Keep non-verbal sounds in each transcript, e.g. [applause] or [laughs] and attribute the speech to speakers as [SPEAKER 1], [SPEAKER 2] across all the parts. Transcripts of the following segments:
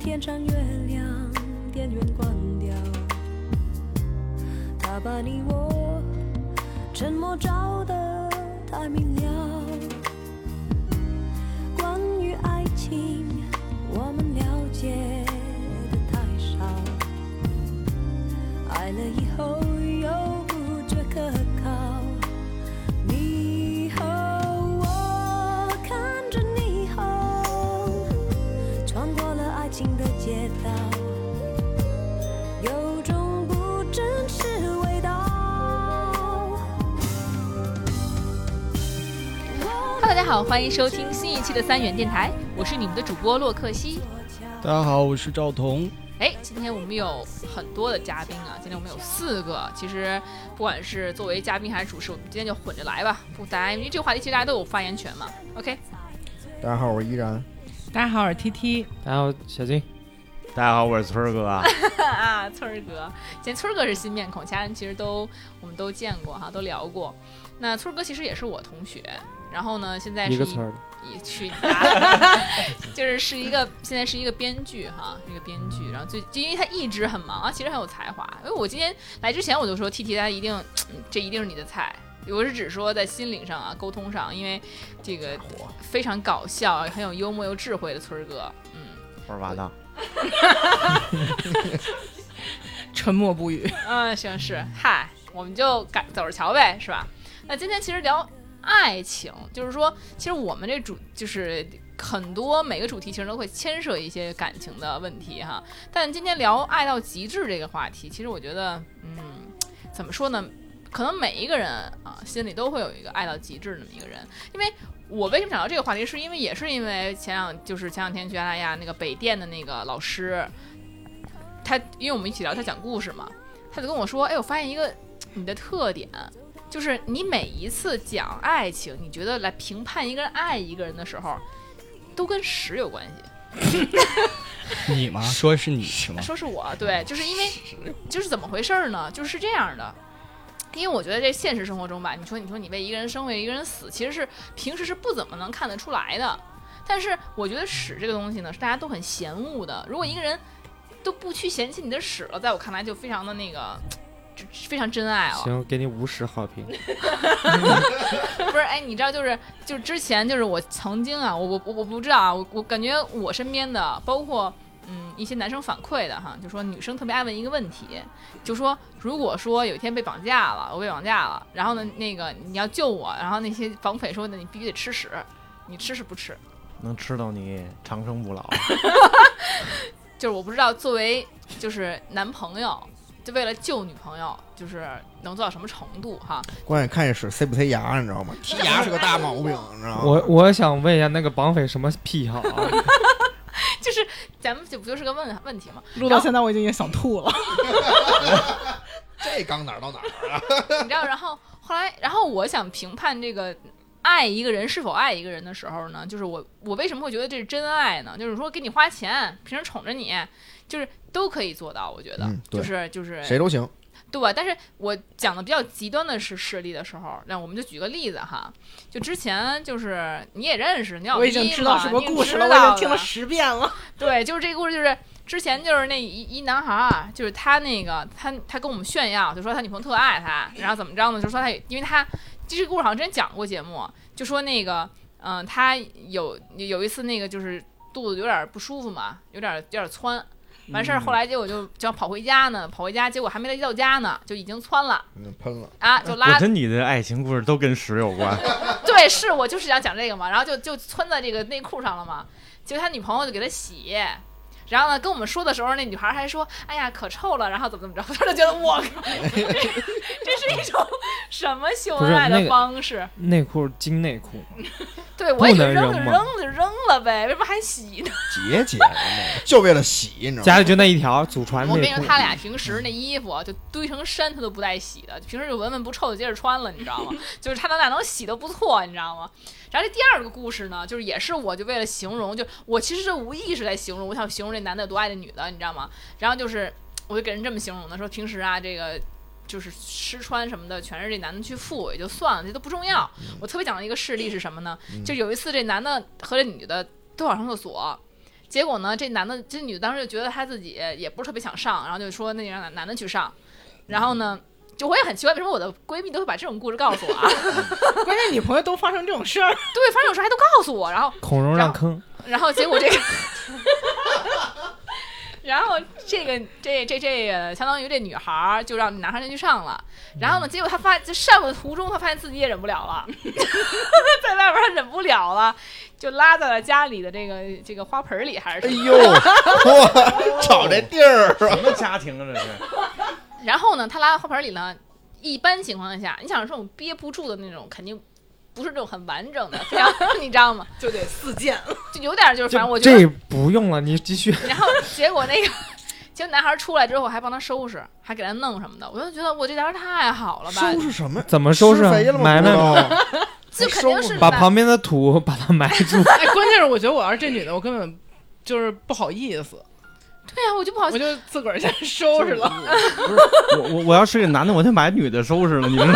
[SPEAKER 1] 天上月亮，电源关掉，他把你我沉默照得太明了。关于爱情，我们了解的太少，爱了以后又不觉可靠。你和我看着霓虹，穿过了爱情的街道，有种不真实味道。
[SPEAKER 2] Hello，大家好，欢迎收听新一期的三元电台，我是你们的主播洛克西。
[SPEAKER 3] 大家好，我是赵彤。
[SPEAKER 2] 哎，今天我们有很多的嘉宾啊，今天我们有四个。其实不管是作为嘉宾还是主持，我们今天就混着来吧。不，大家因为这个话题其实大家都有发言权嘛。OK， [laughs]
[SPEAKER 4] 大家好，我依然。
[SPEAKER 5] 大家好，我是 T T。
[SPEAKER 6] 大家好，小金。
[SPEAKER 7] 大家好，我是村儿哥啊。
[SPEAKER 2] 啊，村儿哥，今天村儿哥是新面孔，其他人其实都我们都见过哈，都聊过。那村儿哥其实也是我同学，然后呢，现在是
[SPEAKER 6] 一个村儿的，
[SPEAKER 2] 也去拿， [laughs] 就是是一个现在是一个编剧哈，一个编剧，然后最就因为他一直很忙啊，其实很有才华。因为我今天来之前我就说 T T 他一定，嗯这一定是你的菜。我是只说在心灵上啊，沟通上，因为这个非常搞笑，很有幽默又智慧的村儿哥，嗯
[SPEAKER 7] 我是
[SPEAKER 2] [laughs]
[SPEAKER 7] 完了，
[SPEAKER 5] 沉默不语。
[SPEAKER 2] 嗯，行是，嗨，我们就赶走着瞧呗，是吧？那今天其实聊爱情，就是说，其实我们这主就是很多每个主题其实都会牵涉一些感情的问题哈。但今天聊爱到极致这个话题，其实我觉得，嗯，怎么说呢？可能每一个人啊，心里都会有一个爱到极致的那么一个人。因为我为什么想到这个话题，是因为也是因为前两就是前两天去阿拉亚那个北电的那个老师，他因为我们一起聊，他讲故事嘛，他就跟我说：“哎，我发现一个你的特点，就是你每一次讲爱情，你觉得来评判一个人爱一个人的时候，都跟屎有关系。”
[SPEAKER 3] 你吗？ [laughs] 说是你是吗？
[SPEAKER 2] 说是我，对，就是因为就是怎么回事儿呢？就是是这样的，因为我觉得这现实生活中吧，你说你说你为一个人生为一个人死，其实是平时是不怎么能看得出来的。但是我觉得屎这个东西呢，是大家都很嫌恶的。如果一个人都不去嫌弃你的屎了，在我看来就非常的那个，就非常真
[SPEAKER 7] 哎
[SPEAKER 2] 爱哦。
[SPEAKER 6] 行，我给你五十好评。
[SPEAKER 2] 不是，哎，你知道，就是就之前就是我曾经啊，我我我我不知道啊，我我感觉我身边的，包括嗯一些男生反馈的哈，就说女生特别爱问一个问题，就说如果说有一天被绑架了，我被绑架了，然后呢，那个你要救我，然后那些绑匪说的你必须得吃屎，你吃是不吃？
[SPEAKER 7] [laughs] 能吃到你长生不老，
[SPEAKER 2] 就是我不知道作为就是男朋友，就为了救女朋友，就是能做到什么程度哈？ [laughs]
[SPEAKER 4] 关键看这屎塞不塞牙，你知道吗？剔 [laughs] 牙是个大毛病，你知道吗？
[SPEAKER 6] 我我想问一下，那个绑匪什么癖好啊？
[SPEAKER 2] 就是咱们这不就是个问问题吗？
[SPEAKER 5] 录到现在我已经也想吐了。
[SPEAKER 4] 这刚哪儿到哪儿啊？
[SPEAKER 2] [laughs] 你知道，然后后来，然后我想评判这个爱一个人是否爱一个人的时候呢，就是我我为什么会觉得这是真爱呢？就是说给你花钱，平时宠着你，就是都可以做到，我觉得，
[SPEAKER 4] 嗯对
[SPEAKER 2] 就是就是
[SPEAKER 4] 谁都行，
[SPEAKER 2] 对吧？但是我讲的比较极端的是事例的时候，那我们就举个例子哈，就之前就是你也认识，你老
[SPEAKER 5] 我已经知道什么故事了，我已经听了十遍了。
[SPEAKER 2] 对，就是这个故事，就是之前就是那一一男孩儿，啊就是他那个他他跟我们炫耀，就说他女朋友特爱他，然后怎么着呢？就说他因为他这个故事好像之前讲过节目，就说那个嗯、呃他有有一次那个就是肚子有点不舒服嘛，有点有点窜。完
[SPEAKER 6] 嗯
[SPEAKER 2] 事儿，后来结果就就要跑回家呢，跑回家，结果还没来到家呢，就已经窜了
[SPEAKER 4] 嗯，喷了。
[SPEAKER 2] 啊，就拉
[SPEAKER 7] [laughs] 我跟你的爱情故事都跟屎有关。
[SPEAKER 2] 对，是我就是想讲这个嘛，然后就就穿在这个内裤上了嘛，结果他女朋友就给他洗。然后呢，跟我们说的时候，那女孩还说：“哎呀，可臭了。”然后怎么怎么着， [laughs] 我就觉得我靠， [laughs] 这这是一种什么秀恩爱
[SPEAKER 6] 不是那
[SPEAKER 2] 的
[SPEAKER 6] 个
[SPEAKER 2] 方式？
[SPEAKER 6] 内裤精内裤吗，
[SPEAKER 2] 对我也就
[SPEAKER 6] 不能
[SPEAKER 2] 扔就扔
[SPEAKER 6] 扔吗
[SPEAKER 2] 就扔了呗，为什么还洗呢？
[SPEAKER 4] 节俭了嘛，就为了洗，你知道吗？
[SPEAKER 6] 家里就那一条祖传
[SPEAKER 2] 我跟
[SPEAKER 6] 内
[SPEAKER 2] 你
[SPEAKER 6] 裤
[SPEAKER 2] 说，。他俩平时那衣服就堆成山，他都不带洗的，平时就闻闻不臭就接着穿了，你知道吗？ [laughs] 就是他们俩能洗的不错，你知道吗？然后这第二个故事呢，就是也是我就为了形容，就我其实是无意识在形容，我想形容这男的有多爱这女的，你知道吗？然后就是我就给人这么形容的，说平时啊这个。就是吃穿什么的，全是这男的去付，也就算了，这都不重要。
[SPEAKER 6] 嗯
[SPEAKER 2] 我特别讲的一个事例是什么呢？就有一次这男的和这女的都想上厕所，结果呢，这男的这女的当时就觉得她自己也不是特别想上，然后就说那让男男的去上，然后呢。就我也很奇怪，为什么我的闺蜜都会把这种故事告诉我啊？
[SPEAKER 5] 关键女朋友都发生这种事儿，
[SPEAKER 2] 对，反正有时候还都告诉我，然后
[SPEAKER 6] 孔融让坑，
[SPEAKER 2] 然后结果这个，然后这个这这这个相当于这女孩儿就让男孩儿先去上了，然后呢，结果她发就上的途中，她发现自己也忍不了了， [laughs] 在外边儿她忍不了了，就拉到了家里的这个这个花盆儿里，还是什
[SPEAKER 4] 哎
[SPEAKER 2] 么
[SPEAKER 4] 呦，我找这地儿是吧？
[SPEAKER 7] 什么家庭啊
[SPEAKER 3] [laughs]
[SPEAKER 7] 这是？
[SPEAKER 2] 然后呢，她拉到花盆儿里呢，一般情况下，你想这种憋不住的那种，肯定不是这种很完整的，非
[SPEAKER 5] [laughs]
[SPEAKER 2] 常你知道吗？
[SPEAKER 5] 就得四溅。
[SPEAKER 2] 就有点儿就是反正我觉得
[SPEAKER 6] 这不用了，你继续。
[SPEAKER 2] 然后结果那个， [laughs] 结果男孩出来之后，我还帮他收拾，还给他弄什么的，我就觉得我这男孩太好了吧
[SPEAKER 4] 收，拾什么？
[SPEAKER 6] 怎么收拾啊
[SPEAKER 4] 施肥了？吗？
[SPEAKER 6] 埋
[SPEAKER 4] 不知
[SPEAKER 6] 埋，
[SPEAKER 4] 道
[SPEAKER 2] 就肯定是
[SPEAKER 6] 把
[SPEAKER 2] 吧
[SPEAKER 6] 旁边的土把它埋住。
[SPEAKER 5] 哎，关键是我觉得我要是这女的，我根本就是不好意思， [laughs]
[SPEAKER 2] 对呀、我就不好
[SPEAKER 5] 我就自个儿先收拾了。
[SPEAKER 7] 我 [laughs] 我我要是个男的，我先把女的收拾了。你们 [laughs]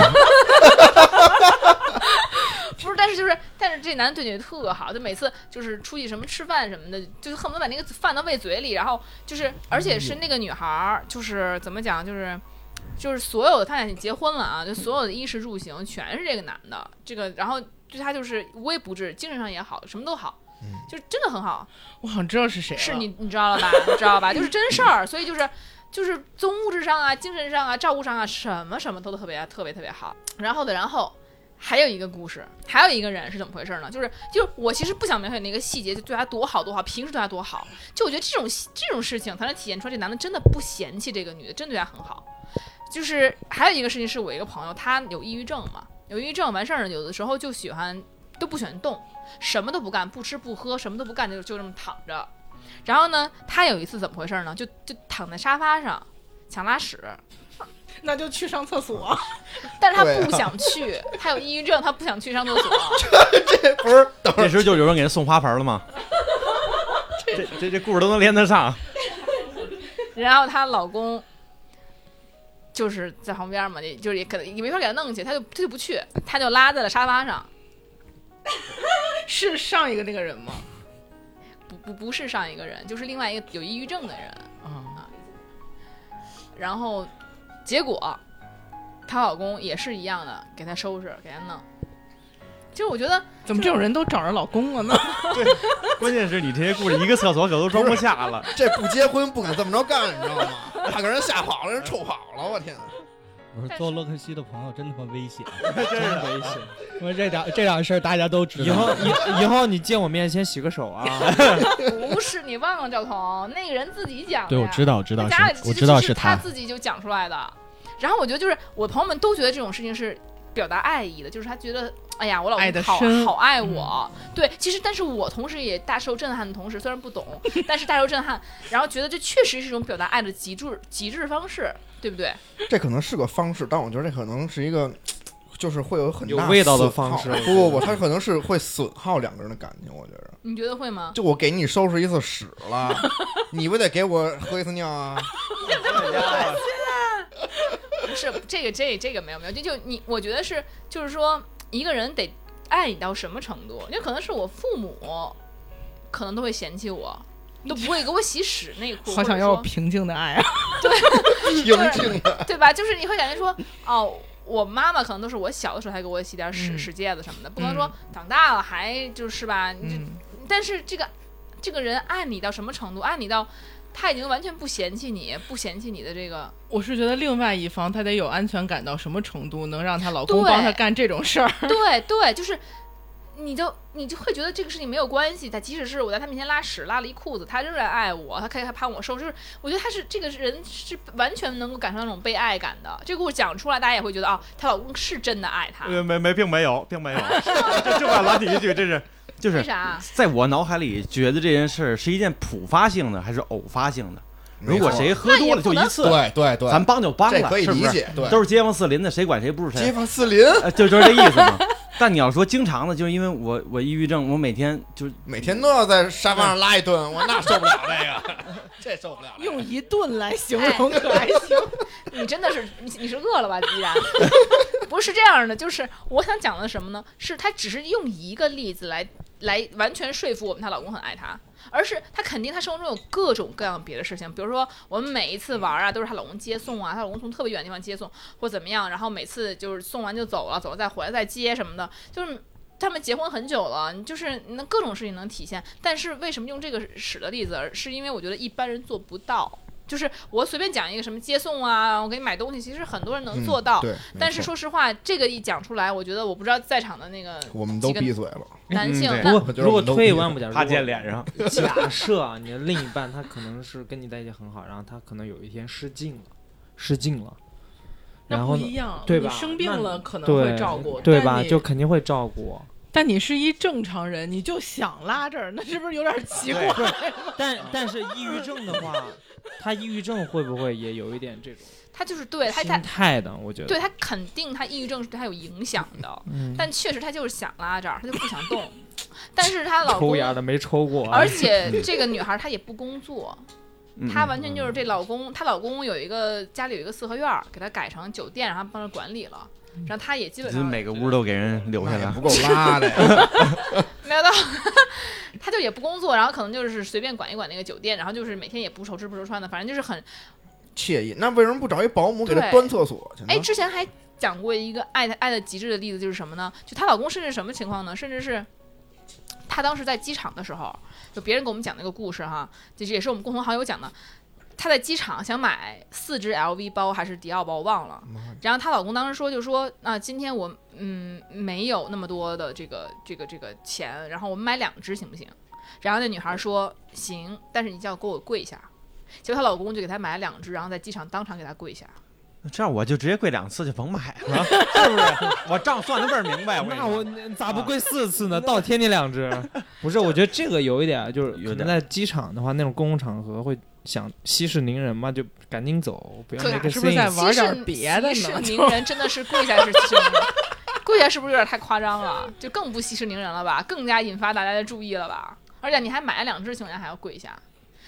[SPEAKER 2] 不是，但是就是，但是这男的对你特好，就每次就是出去什么吃饭什么的，就是恨不得把那个饭都喂嘴里，然后就是，而且是那个女孩儿，就是怎么讲，就是就是所有的，他俩结婚了啊，就所有的衣食住行全是这个男的，这个，然后对他就是无微不至，精神上也好，什么都好，就是真的很好。
[SPEAKER 5] 我好像知道是谁了，啊
[SPEAKER 2] 是你你知道了吧？你知道吧？就是真事儿，所以就是就是从物质上啊、精神上啊、照顾上啊，什么什么都特别特别特别好。然后的，然后还有一个故事，还有一个人是怎么回事呢？就是就是我其实不想描写那个细节，就对他多好多好，平时对他多好，就我觉得这种这种事情才能体现出来这男的真的不嫌弃这个女的，真对她很好。就是还有一个事情是我一个朋友，他有抑郁症嘛，有抑郁症完事儿呢，有的时候就喜欢都不喜欢动，什么都不干，不吃不喝，什么都不干，就就这么躺着。然后呢，他有一次怎么回事呢？就就躺在沙发上想拉屎，
[SPEAKER 5] 那就去上厕所。
[SPEAKER 2] 但是他
[SPEAKER 4] 对啊
[SPEAKER 2] 不想去，
[SPEAKER 4] [laughs]
[SPEAKER 2] 他有抑郁症，他不想去上厕所。
[SPEAKER 4] 不是，等会
[SPEAKER 7] 这
[SPEAKER 4] 儿
[SPEAKER 7] 时候就有人给人送花盆
[SPEAKER 3] [laughs]
[SPEAKER 7] 了吗？这这这故事都能连得上，
[SPEAKER 2] 然后她老公就是在旁边嘛，也就是也可能也没法给她弄去，她就她就不去，她就拉在了沙发上。
[SPEAKER 5] [laughs] 是上一个那个人吗？
[SPEAKER 2] 不不不是上一个人，就是另外一个有抑郁症的人。
[SPEAKER 5] 啊，
[SPEAKER 2] 然后结果她老公也是一样的，给她收拾，给她弄。其实我觉得
[SPEAKER 5] 怎么这种人都找着老公 [laughs] 了呢？
[SPEAKER 7] 关键是你这些故事一个厕所可都装不下了。
[SPEAKER 4] 这不结婚不敢这么着干，你知道吗？怕给人吓跑了，人臭跑了，我天哪！
[SPEAKER 3] 我说做洛克希的朋友真他妈危险，
[SPEAKER 6] 真危险！
[SPEAKER 3] 因为这两这两事儿大家都知
[SPEAKER 6] 以
[SPEAKER 3] 道
[SPEAKER 6] 后。以以后你见我面先洗
[SPEAKER 7] [laughs]
[SPEAKER 6] 个手啊！ [laughs]
[SPEAKER 2] 不是你忘了赵彤，那个人自己讲的
[SPEAKER 3] 对，
[SPEAKER 2] 哎呀。
[SPEAKER 3] 我知道，我知
[SPEAKER 2] 在
[SPEAKER 3] 道
[SPEAKER 2] 家里
[SPEAKER 3] 是，我
[SPEAKER 2] 其
[SPEAKER 3] 知
[SPEAKER 2] 实
[SPEAKER 3] 道
[SPEAKER 2] 是
[SPEAKER 3] 他。
[SPEAKER 2] 自己就讲出来的。然后我觉得就是我朋友们都觉得这种事情是表达爱意的，就是他觉得哎呀，我老
[SPEAKER 5] 爱得
[SPEAKER 2] 公好
[SPEAKER 5] 深嗯
[SPEAKER 2] 好爱我。对，其实但是我同时也大受震撼的同时，虽然不懂，但是大受震撼，然后觉得这确实是一种表达爱的极致极致方式，对不对？
[SPEAKER 4] 这可能是个方式，但我觉得这可能是一个，就是会有很大
[SPEAKER 6] 有味道的
[SPEAKER 4] 损耗
[SPEAKER 6] 方式
[SPEAKER 4] 不不不，它可能是会损耗两个人的感情。我觉得，
[SPEAKER 2] 你觉得会吗？
[SPEAKER 4] 就我给你收拾一次屎了， [laughs] 你不得给我喝一次尿 [laughs] 啊？
[SPEAKER 2] 不是这个这这个没有没有，就就你我觉得是就是说一个人得爱你到什么程度？就可能是我父母可能都会嫌弃我，都不会给我洗屎内裤，
[SPEAKER 5] 好想
[SPEAKER 2] 或者
[SPEAKER 5] 要
[SPEAKER 2] 说
[SPEAKER 5] 平静的爱啊！
[SPEAKER 4] 平静的，
[SPEAKER 2] 对吧？就是你会感觉说，哦，我妈妈可能都是我小的时候才给我洗点屎、
[SPEAKER 5] 嗯
[SPEAKER 2] 屎戒子什么的，不能说长大了还就是吧。你这
[SPEAKER 5] 嗯，
[SPEAKER 2] 但是这个这个人爱你到什么程度？爱你到他已经完全不嫌弃你，不嫌弃你的这
[SPEAKER 5] [laughs]
[SPEAKER 2] 个。
[SPEAKER 5] 我是觉得另外一方她得有安全感到什么程度，能让她老公
[SPEAKER 2] 对
[SPEAKER 5] 帮她干这种事儿？
[SPEAKER 2] 对对，就是。你就你就会觉得这个事情没有关系，他即使是我在他面前拉屎拉了一裤子，他仍然爱我，他可以还帮我收拾。就是我觉得他是这个人是完全能够感受到那种被爱感的。这个故事讲出来，大家也会觉得啊，她、老公是真的爱她。
[SPEAKER 7] 呃，没没，并没有，并
[SPEAKER 2] [laughs]
[SPEAKER 7] 没有，就就把拉底一句，这是就
[SPEAKER 2] 为
[SPEAKER 7] 是
[SPEAKER 2] 啥？啊
[SPEAKER 7] 在我脑海里觉得这件事儿是一件普发性的还是偶发性的？如果谁喝多了就一次，
[SPEAKER 4] 对对对，
[SPEAKER 7] 咱帮就帮
[SPEAKER 4] 这
[SPEAKER 7] 了，
[SPEAKER 4] 可以
[SPEAKER 7] 是不
[SPEAKER 4] 理
[SPEAKER 7] 是？
[SPEAKER 4] 解，对，
[SPEAKER 7] 都是街坊四邻的，谁管谁不是
[SPEAKER 4] 街
[SPEAKER 7] 谁，
[SPEAKER 4] 坊四邻
[SPEAKER 7] 呃，就就是这意思嘛。但你要说经常的，就是因为我我抑郁症，我每天就
[SPEAKER 4] 每天都要在沙发上拉一顿，我那受不了这个， [laughs] 这受不了。
[SPEAKER 5] [laughs] 用一顿来形容 [laughs] 可还行？
[SPEAKER 2] 哎 [laughs] 你真的是你你是饿了吧？依然 [laughs] 不是这样的，就是我想讲的是什么呢？是她只是用一个例子来来完全说服我们她老公很爱她，而是他肯定他生活中有各种各样别的事情，比如说我们每一次玩啊，都是她老公接送啊，她老公从特别远的地方接送或怎么样，然后每次就是送完就走了，走了再回来再接什么的，就是。他们结婚很久了，就是那各种事情能体现，但是为什么用这个使的例子，而是因为我觉得一般人做不到。就是我随便讲一个什么接送啊，我给你买东西，其实很多人能做到。
[SPEAKER 4] 嗯对，
[SPEAKER 2] 但
[SPEAKER 4] 没
[SPEAKER 2] 是
[SPEAKER 4] 错
[SPEAKER 2] 说实话，这个一讲出来，我觉得我不知道在场的那个
[SPEAKER 4] 我们都
[SPEAKER 2] 几个
[SPEAKER 4] 闭嘴了，
[SPEAKER 2] 男性，那
[SPEAKER 7] 嗯对
[SPEAKER 6] 不过
[SPEAKER 4] 我觉得
[SPEAKER 6] 如
[SPEAKER 4] 我
[SPEAKER 6] 果
[SPEAKER 4] 们都
[SPEAKER 6] 退一
[SPEAKER 4] 不
[SPEAKER 6] 万步讲，
[SPEAKER 7] 怕
[SPEAKER 6] 如果
[SPEAKER 7] 溅脸上。
[SPEAKER 6] [laughs] 假设啊，你的另一半他可能是跟你在一起很好，然后他可能有一天失禁了，失禁了，
[SPEAKER 5] 那
[SPEAKER 6] 然
[SPEAKER 5] 不
[SPEAKER 6] 后呢
[SPEAKER 5] 一样，
[SPEAKER 6] 对吧
[SPEAKER 5] 你生病
[SPEAKER 6] 那
[SPEAKER 5] 了可能会
[SPEAKER 6] 对
[SPEAKER 5] 照顾，
[SPEAKER 6] 对
[SPEAKER 5] 但
[SPEAKER 6] 吧？
[SPEAKER 5] 你
[SPEAKER 6] 就肯定会照
[SPEAKER 5] [laughs]
[SPEAKER 6] 顾。
[SPEAKER 5] 但你是一正常人，你就想拉这儿，那是不是有点奇怪？
[SPEAKER 6] 但但是抑郁症的话，他抑郁症会不会也有一点这种
[SPEAKER 2] 他就是对他他
[SPEAKER 6] 心态的？我觉得
[SPEAKER 2] 对他肯定他抑郁症是对他有影响的，
[SPEAKER 6] 嗯
[SPEAKER 2] 但确实他就是想拉这儿，他就不想动。 [laughs] 但是她老公
[SPEAKER 6] 抽，烟的没抽过啊，
[SPEAKER 2] 而且这个女孩她也不工作，
[SPEAKER 7] 嗯
[SPEAKER 2] 她完全就是这老公，她老公有一个家里有一个四合院儿，给她改成酒店，然后帮着管理了，然后她也基本
[SPEAKER 7] 嗯就是
[SPEAKER 2] 上
[SPEAKER 7] 每个屋都给人留下
[SPEAKER 4] 那也
[SPEAKER 7] 来
[SPEAKER 4] 不。够拉的 [laughs] 呀。
[SPEAKER 2] 没有到， [laughs] 他就也不工作，然后可能就是随便管一管那个酒店，然后就是每天也不愁吃不愁穿的，反正就是很
[SPEAKER 4] 惬意。那为什么不找一保姆给他
[SPEAKER 2] 对
[SPEAKER 4] 端厕所去呢？
[SPEAKER 2] 哎，之前还讲过一个爱的爱的极致的例子，就是什么呢？就她老公甚至什么情况呢？甚至是她当时在机场的时候，就别人给我们讲那个故事哈，就是也是我们共同好友讲的。她在机场想买四只 LV 包还是迪奥包，我忘了。
[SPEAKER 4] 妈呀
[SPEAKER 2] 然后她老公当时说，就说啊，今天我嗯没有那么多的这个这个这个钱，然后我们买两只行不行？然后那女孩说行，但是你就要给我跪下。结果她老公就给她买了两只，然后在机场当场给她跪下。
[SPEAKER 7] 这样我就直接跪两次就甭买了，是不是？我账算的倍儿明白。
[SPEAKER 6] 那我那咋不跪四次呢？倒贴你两只，不是？我觉得这个有一点，啊就是
[SPEAKER 7] 有
[SPEAKER 6] 可
[SPEAKER 7] 点
[SPEAKER 6] 能在机场的话，那种公共场合会想息事宁人嘛，就赶紧走，不要
[SPEAKER 2] 对
[SPEAKER 6] 那个
[SPEAKER 5] 啊是不是在
[SPEAKER 6] scene。
[SPEAKER 5] 玩点别的
[SPEAKER 2] 息事
[SPEAKER 5] 呢？ [laughs]
[SPEAKER 2] 宁人真的是跪下是其实跪下是不是有点太夸张了？就更不息事宁人了吧？更加引发大家的注意了吧？而且你还买了两只情况下还要跪下，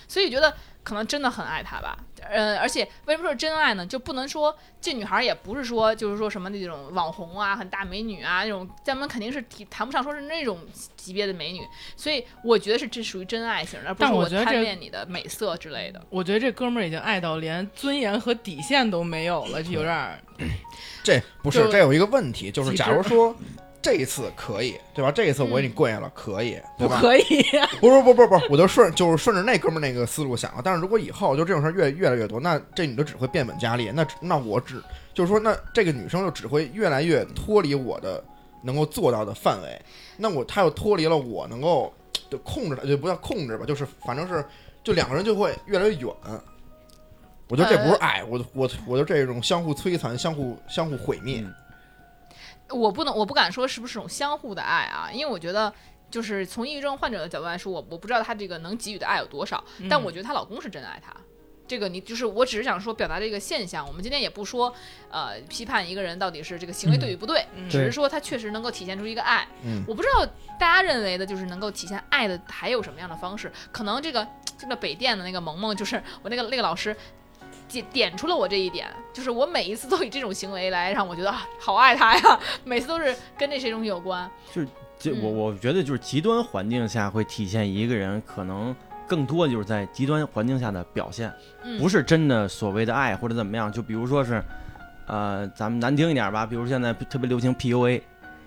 [SPEAKER 2] 所以觉得可能真的很爱他吧。呃，而且为什么说真爱呢？就不能说这女孩也不是说就是说什么那种网红啊、很大美女啊那种，咱们肯定是提谈不上说是那种级别的美女。所以我觉得是这属于真爱型，而不
[SPEAKER 5] 但
[SPEAKER 2] 是
[SPEAKER 5] 我觉得
[SPEAKER 2] 贪
[SPEAKER 5] 这
[SPEAKER 2] 恋你的美色之类的。
[SPEAKER 5] 我觉得这哥们儿已经爱到连尊严和底线都没有了，就有点儿
[SPEAKER 4] 这不是
[SPEAKER 5] 就
[SPEAKER 4] 这有一个问题，就是
[SPEAKER 5] 极致
[SPEAKER 4] 假如说这一次可以，对吧？这一次我给你跪下了，可以，对
[SPEAKER 5] 不
[SPEAKER 4] 吧？
[SPEAKER 5] 可以。
[SPEAKER 4] 不是不不不，我就顺就是顺着那哥们儿那个思路想啊了。但是如果以后就这种事儿越越来越多，那这女的只会变本加厉。那只那我只就是说，那这个女生就只会越来越脱离我的能够做到的范围。那我她又脱离了我能够就控制她，就不叫控制吧，就是反正是就两个人就会越来越远。我觉得这不是爱，我我我就这种相互摧残、相互相互毁灭。
[SPEAKER 2] 我不能，我不敢说是不是种相互的爱啊，因为我觉得就是从抑郁症患者的角度来说，我我不知道她这个能给予的爱有多少，
[SPEAKER 5] 嗯
[SPEAKER 2] 但我觉得她老公是真爱她。这个你就是，我只是想说表达这个现象。我们今天也不说，呃，批判一个人到底是这个行为对与不对，
[SPEAKER 5] 嗯
[SPEAKER 2] 只是说他确实能够体现出一个爱。
[SPEAKER 4] 嗯
[SPEAKER 2] 我不知道大家认为的就是能够体现爱的还有什么样的方式？可能这个这个北电的那个萌萌，就是我那个那个老师。点点出了我这一点，就是我每一次都以这种行为来让我觉得啊，好爱他呀， [laughs] 每次都是跟这些东西有关。
[SPEAKER 7] 这我
[SPEAKER 2] 嗯
[SPEAKER 7] 我觉得就是极端环境下会体现一个人可能更多的就是在极端环境下的表现，
[SPEAKER 2] 嗯，
[SPEAKER 7] 不是真的所谓的爱或者怎么样。就比如说是，呃，咱们难听一点吧，比如现在特别流行 PUA，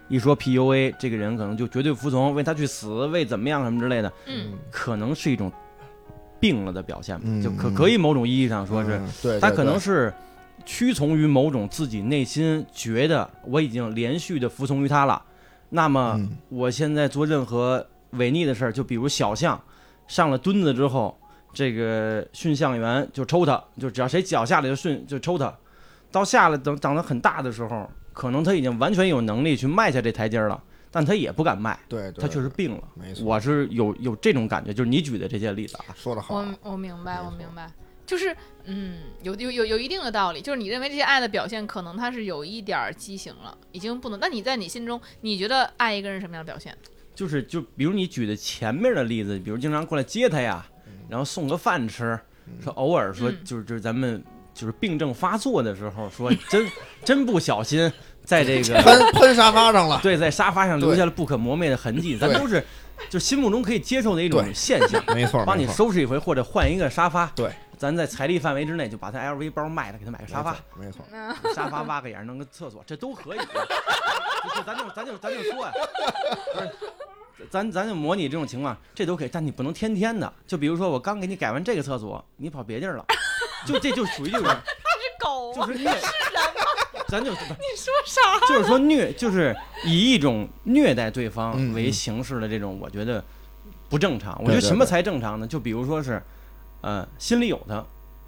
[SPEAKER 7] 一说 PUA，这个人可能就绝对服从，为他去死，为怎么样什么之类的，
[SPEAKER 2] 嗯，
[SPEAKER 7] 可能是一种病了的表现吧，
[SPEAKER 4] 嗯
[SPEAKER 7] 就可可以某种意义上说是。
[SPEAKER 4] 嗯对，
[SPEAKER 7] 他
[SPEAKER 4] 对
[SPEAKER 7] 可能
[SPEAKER 4] 对
[SPEAKER 7] 是屈从于某种自己内心觉得我已经连续的服从于他了，那么
[SPEAKER 4] 嗯
[SPEAKER 7] 我现在做任何违逆的事儿，就比如小象上了墩子之后，这个驯象员就抽他，就只要谁脚下来就训就抽他，到下来等长得很大的时候，可能他已经完全有能力去迈下这台阶儿了，但他也不敢迈，
[SPEAKER 4] 对，对
[SPEAKER 7] 他确实
[SPEAKER 4] 对
[SPEAKER 7] 病了。
[SPEAKER 4] 没错，
[SPEAKER 7] 我是有有这种感觉，就是你举的这些例子啊，
[SPEAKER 4] 说的好
[SPEAKER 2] 我我明白，
[SPEAKER 4] 没
[SPEAKER 2] 我
[SPEAKER 4] 错
[SPEAKER 2] 明白，就是嗯，有有有有一定的道理，就是你认为这些爱的表现，可能它是有一点儿畸形了，已经不能。那你在你心中，你觉得爱一个人是什么样的表现？
[SPEAKER 7] 就是就比如你举的前面的例子，比如经常过来接他呀，
[SPEAKER 4] 嗯
[SPEAKER 7] 然后送个饭吃，说偶尔说
[SPEAKER 2] 嗯
[SPEAKER 7] 就是就是咱们就是病症发作的时候，说真真不小心在这
[SPEAKER 4] [laughs]
[SPEAKER 7] 个
[SPEAKER 4] 喷喷沙发上了。
[SPEAKER 7] 对在沙发上留
[SPEAKER 4] 对
[SPEAKER 7] 下了不可磨灭的痕迹，咱
[SPEAKER 4] 对
[SPEAKER 7] 都是就心目中可以接受的一种
[SPEAKER 4] 对
[SPEAKER 7] 现象，
[SPEAKER 4] 没错，
[SPEAKER 7] 帮你
[SPEAKER 4] 没错
[SPEAKER 7] 收拾一回或者换一个沙发。
[SPEAKER 4] 对，
[SPEAKER 7] 咱在财力范围之内就把他 LV 包卖了，给他买个沙发，，
[SPEAKER 4] 没错，
[SPEAKER 2] 嗯，
[SPEAKER 7] 沙发挖个眼儿弄个厕所，这都可以。 [laughs] 就是咱就咱就咱就说呀、不是咱咱就模拟这种情况，这都可以，但你不能天天的。就比如说我刚给你改完这个厕所，你跑别地儿了，就这就属于就是
[SPEAKER 2] 是狗
[SPEAKER 7] 就
[SPEAKER 2] 啊！
[SPEAKER 7] 是虐， [laughs] 咱就
[SPEAKER 2] 你说啥？
[SPEAKER 7] 就是说虐，就是以一种虐待对方
[SPEAKER 4] 嗯
[SPEAKER 7] 为
[SPEAKER 4] 嗯
[SPEAKER 7] 形式的这种，我觉得不正常。我
[SPEAKER 4] 对
[SPEAKER 7] 觉得
[SPEAKER 4] 对
[SPEAKER 7] 什么
[SPEAKER 4] 对
[SPEAKER 7] 才正常呢？就比如说是，呃，心里有他，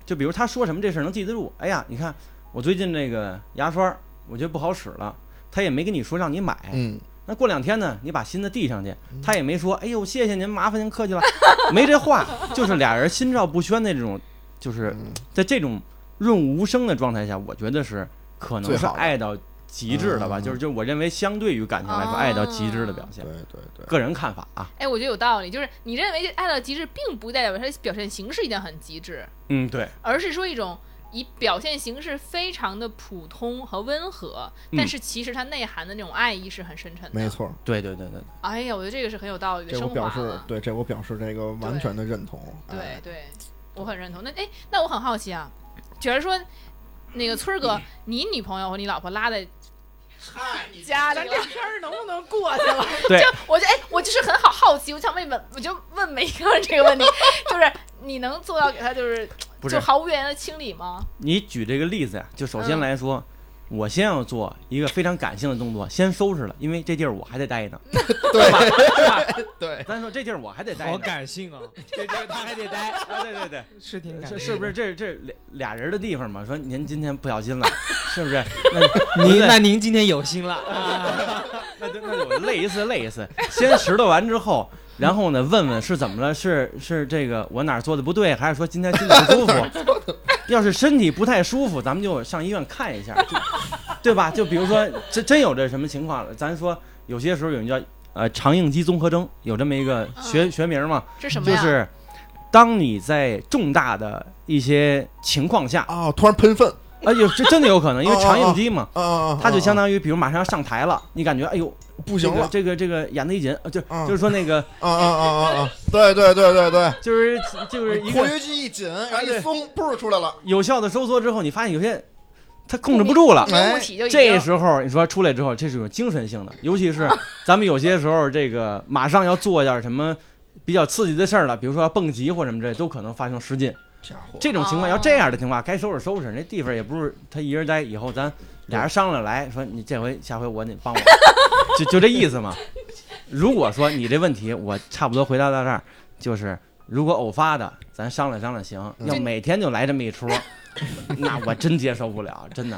[SPEAKER 7] 就比如他说什么这事儿能记得住。哎呀，你看我最近这个牙刷儿我觉得不好使了，他也没跟你说让你买。
[SPEAKER 4] 嗯，
[SPEAKER 7] 那过两天呢，你把新的递上去，他也没说，哎呦，谢谢您，麻烦您客气了，没这话，就是俩人心照不宣的这种，就是
[SPEAKER 4] 嗯
[SPEAKER 7] 在这种润物无声的状态下，我觉得是可能
[SPEAKER 4] 最
[SPEAKER 7] 是
[SPEAKER 4] 好的
[SPEAKER 7] 爱到极致了吧，
[SPEAKER 4] 嗯哦
[SPEAKER 7] 就是就是我认为相对于感情来说，
[SPEAKER 2] 哦
[SPEAKER 7] 爱到极致的表现
[SPEAKER 4] 对，对对，
[SPEAKER 7] 个人看法啊，
[SPEAKER 2] 哎，我觉得有道理，就是你认为爱到极致，并不代表它表现形式一定很极致，
[SPEAKER 7] 嗯，对，
[SPEAKER 2] 而是说一种以表现形式非常的普通和温和，
[SPEAKER 7] 嗯
[SPEAKER 2] 但是其实它内涵的那种爱意是很深沉的。
[SPEAKER 4] 没。错，
[SPEAKER 7] 对
[SPEAKER 2] [laughs]
[SPEAKER 7] 对对对，
[SPEAKER 2] 哎呀，我觉得这个是很有道理的，
[SPEAKER 4] 这我
[SPEAKER 2] 升
[SPEAKER 4] 表
[SPEAKER 2] 华
[SPEAKER 4] 示
[SPEAKER 2] 了。
[SPEAKER 4] 对，这我表示这个完全的认同，
[SPEAKER 2] 对
[SPEAKER 4] 哎
[SPEAKER 2] 对，我很认同。那哎，那我很好奇啊，觉得说那个村儿哥，你女朋友或你老婆拉在家
[SPEAKER 5] 咱
[SPEAKER 2] 里
[SPEAKER 5] 这
[SPEAKER 2] 了，
[SPEAKER 5] 事儿能不能过去了？ [laughs]
[SPEAKER 2] 我就哎，我就是很好好奇，我想问问，我就问每一个人这个问题，就是你能做到给他就是
[SPEAKER 7] 不是
[SPEAKER 2] 就毫无怨言的清理吗？
[SPEAKER 7] 你举这个例子呀，就首先
[SPEAKER 2] 嗯
[SPEAKER 7] 来说。我先要做一个非常感性的动作，先收拾了，因为这地儿我还
[SPEAKER 2] [laughs]
[SPEAKER 7] 得待呢。
[SPEAKER 4] [laughs] 对，
[SPEAKER 7] 咱说这地儿我还得待
[SPEAKER 6] 好
[SPEAKER 7] 呢，
[SPEAKER 6] 感性啊，
[SPEAKER 7] 这地儿他还得待。啊，对对对，
[SPEAKER 6] [laughs]
[SPEAKER 7] [laughs]
[SPEAKER 6] 是挺感性
[SPEAKER 7] 是
[SPEAKER 6] 的，
[SPEAKER 7] 是不是这这俩俩人的地方嘛？说您今天不小 [laughs] 心了，是不是？ [laughs]
[SPEAKER 6] 您
[SPEAKER 7] 对
[SPEAKER 6] 那您今天有心了啊？
[SPEAKER 7] [laughs] 那就那就我累一次累一次，先拾掇完之后，然后呢问问是怎么了？是是这个我哪儿做的不对，还是说今天身体
[SPEAKER 4] [laughs]
[SPEAKER 7] 不舒服？要是身体不太舒服，咱们就上医院看一下，就对吧？就比如说真真有这什么情况了，咱说有些时候有人叫呃肠应激综合征，有这么一个学、学名嘛，
[SPEAKER 2] 这嗯是什么
[SPEAKER 7] 就
[SPEAKER 2] 呀？
[SPEAKER 7] 是当你在重大的一些情况下。
[SPEAKER 4] 啊，突然喷粪，
[SPEAKER 7] 啊，有这真的有可能，因为
[SPEAKER 4] 哦哦
[SPEAKER 7] 肠应激嘛，
[SPEAKER 4] 啊啊，啊
[SPEAKER 7] 它就相
[SPEAKER 4] 啊
[SPEAKER 7] 当于比如马上要上台了，你感觉哎呦
[SPEAKER 4] 不行了，
[SPEAKER 7] 这个这个这个眼子一紧，呃就
[SPEAKER 4] 嗯
[SPEAKER 7] 就是说那个
[SPEAKER 4] 啊啊啊啊啊，对对对对对，
[SPEAKER 7] 就是就是一
[SPEAKER 4] 括
[SPEAKER 7] 个
[SPEAKER 4] 约肌一紧，然后一松，噗出来了，
[SPEAKER 7] 有效的收缩之后，你发现有些它控制不住了。
[SPEAKER 2] 凝固体就已经
[SPEAKER 7] 这时候你说出来之后，这是一种精神性的，尤其 [laughs] 是咱们有些时候这个马上要做点什么比较刺激的事儿了，比如说要蹦极或什么之类，都可能发生失禁。
[SPEAKER 4] 家伙，
[SPEAKER 7] 这种情
[SPEAKER 2] 哦
[SPEAKER 7] 况要这样的情况，该收拾收拾，那地方也不是他一人待，以后咱俩人商量来说，你这回下回我得帮我，就就这意思嘛。如果说你这问题我差不多回答到这儿，就是如果偶发的，咱商量商量行，
[SPEAKER 4] 嗯
[SPEAKER 7] 要每天就来这么一出， [laughs] 那我真接受不了，真的。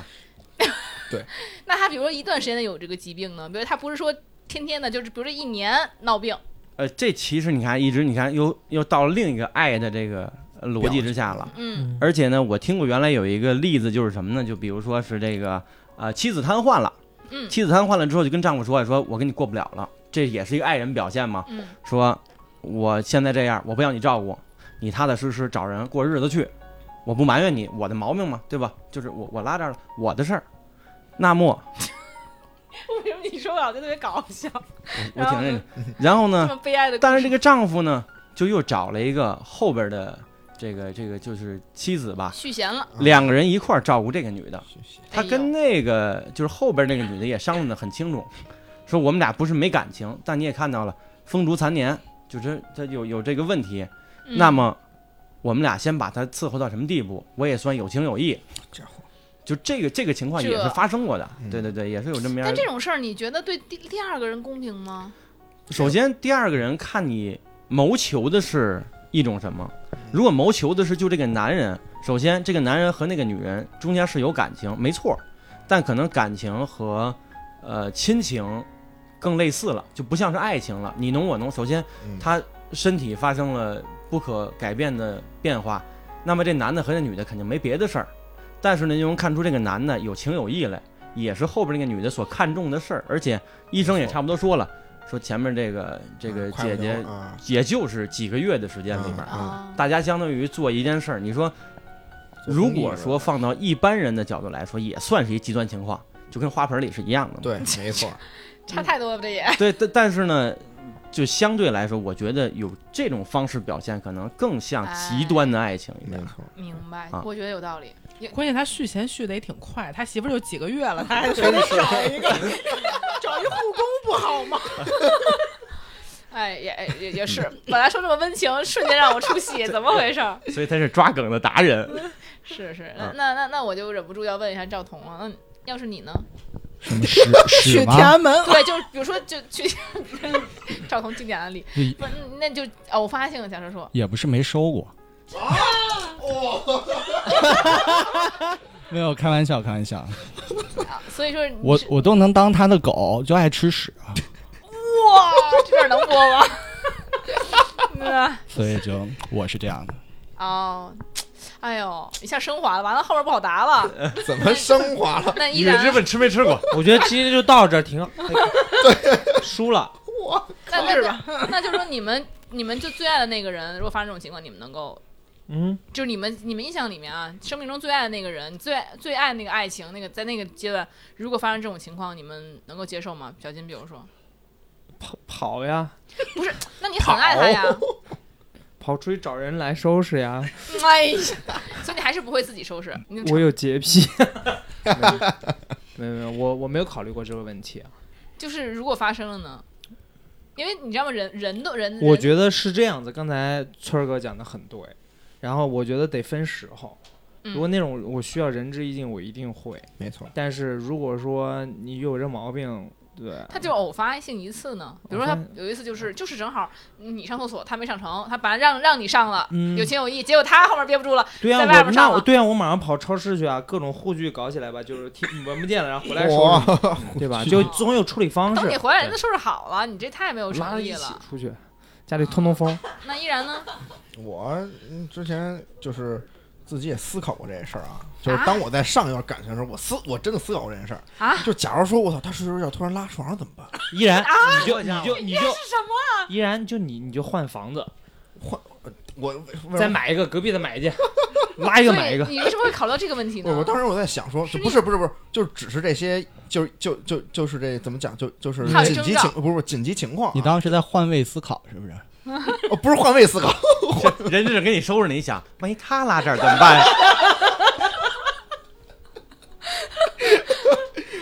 [SPEAKER 2] 那他比如说一段时间内有这个疾病呢？比如他不是说天天的，就是比如说一年闹病，
[SPEAKER 7] 呃，这其实你看，一直你看又又到了另一个爱的这个呃逻辑之下了。
[SPEAKER 2] 嗯
[SPEAKER 7] 而且呢，我听过原来有一个例子，就是什么呢？就比如说是这个呃，妻子瘫痪了，
[SPEAKER 2] 嗯
[SPEAKER 7] 妻子瘫痪了之后就跟丈夫说，说我跟你过不了了，这也是一个爱人表现嘛，
[SPEAKER 2] 嗯，
[SPEAKER 7] 说我现在这样，我不要你照顾，你踏踏实实找人过日子去，我不埋怨你，我的毛病嘛，对吧？就是我我拉这儿了，我的事儿。那么
[SPEAKER 2] 为什么你说我老觉得特别搞笑？
[SPEAKER 7] 我挺认真，然后
[SPEAKER 2] 这
[SPEAKER 7] 呢，
[SPEAKER 2] 么悲哀的故事，
[SPEAKER 7] 嗯但是这个丈夫呢，就又找了一个后边的这个这个就是妻子吧，
[SPEAKER 2] 续弦
[SPEAKER 4] 啊
[SPEAKER 2] 了，
[SPEAKER 7] 两个人一块儿照顾这个女的。他
[SPEAKER 2] 哎呦
[SPEAKER 7] 跟那个就是后边那个女的也商量的很清楚，说我们俩不是没感情，但你也看到了风烛残年，就是他有有这个问题。
[SPEAKER 2] 嗯
[SPEAKER 7] 那么我们俩先把他伺候到什么地步，我也算有情有义。
[SPEAKER 4] 家伙，
[SPEAKER 7] 就这个这个情况
[SPEAKER 2] 这
[SPEAKER 7] 也是发生过的，
[SPEAKER 4] 嗯
[SPEAKER 7] 对对对，也是有这么样
[SPEAKER 2] 但
[SPEAKER 7] 的
[SPEAKER 2] 这。种事儿，你觉得对第第二个人公平吗？
[SPEAKER 7] 首先，第二个人看你谋求的是一种什么？如果谋求的是就这个男人，首先这个男人和那个女人中间是有感情，没错儿，但可能感情和呃亲情更类似了，就不像是爱情了，你侬我侬。首先
[SPEAKER 4] 嗯
[SPEAKER 7] 他身体发生了不可改变的变化，那么这男的和这女的肯定没别的事儿，但是呢，又能看出这个男的有情有义来，也是后边那个女的所看重的事儿，而且医生也差不多说了，说前面这个这个
[SPEAKER 4] 嗯快
[SPEAKER 7] 姐
[SPEAKER 4] 不行
[SPEAKER 7] 姐
[SPEAKER 4] 了嗯啊，
[SPEAKER 7] 也就是几个月的时间里边儿，
[SPEAKER 2] 啊，
[SPEAKER 7] 大家相当于做一件事儿，你说如果说放到一般人的角度来说，也算是一极端情况，就跟花盆里是一样的嘛。 [laughs]
[SPEAKER 4] 对，没错，
[SPEAKER 7] 嗯
[SPEAKER 2] 差太多了，这也
[SPEAKER 7] 对，但但是呢，就相对来说，我觉得有这种方式表现，可能更像
[SPEAKER 2] 哎
[SPEAKER 7] 极端的爱情一
[SPEAKER 4] 没
[SPEAKER 7] 点。
[SPEAKER 4] 错。
[SPEAKER 2] 明白
[SPEAKER 7] 啊，
[SPEAKER 2] 我觉得有道理。也
[SPEAKER 5] 关键他续钱续的也挺快，他媳妇儿就几个月
[SPEAKER 7] [laughs]
[SPEAKER 5] 了，他还说得找一个找一护工不好吗？
[SPEAKER 2] 哎，也哎也也是，本来说这么温情，瞬间让我出
[SPEAKER 7] [laughs]
[SPEAKER 2] 戏，怎么回事儿？
[SPEAKER 7] [laughs] 所以他是抓梗的达人。
[SPEAKER 2] 是是，
[SPEAKER 7] 啊
[SPEAKER 2] 那那那那我就忍不住要问一下赵彤了，那你要是你呢？
[SPEAKER 3] 什么屎
[SPEAKER 5] 去
[SPEAKER 3] 屎
[SPEAKER 5] 天
[SPEAKER 3] 吗？
[SPEAKER 5] 安
[SPEAKER 2] [laughs]
[SPEAKER 5] 门，
[SPEAKER 2] 对，就是比如说就去赵彤经典案例
[SPEAKER 3] 对，
[SPEAKER 2] 不，那就哦，我发现了，假设说，
[SPEAKER 3] 也不是没收过。
[SPEAKER 7] 啊哦
[SPEAKER 3] [laughs] 没有开玩笑，开玩笑，
[SPEAKER 2] 啊所以说你
[SPEAKER 3] 我
[SPEAKER 2] 是
[SPEAKER 3] 我都能当他的狗，就爱吃屎，
[SPEAKER 2] 哇，这事儿能播吗？那
[SPEAKER 3] 所以就我是这样的。
[SPEAKER 2] 哦，哎呦，一下升华了，完了后面不好答了，
[SPEAKER 4] 怎么升华了？
[SPEAKER 2] 那依
[SPEAKER 7] 女人
[SPEAKER 2] 然
[SPEAKER 7] 之问吃没吃过？
[SPEAKER 6] [laughs]
[SPEAKER 2] 啊
[SPEAKER 6] 我觉得其实就到这儿停，输了。
[SPEAKER 2] 那那那那就是说你们你们就最爱的那个人，如果发生这种情况，你们能够
[SPEAKER 6] 嗯，
[SPEAKER 2] 就是你们你们印象里面啊，生命中最爱的那个人，最爱最爱那个爱情，那个在那个阶段，如果发生这种情况，你们能够接受吗？小金，比如说， [laughs]
[SPEAKER 6] 跑跑呀，
[SPEAKER 2] 那你很爱他呀，
[SPEAKER 6] 跑出去找人来收拾呀。
[SPEAKER 2] 哎呀，所以你还是不会自己收拾，你
[SPEAKER 6] 我有洁 [laughs] 癖。没有没有，我我没有考虑过这个问题啊。
[SPEAKER 2] 就是如果发生了呢？因为你知道吗？人人都人，
[SPEAKER 6] 我
[SPEAKER 2] 得
[SPEAKER 6] 觉得是这样子，刚才村儿哥讲的很对，然后我觉得得分时候。如果那种我需要仁至义尽，我一定会。
[SPEAKER 4] 没错，
[SPEAKER 6] 但是如果说你有这毛病，对，
[SPEAKER 2] 他就偶发性一次呢，比如说他
[SPEAKER 6] 偶发
[SPEAKER 2] 有一次就是就是正好你上厕所，他没上成，他本来让让你上了，
[SPEAKER 6] 嗯
[SPEAKER 2] 有，情有义，结果他后面憋不住了，
[SPEAKER 6] 对呀、
[SPEAKER 2] 在外
[SPEAKER 6] 我
[SPEAKER 2] 边
[SPEAKER 6] 那
[SPEAKER 2] 上
[SPEAKER 6] 我
[SPEAKER 2] 了，
[SPEAKER 6] 对呀、我马上跑超市去啊，各种护具搞起来吧，就是听闻不见了，然后回来收拾，
[SPEAKER 4] 哇，
[SPEAKER 6] 对吧？
[SPEAKER 3] 具
[SPEAKER 6] 就总有处理方
[SPEAKER 2] 等你
[SPEAKER 6] 式，
[SPEAKER 2] 回来人都收拾好了，你这太没有
[SPEAKER 6] 拉
[SPEAKER 2] 诚
[SPEAKER 6] 着
[SPEAKER 2] 意
[SPEAKER 6] 一起
[SPEAKER 2] 了。
[SPEAKER 6] 出去，家里通通风。
[SPEAKER 2] 那依然呢？
[SPEAKER 4] 我嗯之前就是自己也思考过这事儿啊，就是当我在上一段感情的时候，我思我真的思考过这件事儿
[SPEAKER 2] 啊
[SPEAKER 4] 就假如说我操，他睡着觉突然拉床了怎么
[SPEAKER 2] [laughs]
[SPEAKER 4] 办？
[SPEAKER 6] [laughs] 依然，
[SPEAKER 2] 啊
[SPEAKER 6] 你就你就你
[SPEAKER 2] 这
[SPEAKER 6] 就是
[SPEAKER 2] 什么？啊
[SPEAKER 6] 依然就你你就换房子，
[SPEAKER 4] 我为什
[SPEAKER 6] 再
[SPEAKER 4] 么
[SPEAKER 6] 买一个，隔壁再买一件，拉一个
[SPEAKER 2] 所以
[SPEAKER 6] 买一个。
[SPEAKER 2] 你为什么会考虑到这个问题呢？
[SPEAKER 4] [laughs] 我我当时我在想说，
[SPEAKER 2] 是
[SPEAKER 4] 不是不是不是，就是只是这些，就是就就就是这怎么讲，就就是
[SPEAKER 2] 还有
[SPEAKER 4] 紧急
[SPEAKER 2] 征兆
[SPEAKER 4] 情，不是不是紧急情况啊、
[SPEAKER 3] 你当时在换位思考是不是？
[SPEAKER 4] 哦不是换位思考，
[SPEAKER 7] 人家正给你收拾呢，你想，万一他拉这儿怎么办？ [laughs]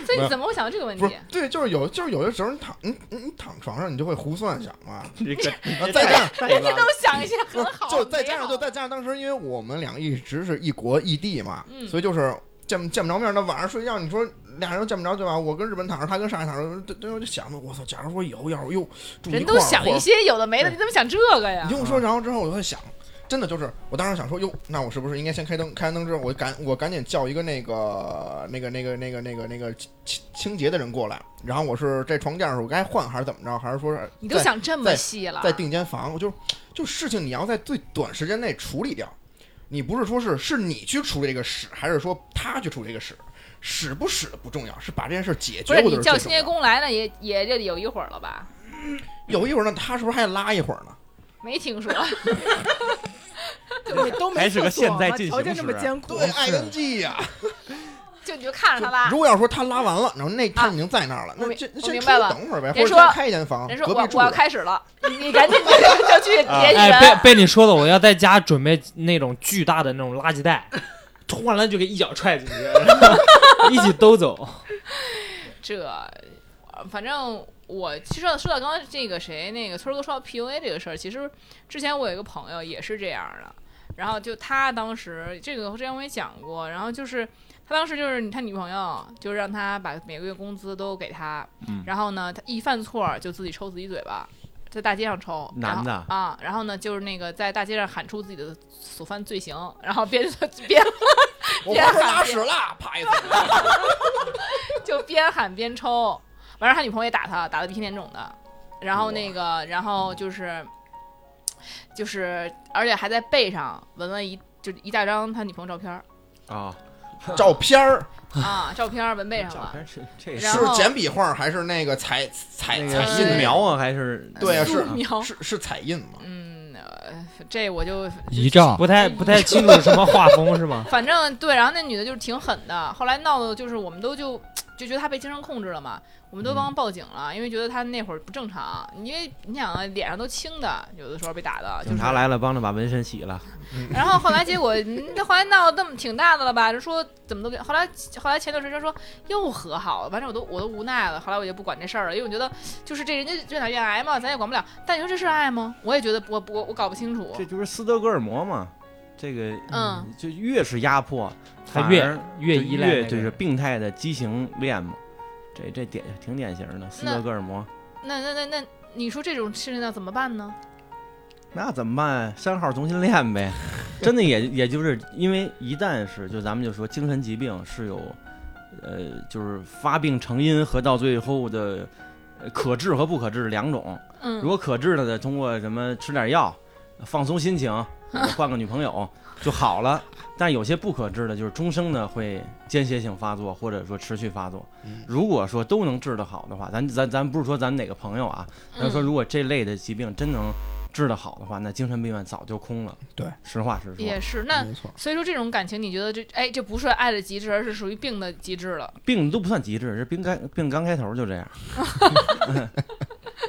[SPEAKER 2] 所以你怎么会想到这个问
[SPEAKER 4] 不是
[SPEAKER 2] 题？
[SPEAKER 4] 对，就是有就是有的时候你躺你你你躺床上你就会胡思乱想嘛，
[SPEAKER 2] [laughs]
[SPEAKER 7] 这个
[SPEAKER 4] 然后再加上
[SPEAKER 2] 人家都想一些很好，
[SPEAKER 4] 就再加上就
[SPEAKER 2] 美好
[SPEAKER 4] 再加上当时，因为我们两个一直是一国异地嘛，
[SPEAKER 2] 嗯
[SPEAKER 4] 所以就是见见不着面儿。那晚上睡觉，你说俩人都见不着对吧？我跟日本躺着，他跟上海躺着，对对，我就想着，我操，假如说以后要是又住一
[SPEAKER 2] 人都
[SPEAKER 4] 块儿，
[SPEAKER 2] 想一
[SPEAKER 4] 或者
[SPEAKER 2] 些有的没的，
[SPEAKER 4] 对
[SPEAKER 2] 你怎么想这个呀
[SPEAKER 4] 你？听我说，然后之后我就在想，真的就是，我当时想说，哟，那我是不是应该先开灯？开完灯之后，我赶我赶紧叫一个那个那个那个那个那个那个清清清洁的人过来。然后我是这床垫儿是我该换还是怎么着？还是说是
[SPEAKER 2] 你都
[SPEAKER 4] 在
[SPEAKER 2] 想这么细了，
[SPEAKER 4] 再订一间房，我就就事情你要在最短时间内处理掉。你不是说是是你去处理这个屎，还是说他去处理这个屎？屎不屎不重要，是把这件事解
[SPEAKER 2] 不
[SPEAKER 4] 决
[SPEAKER 2] 是
[SPEAKER 4] 我就
[SPEAKER 2] 你
[SPEAKER 4] 是
[SPEAKER 2] 叫
[SPEAKER 4] 最
[SPEAKER 2] 清
[SPEAKER 4] 重
[SPEAKER 2] 洁
[SPEAKER 4] 要。
[SPEAKER 2] 工来呢，也也就有一会儿了吧？
[SPEAKER 4] 有一会儿呢，他是不是还得拉一会儿呢？
[SPEAKER 2] 没听说，
[SPEAKER 5] 对，都没
[SPEAKER 7] 还是个
[SPEAKER 5] 厕所
[SPEAKER 7] 现在
[SPEAKER 5] 吗
[SPEAKER 7] 进
[SPEAKER 5] 条
[SPEAKER 7] 行
[SPEAKER 5] 件这么
[SPEAKER 7] 时
[SPEAKER 5] 艰苦，
[SPEAKER 4] 对，ing
[SPEAKER 2] 啊
[SPEAKER 4] [laughs] 呀、
[SPEAKER 2] 就你就看着他拉
[SPEAKER 4] 如。果要说他拉完了，然后那他已经在那儿了，
[SPEAKER 2] 我
[SPEAKER 4] 那
[SPEAKER 2] 明
[SPEAKER 4] 这那
[SPEAKER 2] 我
[SPEAKER 4] 先
[SPEAKER 2] 明
[SPEAKER 4] 出
[SPEAKER 2] 白
[SPEAKER 4] 去
[SPEAKER 2] 了
[SPEAKER 4] 等会儿呗，
[SPEAKER 2] 人
[SPEAKER 4] 或者
[SPEAKER 2] 说
[SPEAKER 4] 先开一间房，
[SPEAKER 2] 人说
[SPEAKER 4] 隔
[SPEAKER 2] 我
[SPEAKER 4] 壁住
[SPEAKER 2] 我要
[SPEAKER 4] 着。
[SPEAKER 2] 开始了，你你赶紧就就去别一
[SPEAKER 6] 哎，
[SPEAKER 2] 人。
[SPEAKER 6] 被被你说的，我要在家准备那种巨大的那种垃圾袋，突然就给一脚踹进去，然后 [laughs] 一起兜走。
[SPEAKER 2] 这，呃反正我其实说到说到刚刚这个谁那个村儿哥说到 PUA 这个事儿，其实之前我有一个朋友也是这样的，然后就他当时这个之前我也讲过，然后就是他当时就是他女朋友就让他把每个月工资都给他，
[SPEAKER 7] 嗯
[SPEAKER 2] 然后呢他一犯错儿就自己抽自己嘴巴。在大街上抽，然后
[SPEAKER 7] 男的
[SPEAKER 2] 啊，然后呢，就是那个在大街上喊出自己的所犯罪行，然后边边
[SPEAKER 4] 我玩会儿拉屎了，啪一
[SPEAKER 2] [laughs]
[SPEAKER 4] 次。
[SPEAKER 2] 就边喊边抽，完事儿他女朋友也打他，打的鼻青脸肿的。然后那个，然后就是，就是，而且还在背上纹了一就一大张他女朋友照片儿
[SPEAKER 7] 啊，
[SPEAKER 4] 照片儿
[SPEAKER 2] 啊，照片儿纹背上
[SPEAKER 7] 照
[SPEAKER 2] 了。
[SPEAKER 7] 片是这
[SPEAKER 2] 然
[SPEAKER 7] 是
[SPEAKER 2] 后
[SPEAKER 4] 是简笔画还是那个彩彩
[SPEAKER 7] 那
[SPEAKER 4] 彩
[SPEAKER 7] 个
[SPEAKER 2] 呃
[SPEAKER 7] 素
[SPEAKER 4] 印
[SPEAKER 7] 描啊，还是
[SPEAKER 4] 对啊，
[SPEAKER 2] 素
[SPEAKER 4] 是
[SPEAKER 2] 描
[SPEAKER 4] 是是彩印吗？
[SPEAKER 2] 嗯，呃，这我就
[SPEAKER 3] 遗照
[SPEAKER 6] 不太不太清楚什么画风是吗？
[SPEAKER 2] 反正对，然后那女的就是挺狠的，后来闹的就是我们都就就觉得他被精神控制了嘛，我们都帮他报警了，因为觉得他那会儿不正常，因为你想啊，脸上都青的，有的时候被打的，就是
[SPEAKER 7] 警察来了，帮着把纹身洗了。
[SPEAKER 2] [laughs] 然后后来结果，嗯那后来闹得这么挺大的了吧？就说怎么都给后来后来前段时间说又和好了，反正我都我都无奈了。后来我就不管这事儿了，因为我觉得就是这人家愿打愿挨嘛，咱也管不了。但你说这是爱吗？我也觉得我我我搞不清楚。
[SPEAKER 7] 这就是斯德哥尔摩嘛，这个
[SPEAKER 2] 嗯，
[SPEAKER 7] 就越是压迫，
[SPEAKER 8] 他
[SPEAKER 7] 反
[SPEAKER 8] 越
[SPEAKER 7] 而
[SPEAKER 8] 越
[SPEAKER 7] 就
[SPEAKER 8] 依赖那
[SPEAKER 7] 越
[SPEAKER 8] 个
[SPEAKER 7] 就是病态的畸形恋嘛。这这典挺典型的斯德哥尔摩。
[SPEAKER 2] 那那那那，你说这种事情要怎么办呢？
[SPEAKER 7] 那怎么办？删号重新练呗。真的也也就是因为一旦是就咱们就说精神疾病是有，呃，就是发病成因和到最后的呃可治和不可治两种。
[SPEAKER 2] 嗯，
[SPEAKER 7] 如果可治了的，通过什么吃点药，放松心情，呃换个女朋友就好了。但有些不可治的，就是终生的会间歇性发作，或者说持续发作
[SPEAKER 4] 嗯。
[SPEAKER 7] 如果说都能治得好的话，咱咱咱不是说咱哪个朋友啊，咱说
[SPEAKER 2] 嗯
[SPEAKER 7] 如果这类的疾病真能治得好的话，那精神病院早就空了。
[SPEAKER 4] 对，
[SPEAKER 7] 实话实说
[SPEAKER 2] 也，是
[SPEAKER 7] 嗯
[SPEAKER 2] 那。
[SPEAKER 4] 没错，
[SPEAKER 2] 所以说这种感情，你觉得这哎，这不是爱的极致，而是属于病的极致了。
[SPEAKER 7] 病都不算极致，这病刚病刚开头就这样，
[SPEAKER 2] [laughs]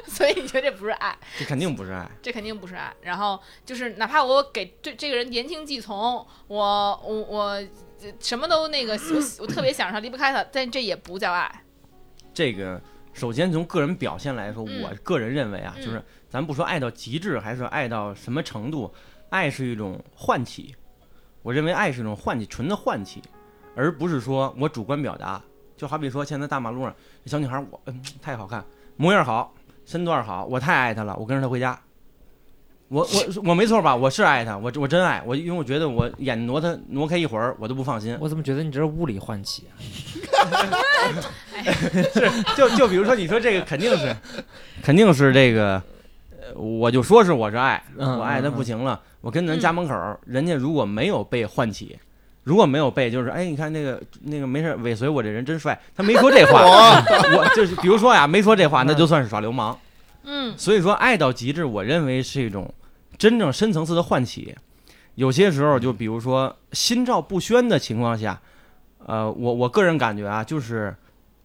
[SPEAKER 2] 所以你觉得这不是爱，
[SPEAKER 7] 这肯定不是爱。
[SPEAKER 2] 这肯定不是爱。然后就是哪怕我给这这个人言听计从，我我我这什么都那个，我我特别想让他离不开他，但这也不叫爱。
[SPEAKER 7] 这个首先从个人表现来说，
[SPEAKER 2] 嗯
[SPEAKER 7] 我个人认为啊，
[SPEAKER 2] 嗯
[SPEAKER 7] 就是咱不说爱到极致，还是爱到什么程度，爱是一种唤起。我认为爱是一种唤起，纯的唤起，而不是说我主观表达。就好比说现在大马路上这小女孩，我嗯太好看，模样好，身段好，我太爱她了，我跟着她回家。我
[SPEAKER 2] [laughs]
[SPEAKER 7] 我我没错吧？我是爱她，我我真爱我，因为我觉得我眼挪她挪开一会儿，我都不放心。
[SPEAKER 8] 我怎么觉得你这是物理唤起啊？
[SPEAKER 7] [laughs] 就就比如说，你说这个肯定是， [laughs] 肯定是这个，呃我就说是我是爱，
[SPEAKER 8] 嗯
[SPEAKER 7] 我爱他不行了，我跟咱家门口儿，人家如果没有被唤起。如果没有被，就是哎，你看那个那个没事尾随我这人真帅，他没说这话，我就是比如说呀，没说这话，那就算是耍流氓。
[SPEAKER 2] 嗯
[SPEAKER 7] 所以说，爱到极致，我认为是一种真正深层次的唤起。有些时候，就比如说心照不宣的情况下，呃，我我个人感觉啊，就是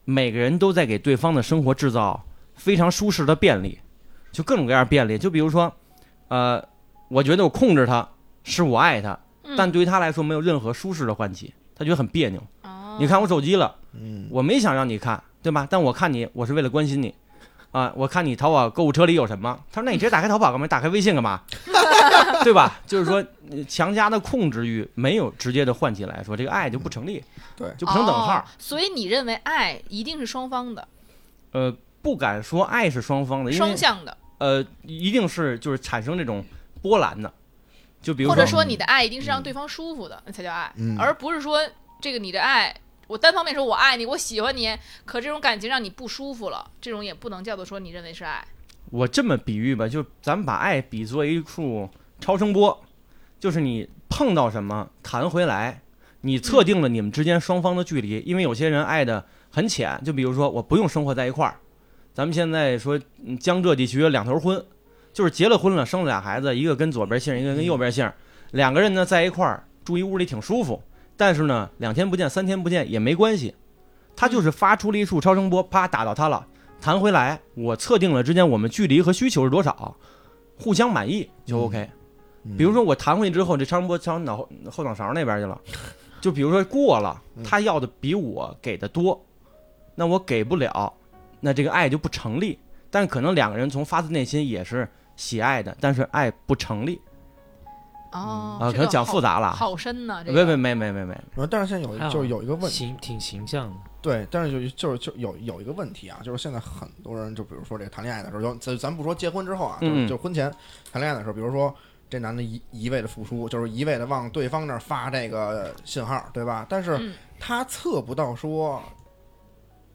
[SPEAKER 7] 每个人都在给对方的生活制造非常舒适的便利，就各种各样的便利。就比如说，呃，我觉得我控制他是我爱他，
[SPEAKER 2] 嗯，
[SPEAKER 7] 但对于他来说没有任何舒适的唤起，他觉得很别扭。
[SPEAKER 2] 哦
[SPEAKER 7] 你看我手机了。
[SPEAKER 4] 嗯，
[SPEAKER 7] 我没想让你看，对吧？但我看你，我是为了关心你，啊、我看你淘宝购物车里有什么？他说：“那你直接打开淘宝干嘛？打开微信干嘛？ [laughs] 对吧？”就是说，呃强加的控制欲没有直接的唤起来说，这个爱就不成立，
[SPEAKER 4] 对
[SPEAKER 7] 就不成等号
[SPEAKER 2] 哦。所以你认为爱一定是双方的、
[SPEAKER 7] 呃，不敢说爱是双方的，因为
[SPEAKER 2] 双向的，
[SPEAKER 7] 呃，一定是就是产生这种波澜的，就比如
[SPEAKER 2] 或者
[SPEAKER 7] 说，嗯
[SPEAKER 2] 说你的爱一定是让对方舒服的，那才叫爱，
[SPEAKER 4] 嗯
[SPEAKER 2] 而不是说这个你的爱。我单方面说我爱你，我喜欢你，可这种感情让你不舒服了，这种也不能叫做说你认为是爱。
[SPEAKER 7] 我这么比喻吧，就咱们把爱比作一束超声波，就是你碰到什么弹回来，你测定了你们之间双方的距离。因为有些人爱的很浅，就比如说我不用生活在一块儿，咱们现在说嗯江浙地区有两头婚，就是结了婚了，生了俩孩子，一个跟左边姓，一个跟右边姓，两个人呢在一块儿住一屋里挺舒服，但是呢两天不见三天不见也没关系，他就是发出了一束超声波，啪打到他了。弹回来，我测定了之间我们距离和需求是多少，互相满意就 OK。比
[SPEAKER 4] 嗯
[SPEAKER 7] 如说我弹回去之后，这超声波超脑后脑勺那边去了，就比如说过了，他要的比我给的多，那我给不了，那这个爱就不成立。但可能两个人从发自内心也是喜爱的，但是爱不成立
[SPEAKER 2] 哦，
[SPEAKER 7] 啊，
[SPEAKER 2] 这
[SPEAKER 7] 可
[SPEAKER 2] 个
[SPEAKER 7] 能讲
[SPEAKER 2] 好
[SPEAKER 7] 复杂了啊。
[SPEAKER 2] 好深呐、这
[SPEAKER 7] 没
[SPEAKER 2] 个
[SPEAKER 7] 没没没
[SPEAKER 2] [laughs]
[SPEAKER 7] 没没，
[SPEAKER 4] 然后但是现在有
[SPEAKER 8] 还有
[SPEAKER 4] 就是有一个问题，
[SPEAKER 8] 形挺形象的，
[SPEAKER 7] [laughs]
[SPEAKER 4] 对，但是就就是就有有一个问题啊，就是现在很多人就比如说这个谈恋爱的时候，有咱咱不说结婚之后啊，就是
[SPEAKER 7] 嗯
[SPEAKER 4] 就婚前谈恋爱的时候，比如说这男的一一味的付出，就是一味的往对方那儿发这个信号，对吧？但
[SPEAKER 2] 嗯
[SPEAKER 4] 是他测不到说。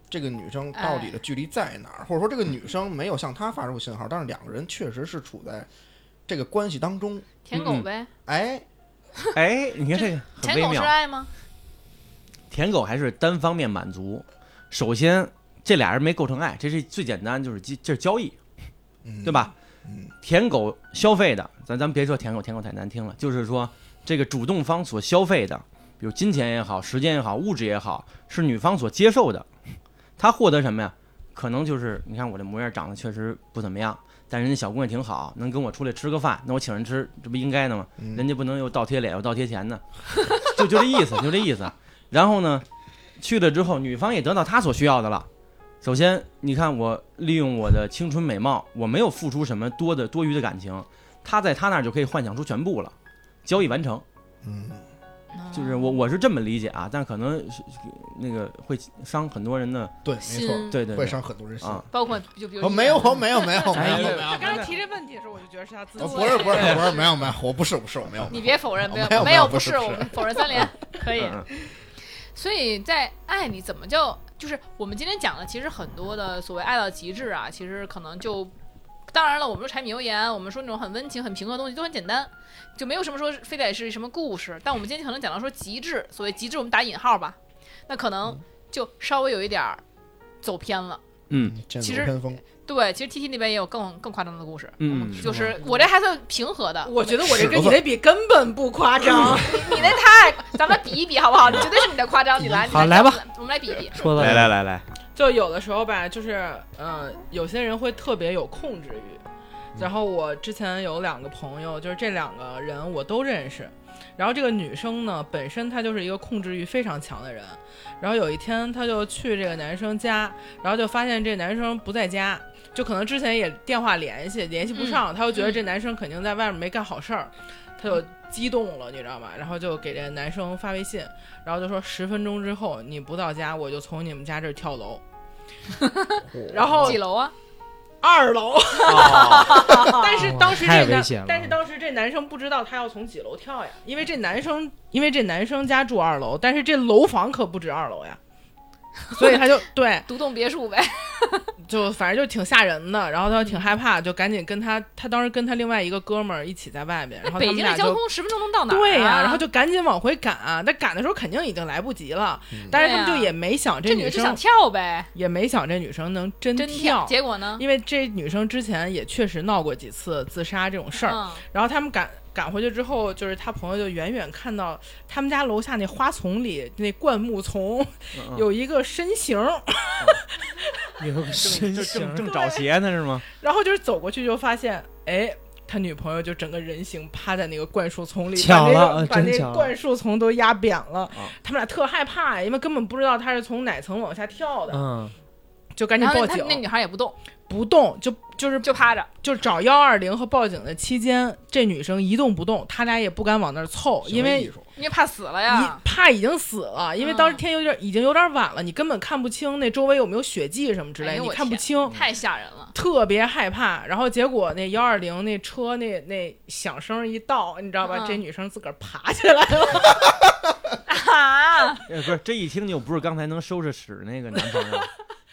[SPEAKER 4] 这个女生到底的距离在哪儿，或者说这个女生没有向他发出信号，但是两个人确实是处在这个关系当中。
[SPEAKER 2] 舔狗呗，
[SPEAKER 4] 哎，
[SPEAKER 7] 哎，你看这个嗯很
[SPEAKER 2] 舔
[SPEAKER 7] 微
[SPEAKER 2] 狗是
[SPEAKER 7] 妙。
[SPEAKER 2] 爱吗？
[SPEAKER 7] 舔狗还是单方面满足。首先，这俩人没构成爱，这是最简单，就是这这是交易，
[SPEAKER 4] 嗯
[SPEAKER 7] 对？吧？
[SPEAKER 4] 嗯
[SPEAKER 7] 舔狗消费的，咱咱别说舔狗，舔狗太难听了，就是说这个主动方所消费的，比如金钱也好，时间也好，物质也好，是女方所接受的。他获得什么呀？可能就是你看我这模样长得确实不怎么样，但人家小姑娘挺好，能跟我出来吃个饭，那我请人吃，这不应该的吗？
[SPEAKER 4] 嗯
[SPEAKER 7] 人家不能又倒贴脸又倒贴钱呢，就就这意思，就这意思。然后呢，去了之后，女方也得到她所需要的了。首先，你看我利用我的青春美貌，我没有付出什么多的多余的感情，她在她那儿就可以幻想出全部了，交易完成。
[SPEAKER 4] 嗯，
[SPEAKER 7] 就是我我是这么理解啊，但可能是那个会伤很多人的，
[SPEAKER 4] 对，没
[SPEAKER 2] 心
[SPEAKER 4] 错，
[SPEAKER 7] 对对
[SPEAKER 4] 会
[SPEAKER 7] 对
[SPEAKER 4] 伤很多人心。
[SPEAKER 7] 啊，
[SPEAKER 2] 包括就 [laughs] 比如
[SPEAKER 4] 哦，没有，没有，没有，没有，
[SPEAKER 7] 哎
[SPEAKER 4] 没有，
[SPEAKER 5] 他刚才提这问题的时候，我就觉得是他自己
[SPEAKER 4] 哦。不是，不是，不是，没有，没有，我不是，我不是，我
[SPEAKER 5] 嗯
[SPEAKER 4] 没有。
[SPEAKER 2] 你别否认，
[SPEAKER 4] 没有
[SPEAKER 2] 有
[SPEAKER 4] 没有
[SPEAKER 2] 没
[SPEAKER 4] 不
[SPEAKER 2] 不
[SPEAKER 4] 是
[SPEAKER 2] 是，
[SPEAKER 4] 不
[SPEAKER 2] 我
[SPEAKER 4] 是
[SPEAKER 2] 们否认三连 [laughs] 可以。
[SPEAKER 7] 嗯
[SPEAKER 2] 所以在爱里怎么叫，就是我们今天讲的，其实很多的所谓爱到极致啊，其实可能就。当然了，我们说柴米油盐，我们说那种很温情、很平和的东西都很简单，就没有什么说非得是什么故事。但我们今天可能讲到说极致，所谓极致，我们打引号吧，那可能就稍微有一点儿走偏了。
[SPEAKER 7] 嗯
[SPEAKER 4] 剑走
[SPEAKER 2] 其实
[SPEAKER 4] 偏锋，
[SPEAKER 2] 对，其实 T T 那边也有更更夸张的故事，
[SPEAKER 7] 嗯
[SPEAKER 2] 就是我这还算平和的，
[SPEAKER 5] 我觉得我这跟
[SPEAKER 4] 尺
[SPEAKER 5] 你
[SPEAKER 4] 子
[SPEAKER 5] 这比根本不
[SPEAKER 7] [laughs]
[SPEAKER 5] 夸张，
[SPEAKER 2] 你那太，咱们比一比好不好？你绝对是你的夸张，你
[SPEAKER 5] [laughs]
[SPEAKER 2] 来，你
[SPEAKER 8] 好来吧，
[SPEAKER 2] 我们来比一比。
[SPEAKER 8] 说到
[SPEAKER 7] 来来来来，
[SPEAKER 5] 就有的时候吧，就是呃，有些人会特别有控制欲。然后我之前有两个朋友，就是这两个人我都认识。然后这个女生呢，本身她就是一个控制欲非常强的人。然后有一天，她就去这个男生家，然后就发现这男生不在家，就可能之前也电话联系联系不上，她就觉得这男生肯定在外面没干好事儿，她就激动了，你知道吗？然后就给这男生发微信，然后就说十分钟之后你不到家，我就从你们家这儿跳楼。然后
[SPEAKER 2] 几楼啊？
[SPEAKER 5] 二楼，
[SPEAKER 2] 哦
[SPEAKER 5] [laughs] 但是当时
[SPEAKER 8] 太
[SPEAKER 5] 这
[SPEAKER 8] 危
[SPEAKER 5] 男
[SPEAKER 8] 险了，
[SPEAKER 5] 但是当时这男生不知道他要从几楼跳呀，因为这男生因为这男生家住二楼，但是这楼房可不止二楼呀，所以他就 [laughs] 对，
[SPEAKER 2] 独栋别墅呗。
[SPEAKER 5] 就反正就挺吓人的，然后他就挺害怕，就赶紧跟他，他当时跟他另外一个哥们儿一起在外边，然后他
[SPEAKER 2] 北
[SPEAKER 5] 们
[SPEAKER 2] 京
[SPEAKER 5] 俩
[SPEAKER 2] 的交
[SPEAKER 5] 就。
[SPEAKER 2] 通十分钟能到哪儿、啊
[SPEAKER 5] 对呀、
[SPEAKER 2] 呀、
[SPEAKER 5] 然后就赶紧往回赶、那赶的时候肯定已经来不及了，
[SPEAKER 8] 嗯
[SPEAKER 5] 但是他们
[SPEAKER 2] 对
[SPEAKER 5] 就
[SPEAKER 2] 呀
[SPEAKER 5] 也没想
[SPEAKER 2] 这女
[SPEAKER 5] 女生
[SPEAKER 2] 是想跳呗，
[SPEAKER 5] 也没想这女生能真
[SPEAKER 2] 真
[SPEAKER 5] 跳，
[SPEAKER 2] 结果呢？
[SPEAKER 5] 因为这女生之前也确实闹过几次自杀这种事儿，
[SPEAKER 2] 嗯，
[SPEAKER 5] 然后他们赶赶回去之后，就是他朋友就远远看到他们家楼下那花丛里那灌木丛
[SPEAKER 7] 嗯
[SPEAKER 5] 有一个身形，
[SPEAKER 8] 有
[SPEAKER 7] [laughs]
[SPEAKER 8] 个
[SPEAKER 7] 正
[SPEAKER 8] 身
[SPEAKER 7] 正
[SPEAKER 8] 形
[SPEAKER 7] 正正找鞋呢是吗？
[SPEAKER 5] 然后就是走过去就发现，哎。他女朋友就整个人形趴在那个灌树丛里，
[SPEAKER 8] 巧
[SPEAKER 5] 把
[SPEAKER 8] 了
[SPEAKER 5] 那
[SPEAKER 8] 呃
[SPEAKER 5] 个把
[SPEAKER 8] 真
[SPEAKER 5] 那
[SPEAKER 8] 巧了嗯
[SPEAKER 5] 灌树丛都压扁了。
[SPEAKER 7] 啊
[SPEAKER 5] 他们俩特害怕，因为根本不知道他是从哪层往下跳的，
[SPEAKER 8] 嗯，
[SPEAKER 5] 就赶紧
[SPEAKER 2] 然后
[SPEAKER 5] 报
[SPEAKER 2] 那她那
[SPEAKER 5] 警，
[SPEAKER 2] 女孩也不动，
[SPEAKER 5] 不动就就是
[SPEAKER 2] 就趴着。
[SPEAKER 5] 就找幺二零和报警的期间，这女生一动不动，他俩也不敢往那儿凑，因为
[SPEAKER 4] 艺术
[SPEAKER 2] 因为怕死了
[SPEAKER 5] 你
[SPEAKER 2] 呀，
[SPEAKER 5] 怕已经死了，因为当时
[SPEAKER 2] 嗯
[SPEAKER 5] 天有点、已经有点晚了，你根本看不清那周围有没有血迹什么之
[SPEAKER 2] 哎
[SPEAKER 5] 类，
[SPEAKER 2] 呦
[SPEAKER 5] 你
[SPEAKER 2] 我
[SPEAKER 5] 看不
[SPEAKER 2] 天
[SPEAKER 5] 清，
[SPEAKER 2] 太吓人了。
[SPEAKER 5] 特别害怕。然后结果那幺二零那车那那响声一到，你知道吧？
[SPEAKER 2] 嗯
[SPEAKER 5] 这女生自个儿爬起来了，
[SPEAKER 2] 啊，
[SPEAKER 7] 呃，不是，这一听就不是刚才能收拾屎那个男朋 [laughs] 友。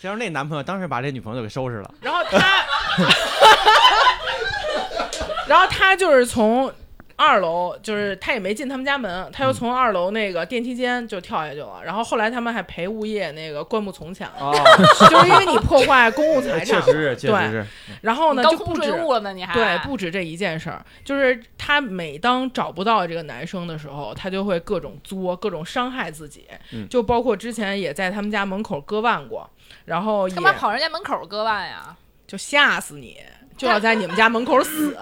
[SPEAKER 7] 要是那男朋友当时把这女朋友给收拾了，
[SPEAKER 5] 然后
[SPEAKER 7] [laughs]
[SPEAKER 5] 她，然后她就是从。二楼就是她也没进他们家门，她就从二楼那个电梯间就跳下去了。然后后来他们还赔物业那个灌木丛钱了，
[SPEAKER 7] 哦，
[SPEAKER 5] 就是因为你破坏公共财
[SPEAKER 7] 哎 [laughs] 确
[SPEAKER 5] 产。
[SPEAKER 7] 实是，哎确实是，
[SPEAKER 5] 然后
[SPEAKER 2] 你
[SPEAKER 5] 呢，
[SPEAKER 2] 高
[SPEAKER 5] 就
[SPEAKER 2] 空
[SPEAKER 5] 不
[SPEAKER 2] 坠
[SPEAKER 5] 止
[SPEAKER 2] 物了呢，你还
[SPEAKER 5] 对，不止这一件事儿，就是她每当找不到这个男生的时候，她就会各种作，各种伤害自己，
[SPEAKER 7] 嗯
[SPEAKER 5] 就包括之前也在他们家门口割腕过，然后也
[SPEAKER 2] 干嘛跑人家门口割腕呀？
[SPEAKER 5] 就吓死你，就要在你们家门口死。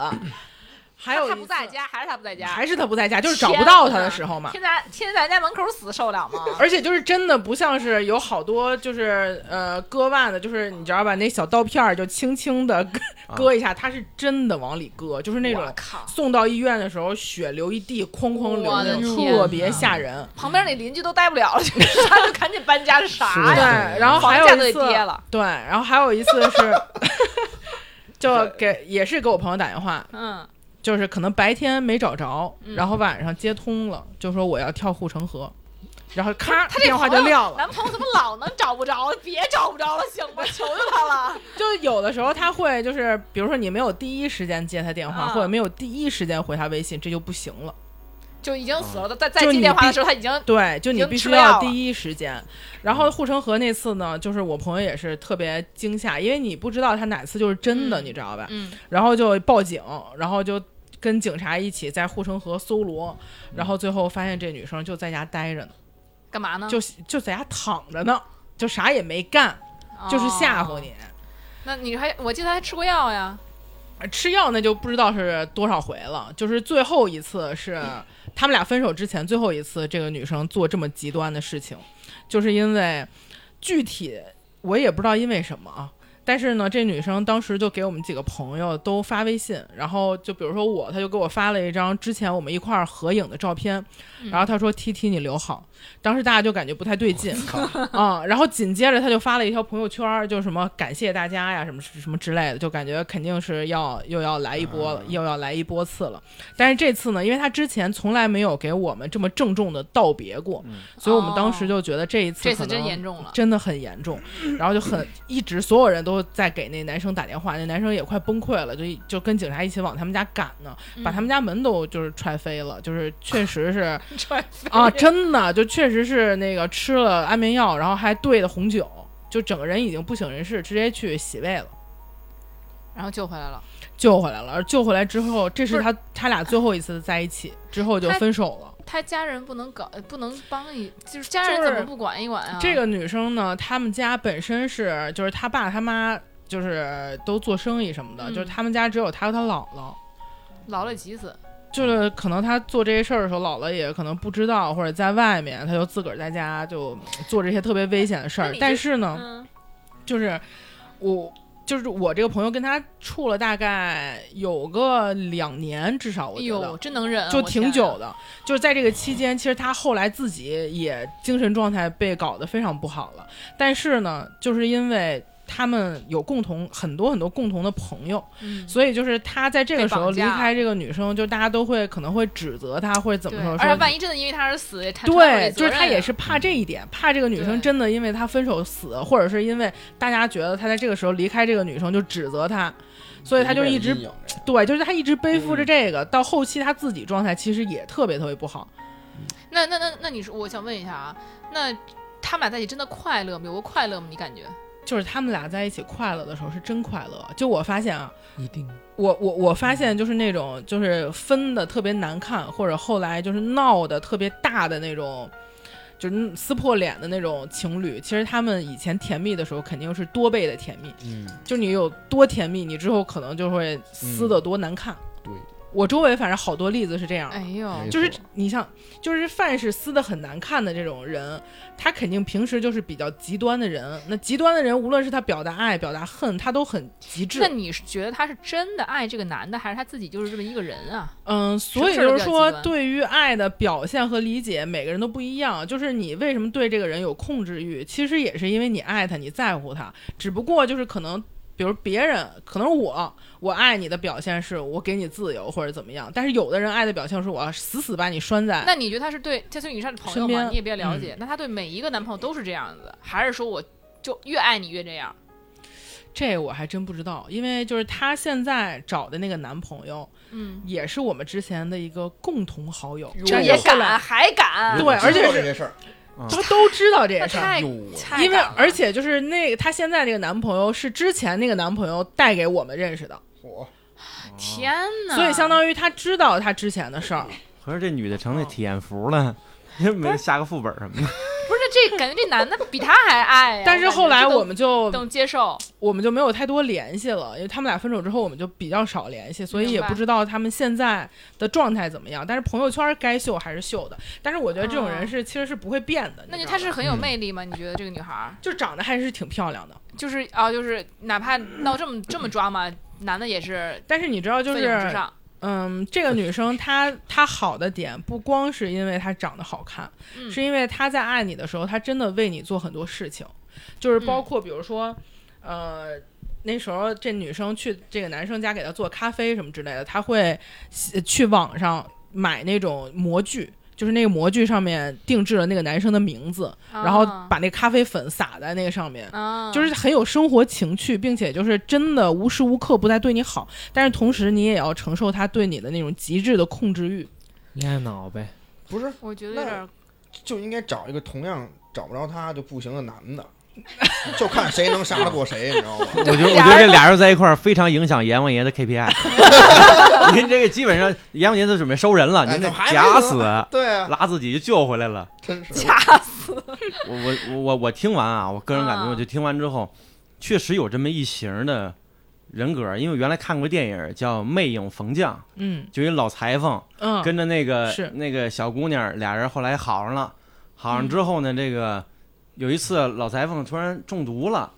[SPEAKER 5] 还有
[SPEAKER 2] 他
[SPEAKER 5] 一
[SPEAKER 2] 不在
[SPEAKER 5] 次，
[SPEAKER 2] 家，还是他不在家？
[SPEAKER 5] 还是他不在家，就是找不到他的时候嘛。
[SPEAKER 2] 天在天在人家门口死受得了吗？
[SPEAKER 5] [laughs] 而且就是真的不像是有好多就是呃割腕的，就是你知道吧，那小刀片儿就轻轻的割
[SPEAKER 7] 啊
[SPEAKER 5] 割一下，他是真的往里割，就是那种
[SPEAKER 2] 我靠，
[SPEAKER 5] 送到医院的时候，血流一地，哐哐流
[SPEAKER 2] 我
[SPEAKER 5] 那
[SPEAKER 2] 的
[SPEAKER 5] 种，
[SPEAKER 2] 天
[SPEAKER 5] 特别吓人。
[SPEAKER 2] 旁边那邻居都待不了了，他就 [laughs] 赶紧搬家，是啥
[SPEAKER 5] 对，
[SPEAKER 2] 哎呀？
[SPEAKER 8] 对
[SPEAKER 5] 然后还
[SPEAKER 2] 房价
[SPEAKER 5] 有
[SPEAKER 2] 都
[SPEAKER 5] 一
[SPEAKER 2] 得
[SPEAKER 5] 次，
[SPEAKER 2] 跌了。
[SPEAKER 5] 对，然后还有一次
[SPEAKER 2] [laughs]
[SPEAKER 5] 是，就给也是给我朋友打电话，
[SPEAKER 2] 嗯，
[SPEAKER 5] 就是可能白天没找着，
[SPEAKER 2] 嗯
[SPEAKER 5] 然后晚上接通了，就说我要跳护城河，然后咔，
[SPEAKER 2] 他这
[SPEAKER 5] 电话
[SPEAKER 2] 朋
[SPEAKER 5] 就
[SPEAKER 2] 友
[SPEAKER 5] 撂了。
[SPEAKER 2] 男朋友怎么老能找不着？ [laughs] 别找不着了，行吧？求求他了。
[SPEAKER 5] 就有的时候他会就是，比如说你没有第一时间接他电话，
[SPEAKER 2] 啊
[SPEAKER 5] 或者没有第一时间回他微信，这就不行了。
[SPEAKER 2] 就已经死了。再再
[SPEAKER 5] 嗯就
[SPEAKER 2] 接
[SPEAKER 5] 你
[SPEAKER 2] 电话的
[SPEAKER 5] 必
[SPEAKER 2] 时候，他已经
[SPEAKER 5] 对，就
[SPEAKER 2] 已
[SPEAKER 5] 你
[SPEAKER 2] 经
[SPEAKER 5] 必须
[SPEAKER 2] 吃药
[SPEAKER 5] 要
[SPEAKER 2] 了
[SPEAKER 5] 第一时间。然后护城河那次呢，就是我朋友也是特别惊吓，因为你不知道他哪次就是真的，
[SPEAKER 2] 嗯
[SPEAKER 5] 你知道吧？
[SPEAKER 2] 嗯，
[SPEAKER 5] 然后就报警，然后就跟警察一起在护城河搜罗，然后最后发现这女生就在家待着呢，
[SPEAKER 2] 干嘛呢？
[SPEAKER 5] 就就在家躺着呢，就啥也没干。就是吓唬你。
[SPEAKER 2] 哦那你还我记得他还吃过药呀，
[SPEAKER 5] 吃药那就不知道是多少回了，就是最后一次是他们俩分手之前最后一次，这个女生做这么极端的事情，就是因为具体我也不知道因为什么啊。但是呢，这女生当时就给我们几个朋友都发微信，然后就比如说我，她就给我发了一张之前我们一块儿合影的照片，然后她说：“T T，你留好。”当时大家就感觉不太对劲啊、然后紧接着她就发了一条朋友圈儿，就什么感谢大家呀，什么什么之类的，就感觉肯定是要又要来一波了，又要来一波次了。但是这次呢，因为她之前从来没有给我们这么郑重的道别过，所以我们当时就觉得这一次
[SPEAKER 2] 哦这
[SPEAKER 5] 可
[SPEAKER 2] 次真
[SPEAKER 5] 能
[SPEAKER 2] 严重了。
[SPEAKER 5] 真的很严重，
[SPEAKER 2] [laughs]
[SPEAKER 5] 然后就很一直所有人都在给那男生打电话，那男生也快崩溃了，就就跟警察一起往他们家赶呢，把
[SPEAKER 2] 嗯
[SPEAKER 5] 他们家门都就是踹飞了，就是
[SPEAKER 2] [laughs]
[SPEAKER 5] 确实是
[SPEAKER 2] 踹
[SPEAKER 5] 啊，真的就确实是那个吃了安眠药，然后还兑的红酒，就整个人已经不省人事，直接去洗胃了，
[SPEAKER 2] 然后救回来了。
[SPEAKER 5] 救回来了，而救回来之后，这
[SPEAKER 2] 不
[SPEAKER 5] 是
[SPEAKER 2] 是
[SPEAKER 5] 他他俩最后一次在一起，之后就
[SPEAKER 2] 他
[SPEAKER 5] 分手了。
[SPEAKER 2] 他家人不能搞，呃不能帮你，就是家人
[SPEAKER 5] 就是
[SPEAKER 2] 怎么不管一管啊？
[SPEAKER 5] 这个女生呢，他们家本身是就是她爸她妈就是都做生意什么的，
[SPEAKER 2] 嗯
[SPEAKER 5] 就是他们家只有她和她姥姥。
[SPEAKER 2] 劳累急死，
[SPEAKER 5] 就是可能她做这些事儿的时候，姥姥也可能不知道，或者在外面，她就自个儿在家就做这些特别危险的事
[SPEAKER 2] 那
[SPEAKER 5] 儿
[SPEAKER 2] 你。这
[SPEAKER 5] 但是呢，
[SPEAKER 2] 嗯，
[SPEAKER 5] 就是我就是我这个朋友跟她处了大概有个两年，至少我
[SPEAKER 2] 哎
[SPEAKER 5] 觉得
[SPEAKER 2] 呦，真能忍啊，
[SPEAKER 5] 就
[SPEAKER 2] 我天
[SPEAKER 5] 挺
[SPEAKER 2] 啊
[SPEAKER 5] 久的。就是在这个期间，其实他后来自己也精神状态被搞得非常不好了。但是呢，就是因为他们有共同很多很多共同的朋友，
[SPEAKER 2] 嗯
[SPEAKER 5] 所以就是他在这个时候
[SPEAKER 2] 被绑
[SPEAKER 5] 离
[SPEAKER 2] 架
[SPEAKER 5] 开这个女生，就大家都会可能会指责他，或者怎么
[SPEAKER 2] 对
[SPEAKER 5] 说？
[SPEAKER 2] 而且
[SPEAKER 5] 说
[SPEAKER 2] 万一真的因为他而死，也摊摊不了
[SPEAKER 5] 对，
[SPEAKER 2] 这
[SPEAKER 5] 就是
[SPEAKER 2] 责
[SPEAKER 5] 他
[SPEAKER 2] 任
[SPEAKER 5] 也
[SPEAKER 2] 啊
[SPEAKER 5] 是怕这一点，怕这个女
[SPEAKER 2] 对
[SPEAKER 5] 生真的因为他分手死，或者是因为大家觉得他在这个时候离开这个女生就指责他，所以他就一直
[SPEAKER 4] 阴影这个
[SPEAKER 5] 对，就是他一直背负着这个，到后期他自己状态其实也特别特别不好。
[SPEAKER 2] 那那那那你说，我想问一下啊，那他们俩在一起真的快乐吗？有过快乐吗？你感觉？
[SPEAKER 5] 就是他们俩在一起快乐的时候是真快乐。就我发现啊，
[SPEAKER 8] 一定
[SPEAKER 5] 我我我发现就是那种就是分的特别难看，或者后来就是闹的特别大的那种，就是撕破脸的那种情侣，其实他们以前甜蜜的时候肯定是多倍的甜蜜。
[SPEAKER 4] 嗯，
[SPEAKER 5] 就你有多甜蜜，你之后可能就会撕的多难看。
[SPEAKER 4] 对，
[SPEAKER 5] 我周围反正好多例子是这样的。
[SPEAKER 2] 哎呦，
[SPEAKER 4] 没
[SPEAKER 5] 就是
[SPEAKER 4] 错
[SPEAKER 5] 你像，就是凡是撕的很难看的这种人，他肯定平时就是比较极端的人。那极端的人，无论是他表达爱、表达恨，他都很极致
[SPEAKER 2] 那。你是觉得他是真的爱这个男的，还是他自己就是这么一个人啊？
[SPEAKER 5] 嗯，所以
[SPEAKER 2] 什么事儿都
[SPEAKER 5] 就是
[SPEAKER 2] 比较极
[SPEAKER 5] 说，
[SPEAKER 2] 端
[SPEAKER 5] 对于爱的表现和理解，每个人都不一样。就是你为什么对这个人有控制欲，其实也是因为你爱他，你在乎他，只不过就是可能。比如别人，可能我我爱你的表现是我给你自由或者怎么样，但是有的人爱的表现是我要死死把你拴在
[SPEAKER 2] 那你觉得他是对，这对你是他的朋友
[SPEAKER 5] 身
[SPEAKER 2] 嘛，
[SPEAKER 5] 边嗯
[SPEAKER 2] 你也比较了解。那他对每一个男朋友都是这样子的，还是说我就越爱你越这样？
[SPEAKER 5] 这我还真不知道，因为就是她现在找的那个男朋友，
[SPEAKER 2] 嗯，
[SPEAKER 5] 也是我们之前的一个共同好友，
[SPEAKER 4] 哟
[SPEAKER 5] 这
[SPEAKER 2] 也
[SPEAKER 5] 后
[SPEAKER 2] 敢，
[SPEAKER 5] 来
[SPEAKER 2] 还敢，
[SPEAKER 5] 对而且
[SPEAKER 4] 知道
[SPEAKER 5] 是
[SPEAKER 4] 这些事儿，
[SPEAKER 5] 都都知道这
[SPEAKER 2] 那
[SPEAKER 5] 件事儿。
[SPEAKER 2] 太
[SPEAKER 4] 哟
[SPEAKER 2] 太
[SPEAKER 5] 因为
[SPEAKER 2] 敢了啊
[SPEAKER 5] 而且就是那个她现在这个男朋友是之前那个男朋友带给我们认识的，
[SPEAKER 4] 嚯，
[SPEAKER 2] 天哪，
[SPEAKER 5] 所以相当于她知道她之前的事儿。
[SPEAKER 7] 合着这女的成
[SPEAKER 4] 哦
[SPEAKER 7] 那体验服了，也没下个副本什么的。
[SPEAKER 2] 不是这感觉这男的比他还爱呀。
[SPEAKER 5] 但是
[SPEAKER 2] 感觉
[SPEAKER 5] 后来
[SPEAKER 2] 这都
[SPEAKER 5] 我们就
[SPEAKER 2] 都接受，
[SPEAKER 5] 我们就没有太多联系了，因为他们俩分手之后我们就比较少联系，所以
[SPEAKER 2] 明
[SPEAKER 5] 也
[SPEAKER 2] 白
[SPEAKER 5] 不知道他们现在的状态怎么样。但是朋友圈该秀还是秀的，但是我觉得这种人是、其实是不会变的。
[SPEAKER 2] 哦那
[SPEAKER 5] 你
[SPEAKER 2] 就他
[SPEAKER 5] 知道吧嗯
[SPEAKER 2] 是很有魅力吗？你觉得这个女孩儿
[SPEAKER 5] 就长得还是挺漂亮的。
[SPEAKER 2] 就是啊，就是哪怕闹这么这么抓嘛，男的也是
[SPEAKER 5] 但是你知道，就
[SPEAKER 2] 奋勇之
[SPEAKER 5] 是
[SPEAKER 2] 上，
[SPEAKER 5] 嗯，这个女生她她好的点不光是因为她长得好看，
[SPEAKER 2] 嗯
[SPEAKER 5] 是因为她在爱你的时候，她真的为你做很多事情，就是
[SPEAKER 2] 嗯
[SPEAKER 5] 包括比如说，呃。那时候，这女生去这个男生家给她做咖啡什么之类的，她会呃去网上买那种模具，就是那个模具上面定制了那个男生的名字，然后
[SPEAKER 2] 啊
[SPEAKER 5] 把那咖啡粉撒在那个上面，
[SPEAKER 2] 啊，
[SPEAKER 5] 就是很有生活情趣，并且就是真的无时无刻不在对你好，但是同时你也要承受他对你的那种极致的控制欲。
[SPEAKER 6] 你爱脑呗，
[SPEAKER 4] 不是
[SPEAKER 2] 我觉得有点儿
[SPEAKER 4] 就应该找一个同样找不着他就不行的男的， [laughs] 就看谁能杀得过谁，你知
[SPEAKER 5] [laughs]
[SPEAKER 4] 道吗？
[SPEAKER 7] 我觉得，我觉得这俩人在一块儿非常影响阎王爷的 KPI。您
[SPEAKER 4] [laughs]
[SPEAKER 7] 这个基本上阎王爷都准备收人了，
[SPEAKER 4] 哎
[SPEAKER 7] 您得
[SPEAKER 4] 怎么还没
[SPEAKER 7] 假
[SPEAKER 4] 呢
[SPEAKER 7] 死，
[SPEAKER 4] 对啊，
[SPEAKER 7] 拉自己就救回来了。
[SPEAKER 5] [laughs]
[SPEAKER 4] 真是
[SPEAKER 2] 掐
[SPEAKER 7] 我我我我我听完啊，我个人感觉，
[SPEAKER 2] 啊
[SPEAKER 4] 嗯
[SPEAKER 7] 我就听完之后，确实有这么一型的人格，因为原来看过电影叫《魅影缝匠
[SPEAKER 5] 嗯》，
[SPEAKER 7] 就一老裁缝
[SPEAKER 5] 嗯，
[SPEAKER 7] 跟着那个、
[SPEAKER 5] 是
[SPEAKER 7] 那个小姑娘，俩人后来好上了，好上
[SPEAKER 5] 嗯
[SPEAKER 7] 之后呢，这个有一次老裁缝突然中毒了，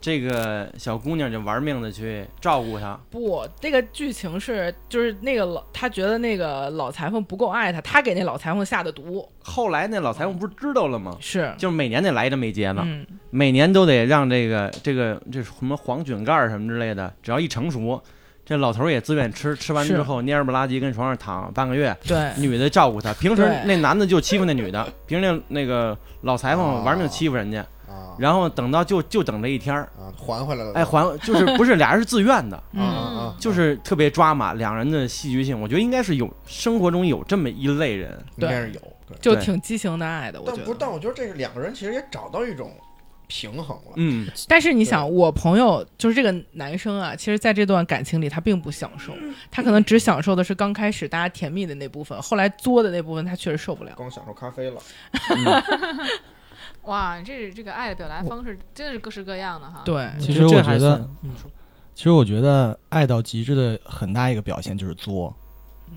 [SPEAKER 7] 这个小姑娘就玩命的去照顾他，
[SPEAKER 5] 不，这个剧情是就是那个老他觉得那个老裁缝不够爱他，他给那老裁缝下的毒
[SPEAKER 7] 后来那老裁缝不是知道了吗？
[SPEAKER 5] 是，
[SPEAKER 7] 就是每年得来这么一节呢，
[SPEAKER 5] 嗯
[SPEAKER 7] 每年都得让这个这个这什么黄菌盖儿什么之类的，只要一成熟，这老头儿也自愿吃，吃完之
[SPEAKER 5] 是
[SPEAKER 7] 后蔫不拉几跟床上躺半个月，
[SPEAKER 5] 对
[SPEAKER 7] 女的照顾他。平时
[SPEAKER 5] 对
[SPEAKER 7] 那男的就欺负那女的，平时那那个老裁缝玩命欺负人家，
[SPEAKER 4] 啊
[SPEAKER 7] 然后等到就就等这一天儿，
[SPEAKER 4] 啊，还回来了。
[SPEAKER 7] 哎，还就是不是俩人是自愿的， [laughs]
[SPEAKER 4] 啊啊啊，
[SPEAKER 7] 就是特别抓马，两人的戏剧性，我觉得应该是有生活中有这么一类人，
[SPEAKER 4] 应该是有，对。
[SPEAKER 5] 就
[SPEAKER 7] 对
[SPEAKER 5] 挺激情的爱的，我
[SPEAKER 4] 但
[SPEAKER 5] 觉
[SPEAKER 4] 不，
[SPEAKER 5] 得。
[SPEAKER 4] 但我觉得这是两个人其实也找到一种平衡了。
[SPEAKER 7] 嗯，
[SPEAKER 5] 但是你想，我朋友就是这个男生啊，其实在这段感情里他并不享受，
[SPEAKER 4] 嗯
[SPEAKER 5] 他可能只享受的是刚开始大家甜蜜的那部分，后来作的那部分他确实受不了。
[SPEAKER 4] 光享受咖啡了，
[SPEAKER 2] 哇，这这个爱的表达方式真的是各式各样
[SPEAKER 4] 嗯
[SPEAKER 2] 的哈。
[SPEAKER 5] 对，
[SPEAKER 3] 其实我
[SPEAKER 6] 这
[SPEAKER 3] 觉
[SPEAKER 6] 还
[SPEAKER 3] 得
[SPEAKER 6] 算，嗯说
[SPEAKER 3] 其实我觉得爱到极致的很大一个表现就是作，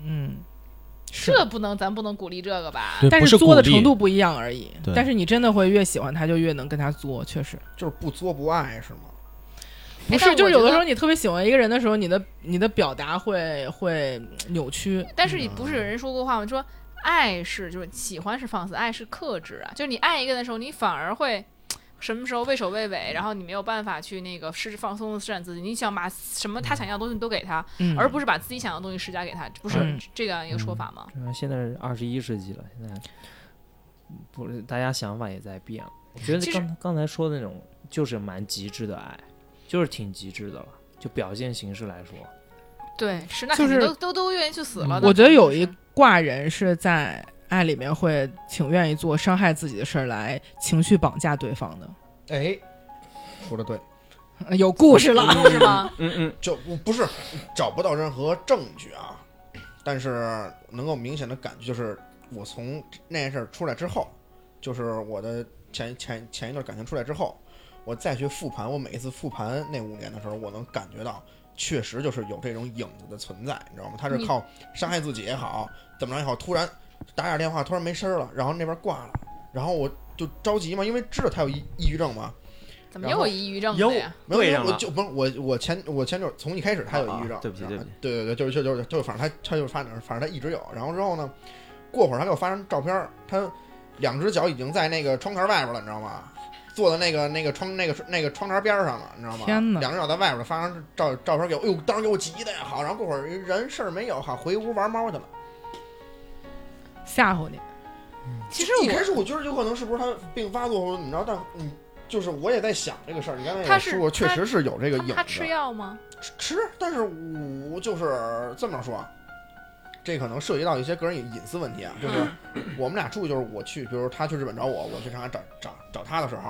[SPEAKER 5] 嗯，是
[SPEAKER 2] 这不能，咱不能鼓励这个吧？
[SPEAKER 3] 对，
[SPEAKER 5] 但
[SPEAKER 3] 不是
[SPEAKER 5] 作的
[SPEAKER 3] 鼓励
[SPEAKER 5] 程度不一样而已
[SPEAKER 3] 对。
[SPEAKER 5] 但是你真的会越喜欢他，就越能跟他作，确实
[SPEAKER 4] 就是不作不爱是吗？
[SPEAKER 5] 不
[SPEAKER 2] 哎但
[SPEAKER 5] 是。
[SPEAKER 2] 我
[SPEAKER 5] 就是
[SPEAKER 2] 觉
[SPEAKER 5] 有的
[SPEAKER 2] 得
[SPEAKER 5] 时候你特别喜欢一个人的时候，你的你的表达会会扭曲。
[SPEAKER 2] 但是你不是有人说过话吗？说爱是就是喜欢是放肆，爱是克制啊。就是你爱一个人的时候，你反而会什么时候畏首畏尾，然后你没有办法去那个施放松的施展自己。你想把什么他想要的东西都给他，
[SPEAKER 5] 嗯，
[SPEAKER 2] 而不是把自己想要的东西施加给他，不是
[SPEAKER 5] 嗯
[SPEAKER 2] 这样一个说法吗？
[SPEAKER 8] 然后嗯现在是二十一世纪了，现在不是大家想法也在变了。我觉
[SPEAKER 2] 其
[SPEAKER 8] 得
[SPEAKER 2] 实
[SPEAKER 8] 刚刚才说的那种就是蛮极致的爱，就是挺极致的了。就表现形式
[SPEAKER 7] [laughs]
[SPEAKER 8] 来说，
[SPEAKER 2] 对，是那
[SPEAKER 5] 就
[SPEAKER 2] 肯定
[SPEAKER 5] 是
[SPEAKER 2] 都都都愿意去死了。
[SPEAKER 5] 我觉得有
[SPEAKER 2] 那
[SPEAKER 5] 一挂人是在爱里面会挺愿意做伤害自己的事儿来情绪绑架对方的，
[SPEAKER 4] 哎，说的对，
[SPEAKER 5] 呃有故事了。
[SPEAKER 2] 肯定是
[SPEAKER 4] [laughs]
[SPEAKER 2] 吗？
[SPEAKER 7] 嗯嗯，
[SPEAKER 4] 就不不是找不到任何证据啊，但是能够明显的感觉就是，我从那件事儿出来之后，就是我的前前前一段感情出来之后，我再去复盘，我每一次复盘那五年的时候，我能感觉到。确实就是有这种影子的存在，你知道吗？他是
[SPEAKER 2] 你
[SPEAKER 4] 靠伤害自己也好，怎么着也好，突然打点电话，突然没声儿了，然后那边挂了，然后我就着急嘛，因为知道他有抑抑郁症嘛，
[SPEAKER 2] 怎么又有抑郁症
[SPEAKER 7] 有
[SPEAKER 2] 的呀？
[SPEAKER 4] 没有，
[SPEAKER 7] 对
[SPEAKER 4] 没有
[SPEAKER 7] 上
[SPEAKER 4] 我
[SPEAKER 7] 了
[SPEAKER 4] 就不是我，我前我前就是从一开始他有抑郁症
[SPEAKER 7] 啊，对不起
[SPEAKER 4] 然后
[SPEAKER 7] 对不起
[SPEAKER 4] 对对对，就是就是就是，反正他他就发展，反正他一直有。然后之后呢，过会儿他给我发张照片儿，他两只脚已经在那个窗台外边了，你知道吗？坐在那个那个窗那个那个窗台边上了，你知道吗？
[SPEAKER 5] 天哪
[SPEAKER 4] 两只脚在外边了，发张照照片给我，哎呦，当时给我急的呀！好，然后过会儿人事儿没有，好回屋玩猫去了。
[SPEAKER 5] 吓唬你，
[SPEAKER 2] 其实
[SPEAKER 4] 一开
[SPEAKER 2] 我
[SPEAKER 4] 始我觉得有可能是不是他病发作或者怎么着，但嗯，就是我也在想这个事儿。你刚才
[SPEAKER 2] 他
[SPEAKER 4] 也
[SPEAKER 2] 是
[SPEAKER 4] 说过，确
[SPEAKER 2] 他
[SPEAKER 4] 实是有这个影
[SPEAKER 2] 他
[SPEAKER 4] 子。
[SPEAKER 2] 他吃药吗？
[SPEAKER 4] 吃，但是我就是这么说，啊，这可能涉及到一些个人隐隐私问题啊。就是
[SPEAKER 2] 嗯
[SPEAKER 4] 我们俩住，就是我去，比如他去日本找我，我去上海找找找他的时候，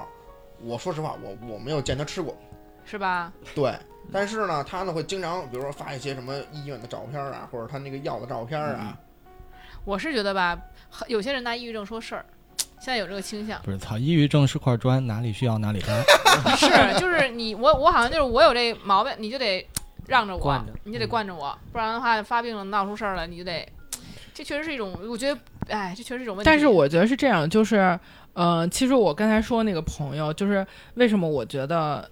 [SPEAKER 4] 我说实话，我我没有见他吃过，
[SPEAKER 2] 是吧？
[SPEAKER 4] 对。
[SPEAKER 7] 嗯
[SPEAKER 4] 但是呢，他呢会经常，比如说发一些什么医院的照片啊，或者他那个药的照片啊，
[SPEAKER 2] 我是觉得吧，很有些人拿抑郁症说事儿，现在有这个倾
[SPEAKER 5] [laughs]
[SPEAKER 2] 向。
[SPEAKER 3] 不是操，抑郁症是块砖，哪里需要哪里
[SPEAKER 6] [laughs]
[SPEAKER 3] 搬。
[SPEAKER 2] 是，就是你我我好像就是我有这毛病，你就得让着我
[SPEAKER 8] 惯着，
[SPEAKER 2] 你
[SPEAKER 5] 嗯
[SPEAKER 2] 就得惯着我，不然的话发病了闹出事儿了，你就得。这确实是一种，我觉得，哎，这确实是一种问题。
[SPEAKER 5] 但是我觉得是这样，就是，呃，其实我刚才说那个朋友，就是为什么我觉得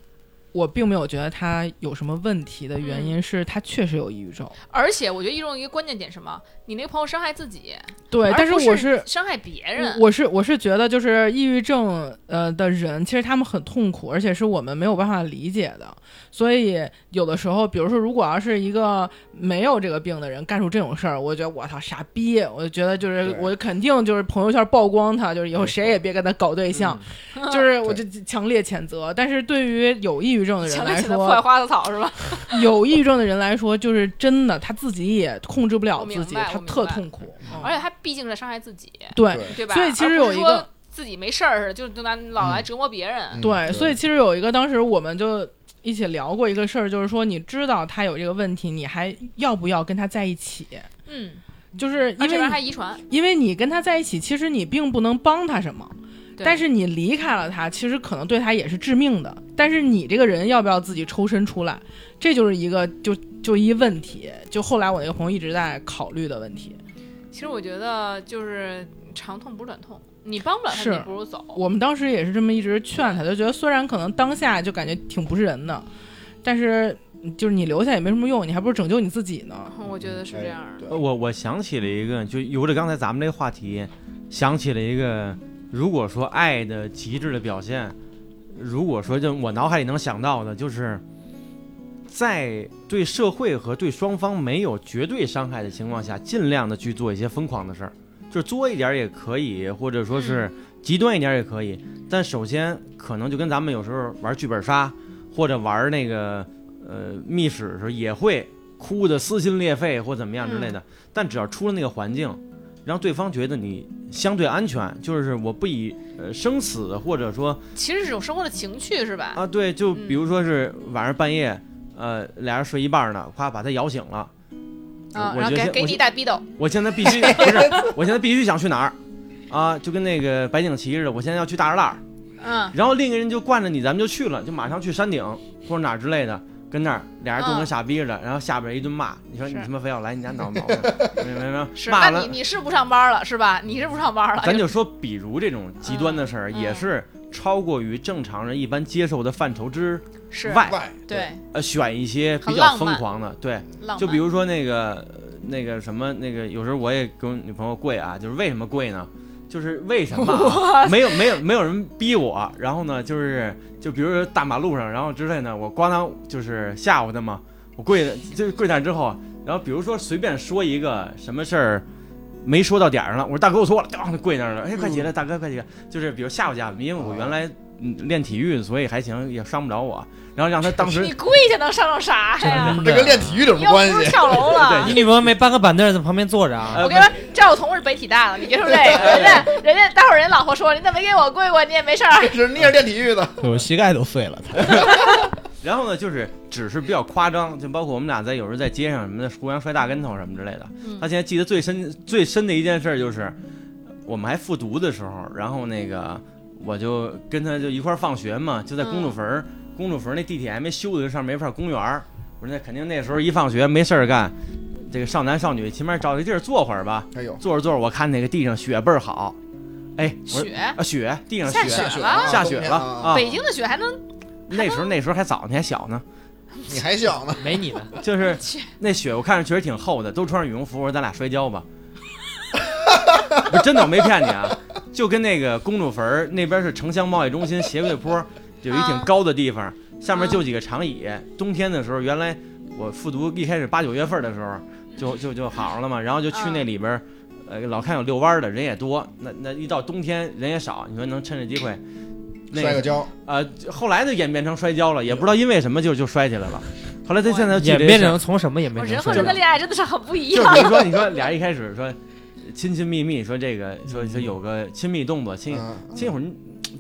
[SPEAKER 5] 我并没有觉得他有什么问题的
[SPEAKER 2] 嗯
[SPEAKER 5] 原因，是他确实有抑郁症。
[SPEAKER 2] 而且我觉得一种一个关键点是什么，你那个朋友伤害自己，
[SPEAKER 5] 对，
[SPEAKER 2] 而
[SPEAKER 5] 但是
[SPEAKER 2] 不
[SPEAKER 5] 我
[SPEAKER 2] 是
[SPEAKER 5] 是。
[SPEAKER 2] 伤害别人。
[SPEAKER 5] 我我是我是觉得，就是抑郁症呃的人，其实他们很痛苦，而且是我们没有办法理解的。所以有的时候，比如说，如果要是一个没有这个病的人干出这种事儿，我觉得我操傻逼，我就觉得就是
[SPEAKER 4] 对
[SPEAKER 5] 我肯定就是朋友圈曝光他，就是以后谁也别跟他搞嗯对象，就是我就强烈谴责。但是对于有抑郁症的人
[SPEAKER 2] 强烈
[SPEAKER 5] 来
[SPEAKER 2] 谴责破坏
[SPEAKER 5] 说，嗯
[SPEAKER 2] 花的草是吧？
[SPEAKER 5] 有抑郁症的人来说，就是真的他自己也控制不
[SPEAKER 2] 我
[SPEAKER 5] 了
[SPEAKER 2] 明
[SPEAKER 5] 自己，
[SPEAKER 2] 白我
[SPEAKER 5] 他
[SPEAKER 2] 明
[SPEAKER 5] 特
[SPEAKER 2] 白
[SPEAKER 5] 痛苦。嗯
[SPEAKER 2] 而且他毕竟在伤害自己，
[SPEAKER 7] 嗯
[SPEAKER 5] 对
[SPEAKER 4] 对
[SPEAKER 2] 对吧？
[SPEAKER 5] 所以其
[SPEAKER 2] 而
[SPEAKER 5] 实
[SPEAKER 2] 不
[SPEAKER 5] 有
[SPEAKER 2] 是
[SPEAKER 5] 一
[SPEAKER 2] 说
[SPEAKER 5] 个
[SPEAKER 2] 自己没事儿似的，就就拿老来折磨别人。
[SPEAKER 4] 嗯
[SPEAKER 5] 对，所以其实有一个当时我们就一起聊过一个事儿，就是说你知道他有这个问题，你还要不要跟他在一起？
[SPEAKER 2] 嗯，
[SPEAKER 5] 就是
[SPEAKER 2] 而
[SPEAKER 5] 因
[SPEAKER 2] 啊这边
[SPEAKER 5] 为
[SPEAKER 2] 还
[SPEAKER 5] 你
[SPEAKER 2] 遗传，
[SPEAKER 5] 因为你跟他在一起，其实你并不能帮他什么。
[SPEAKER 2] 对
[SPEAKER 5] 但是你离开了他，其实可能对他也是致命的。但是你这个人要不要自己抽身出来，这就是一个就就一问题。就后来我那个朋友一直在考虑的问题。
[SPEAKER 2] 其实我觉得就是长痛不如短痛，你帮不了他，
[SPEAKER 5] 是
[SPEAKER 2] 你不如走。
[SPEAKER 5] 我们当时也是这么一直劝他，就觉得虽然可能当下就感觉挺不是人的，但是就是你留下也没什么用，你还不如拯救你自己呢。
[SPEAKER 2] 我觉得是这样的。
[SPEAKER 4] 哎对
[SPEAKER 7] 呃我我想起了一个，就由着刚才咱们这个话题，想起了一个，如果说爱的极致的表现，如果说就我脑海里能想到的，就是在对社会和对双方没有绝对伤害的情况下，尽量的去做一些疯狂的事儿，就是作一点儿也可以，或者说是极端一点儿也可以。但首先，可能就跟咱们有时候玩剧本杀或者玩那个呃密室的时候，也会哭的撕心裂肺或怎么样之类
[SPEAKER 2] 嗯
[SPEAKER 7] 的。但只要出了那个环境，让对方觉得你相对安全，就是我不以呃生死或者说
[SPEAKER 2] 其实是一种生活的情趣是吧？
[SPEAKER 7] 哎啊，对，就比如说是晚上半夜，呃，俩人睡一半呢，夸把他摇醒了，
[SPEAKER 2] 啊，
[SPEAKER 7] 我
[SPEAKER 2] 然后
[SPEAKER 7] 觉得
[SPEAKER 2] 给
[SPEAKER 7] 现
[SPEAKER 2] 给
[SPEAKER 7] 我
[SPEAKER 2] 你一
[SPEAKER 7] 现
[SPEAKER 2] 大逼斗，
[SPEAKER 7] 我现在必须
[SPEAKER 2] [laughs]
[SPEAKER 7] 不是，我现在必须想去哪儿啊，就跟那个白景琦似的，我现在要去大栅栏，
[SPEAKER 2] 嗯，
[SPEAKER 7] 然后另一个人就惯着你，咱们就去了，就马上去山顶或者哪儿之类的，跟那儿俩人都跟
[SPEAKER 2] 嗯
[SPEAKER 7] 傻逼似的，然后下边一顿骂，你说你
[SPEAKER 2] 是
[SPEAKER 7] 他妈非要来你家闹
[SPEAKER 2] [laughs]
[SPEAKER 7] 毛病，没没没，
[SPEAKER 2] 是。
[SPEAKER 7] 骂
[SPEAKER 2] 那
[SPEAKER 7] 了
[SPEAKER 2] 你你是不上班了是吧？你是不上班了？
[SPEAKER 7] 咱就说，比如这种极端的事儿，
[SPEAKER 2] 嗯
[SPEAKER 7] 也是超过于正常人一般接受的范畴之
[SPEAKER 2] 是
[SPEAKER 7] 外，
[SPEAKER 4] 外
[SPEAKER 2] 对
[SPEAKER 7] 呃，选一些比
[SPEAKER 2] 很
[SPEAKER 7] 较
[SPEAKER 2] 浪
[SPEAKER 7] 疯
[SPEAKER 2] 漫
[SPEAKER 7] 狂的，对，
[SPEAKER 2] 浪漫。
[SPEAKER 7] 就比如说那个呃那个什么那个，有时候我也跟女朋友跪啊，就是为什么跪呢？就是为什么
[SPEAKER 2] [laughs]
[SPEAKER 7] 啊、没有没有没有人逼我，然后呢，就是就比如说大马路上，然后之类呢，我咣当就是吓唬他嘛，我跪了就是跪那儿之后，然后比如说随便说一个什么事儿。没说到点儿上了，我说大哥，我错了，当跪那儿了。哎，快
[SPEAKER 2] 嗯
[SPEAKER 7] 起来，大哥，快起来！就是比如吓唬吓唬，因为我原来嗯练体育，所以还行，也伤不着我。然后让他当时
[SPEAKER 2] 你跪下能伤着啥
[SPEAKER 6] 啊
[SPEAKER 2] 呀？
[SPEAKER 4] 这跟练体育有什么
[SPEAKER 2] 又
[SPEAKER 4] 关
[SPEAKER 2] 不是
[SPEAKER 4] 系？
[SPEAKER 2] 跳楼
[SPEAKER 7] [laughs]
[SPEAKER 2] 了。
[SPEAKER 8] 你女朋友没搬个板凳儿在旁边坐着啊？
[SPEAKER 7] 呃
[SPEAKER 2] 我跟你说，这我同事北体大的，你别说这个，人家人家待会儿人老婆说你怎么没给我跪过，你也没事儿。
[SPEAKER 4] 这是你也是练体育的，
[SPEAKER 3] 我膝盖都碎了。
[SPEAKER 7] 然后呢，就是只是比较夸张，就包括我们俩在有时候在街上什么的，互相摔大跟头什么之类的。
[SPEAKER 2] 嗯
[SPEAKER 7] 他现在记得最深最深的一件事儿就是，我们还复读的时候，然后那个我就跟他就一块儿放学嘛，就在公主坟
[SPEAKER 2] 嗯
[SPEAKER 7] 儿，公主坟儿那地铁还没修的上面一块公园儿。我说那肯定那时候一放学没事儿干，这个少男少女起码找个地儿坐会儿吧。
[SPEAKER 4] 哎呦，
[SPEAKER 7] 坐着坐着，我看那个地上雪倍儿好，哎，我说
[SPEAKER 2] 雪，
[SPEAKER 7] 啊雪，地上
[SPEAKER 2] 下
[SPEAKER 7] 雪
[SPEAKER 2] 雪了
[SPEAKER 4] 啊
[SPEAKER 7] 下雪
[SPEAKER 4] 冬天
[SPEAKER 7] 了
[SPEAKER 4] 啊
[SPEAKER 7] 啊！
[SPEAKER 2] 北京的雪还能
[SPEAKER 7] 那时候那时候还早，你还小呢。
[SPEAKER 4] 你还小呢，
[SPEAKER 8] 没你呢，
[SPEAKER 7] 就是
[SPEAKER 2] 去
[SPEAKER 7] 那雪，我看着确实挺厚的，都穿着羽绒服，我说咱俩摔跤吧。不是真的，我没骗你啊，就跟那个公主坟儿那边是城乡贸易中心斜对坡，有一挺
[SPEAKER 8] 啊
[SPEAKER 7] 高的地方，下面就几个长椅。冬天的时候，原来我复读一开始八九月份的时候，就就就好上了嘛，然后就去
[SPEAKER 8] 啊
[SPEAKER 7] 那里边儿，呃，老看有遛弯儿的人也多，那那一到冬天人也少，你说能趁着机会，那
[SPEAKER 4] 摔个跤，
[SPEAKER 7] 呃，后来就演变成摔跤了，也不知道因为什么就就摔起来了。后来他现在记
[SPEAKER 8] 演
[SPEAKER 7] 得这
[SPEAKER 8] 变
[SPEAKER 7] 事儿
[SPEAKER 8] 成从什么演变
[SPEAKER 2] 我
[SPEAKER 8] 成
[SPEAKER 2] 人
[SPEAKER 8] 什
[SPEAKER 2] 和
[SPEAKER 8] 么？
[SPEAKER 2] 人的恋爱真的是很不一
[SPEAKER 7] [laughs] 就
[SPEAKER 2] 样。
[SPEAKER 7] 比如说，你说俩人一开始说亲亲密密，说这个说说有个亲密动作，亲
[SPEAKER 4] 嗯，
[SPEAKER 7] 亲一会儿，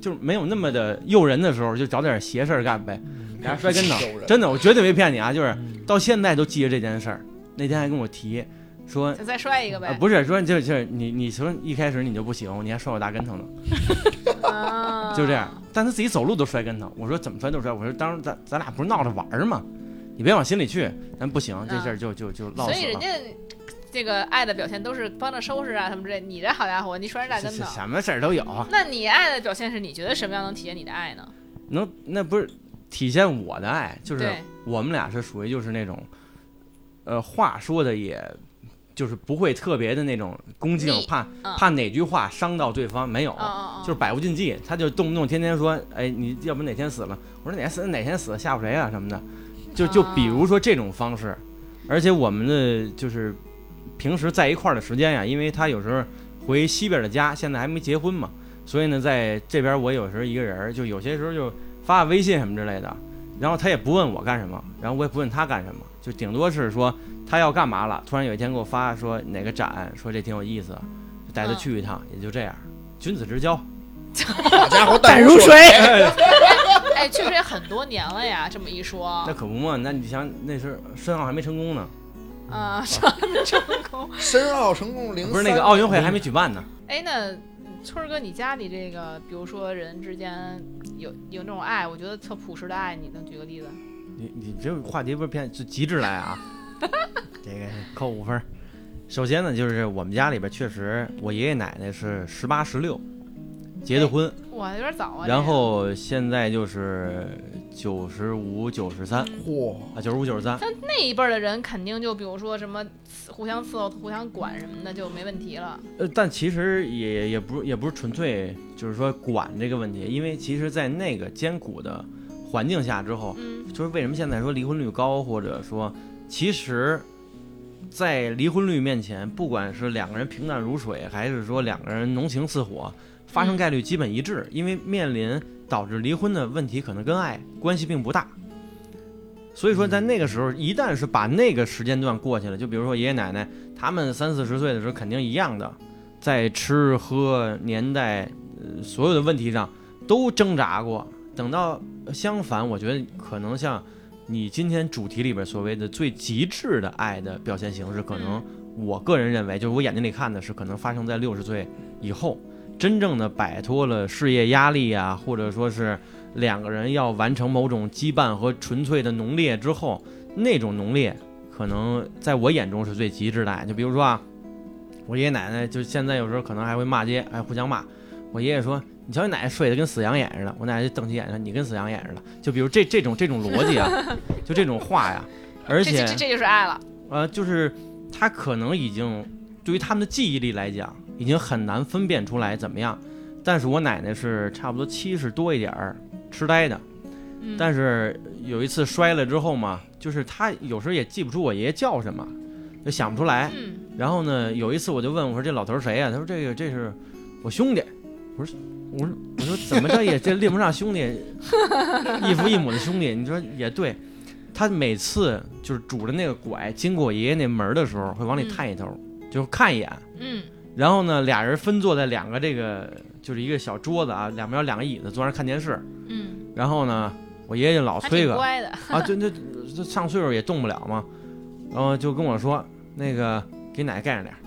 [SPEAKER 7] 就是没有那么的诱人的时候，就找点邪事儿干呗。
[SPEAKER 8] 嗯
[SPEAKER 7] 俩人摔跟头，
[SPEAKER 4] 有人
[SPEAKER 7] 真的，我绝对没骗你啊，就是到现在都记着这件事儿。那天还跟我提说。
[SPEAKER 2] 就再摔一个
[SPEAKER 7] 呃
[SPEAKER 2] 呗。
[SPEAKER 7] 不是说就是就是你你说一开始你就不喜欢我，你还摔我大跟头呢，
[SPEAKER 2] 啊
[SPEAKER 7] 就这样。但他自己走路都摔跟头，我说怎么摔都摔，我说当时咱咱俩不是闹着玩儿吗？你别往心里去，咱不行，这事儿就就就落
[SPEAKER 2] 啊所
[SPEAKER 7] 死
[SPEAKER 2] 以人
[SPEAKER 7] 了
[SPEAKER 2] 家。这个爱的表现都是帮着收拾啊什么之类。你这好家伙，你摔人大
[SPEAKER 7] 是
[SPEAKER 2] 跟
[SPEAKER 7] 是
[SPEAKER 2] 头。
[SPEAKER 7] 什么事儿都有，啊
[SPEAKER 2] 那你爱的表现是你觉得什么样能体现你的爱呢？
[SPEAKER 7] 能那不是体现我的爱，就是
[SPEAKER 2] 对，
[SPEAKER 7] 我们俩是属于就是那种，呃，话说的也，就是不会特别的那种恭敬
[SPEAKER 2] 腻，
[SPEAKER 7] 怕、
[SPEAKER 2] 嗯
[SPEAKER 7] 怕哪句话伤到对方，没有，
[SPEAKER 2] 嗯嗯嗯，
[SPEAKER 7] 就是百无禁忌，他就动不动天天说，哎，你要不哪天死了，我说哪天死哪天死吓唬谁啊什么的，就就
[SPEAKER 2] 啊
[SPEAKER 7] 比如说这种方式，而且我们的就是平时在一块儿的时间呀，因为他有时候回西边的家，现在还没结婚嘛，所以呢，在这边我有时候一个人儿，就有些时候就发发微信什么之类的，然后他也不问我干什么，然后我也不问他干什么，就顶多是说他要干嘛了，突然有一天给我发说哪个展，说这挺有意思，就带他
[SPEAKER 2] 嗯
[SPEAKER 7] 去一趟，也就这样，君子之交。
[SPEAKER 4] 好家伙，
[SPEAKER 5] 淡
[SPEAKER 4] 淡
[SPEAKER 5] 如水。
[SPEAKER 2] 哎，确实也很多年了呀。这么一说
[SPEAKER 7] 那，可不嘛，那你想那时候申奥还没成功呢， [laughs]
[SPEAKER 2] 啊，上成功。
[SPEAKER 4] 深奥成功零嗯
[SPEAKER 7] 不是那个奥运会还没举办呢。
[SPEAKER 2] 哎，那村儿哥，你家里这个，比如说人之间有有那种爱，我觉得特朴实的爱，你能举个例子？
[SPEAKER 7] 你你这话题不是偏就极致来啊？这个扣五分儿。首先呢，就是我们家里边确实，我爷爷奶奶是十八十六结的婚，
[SPEAKER 2] 哇，有点早啊。
[SPEAKER 7] 然后现在就是九十五九十三
[SPEAKER 4] 嚯，
[SPEAKER 7] 啊，九十五九十三。
[SPEAKER 2] 这个那一辈儿的人肯定就比如说什么互相伺候、互相管什么的就没问题了。
[SPEAKER 7] 呃，但其实也也不也不是纯粹就是说管这个问题，因为其实，在那个艰苦的环境下之后，
[SPEAKER 2] 嗯
[SPEAKER 7] 就是为什么现在说离婚率高，或者说其实，在离婚率面前，不管是两个人平淡如水，还是说两个人浓情似火，发生概率基本一致，因为面临导致离婚的问题可能跟爱关系并不大。所以说，在那个时候，一旦是把那个时间段过去了，就比如说爷爷奶奶他们三四十岁的时候，肯定一样的，在吃喝年代、呃、所有的问题上都挣扎过。等到相反，我觉得可能像你今天主题里边所谓的最极致的爱的表现形式，可能我个人认为，就是我眼睛里看的是可能发生在六十岁以后，真正的摆脱了事业压力啊，或者说是两个人要完成某种羁绊和纯粹的浓烈之后，那种浓烈可能在我眼中是最极致的爱。就比如说啊，我爷爷奶奶就现在有时候可能还会骂街，哎还互相骂。我爷爷说：“你瞧你奶奶睡得跟死羊眼似的。”我奶奶就瞪起眼睛：“你跟死羊眼似的。”就比如这这种这种逻辑啊， [laughs] 就这种话呀，而且
[SPEAKER 2] 这这这就是爱了。
[SPEAKER 7] 呃，就是他可能已经对于他们的记忆力来讲，已经很难分辨出来怎么样。但是我奶奶是差不多七十多一点儿，痴呆的。
[SPEAKER 2] 嗯，
[SPEAKER 7] 但是有一次摔了之后嘛，就是她有时候也记不住我爷爷叫什么，就想不出来。
[SPEAKER 2] 嗯
[SPEAKER 7] 然后呢，有一次我就问我说：“这老头儿谁呀、他说：“这个这是我兄弟。”我说：“我说我说怎么着也这拎不上兄弟，异父异母的兄弟。”你说也对。他每次就是拄着那个拐经过我爷爷那门儿的时候，会往里
[SPEAKER 2] 嗯
[SPEAKER 7] 探一头，就是看一眼。
[SPEAKER 2] 嗯
[SPEAKER 7] 然后呢，俩人分坐在两个这个就是一个小桌子啊，两边有两个椅子，坐那儿看电视。
[SPEAKER 2] 嗯，
[SPEAKER 7] 然后呢，我爷爷就老
[SPEAKER 2] 还
[SPEAKER 7] 催
[SPEAKER 2] 挺
[SPEAKER 7] 个，
[SPEAKER 2] 乖的。
[SPEAKER 7] 啊，对对，这上岁数也动不了嘛，然后就跟我说那个给奶奶盖上点儿。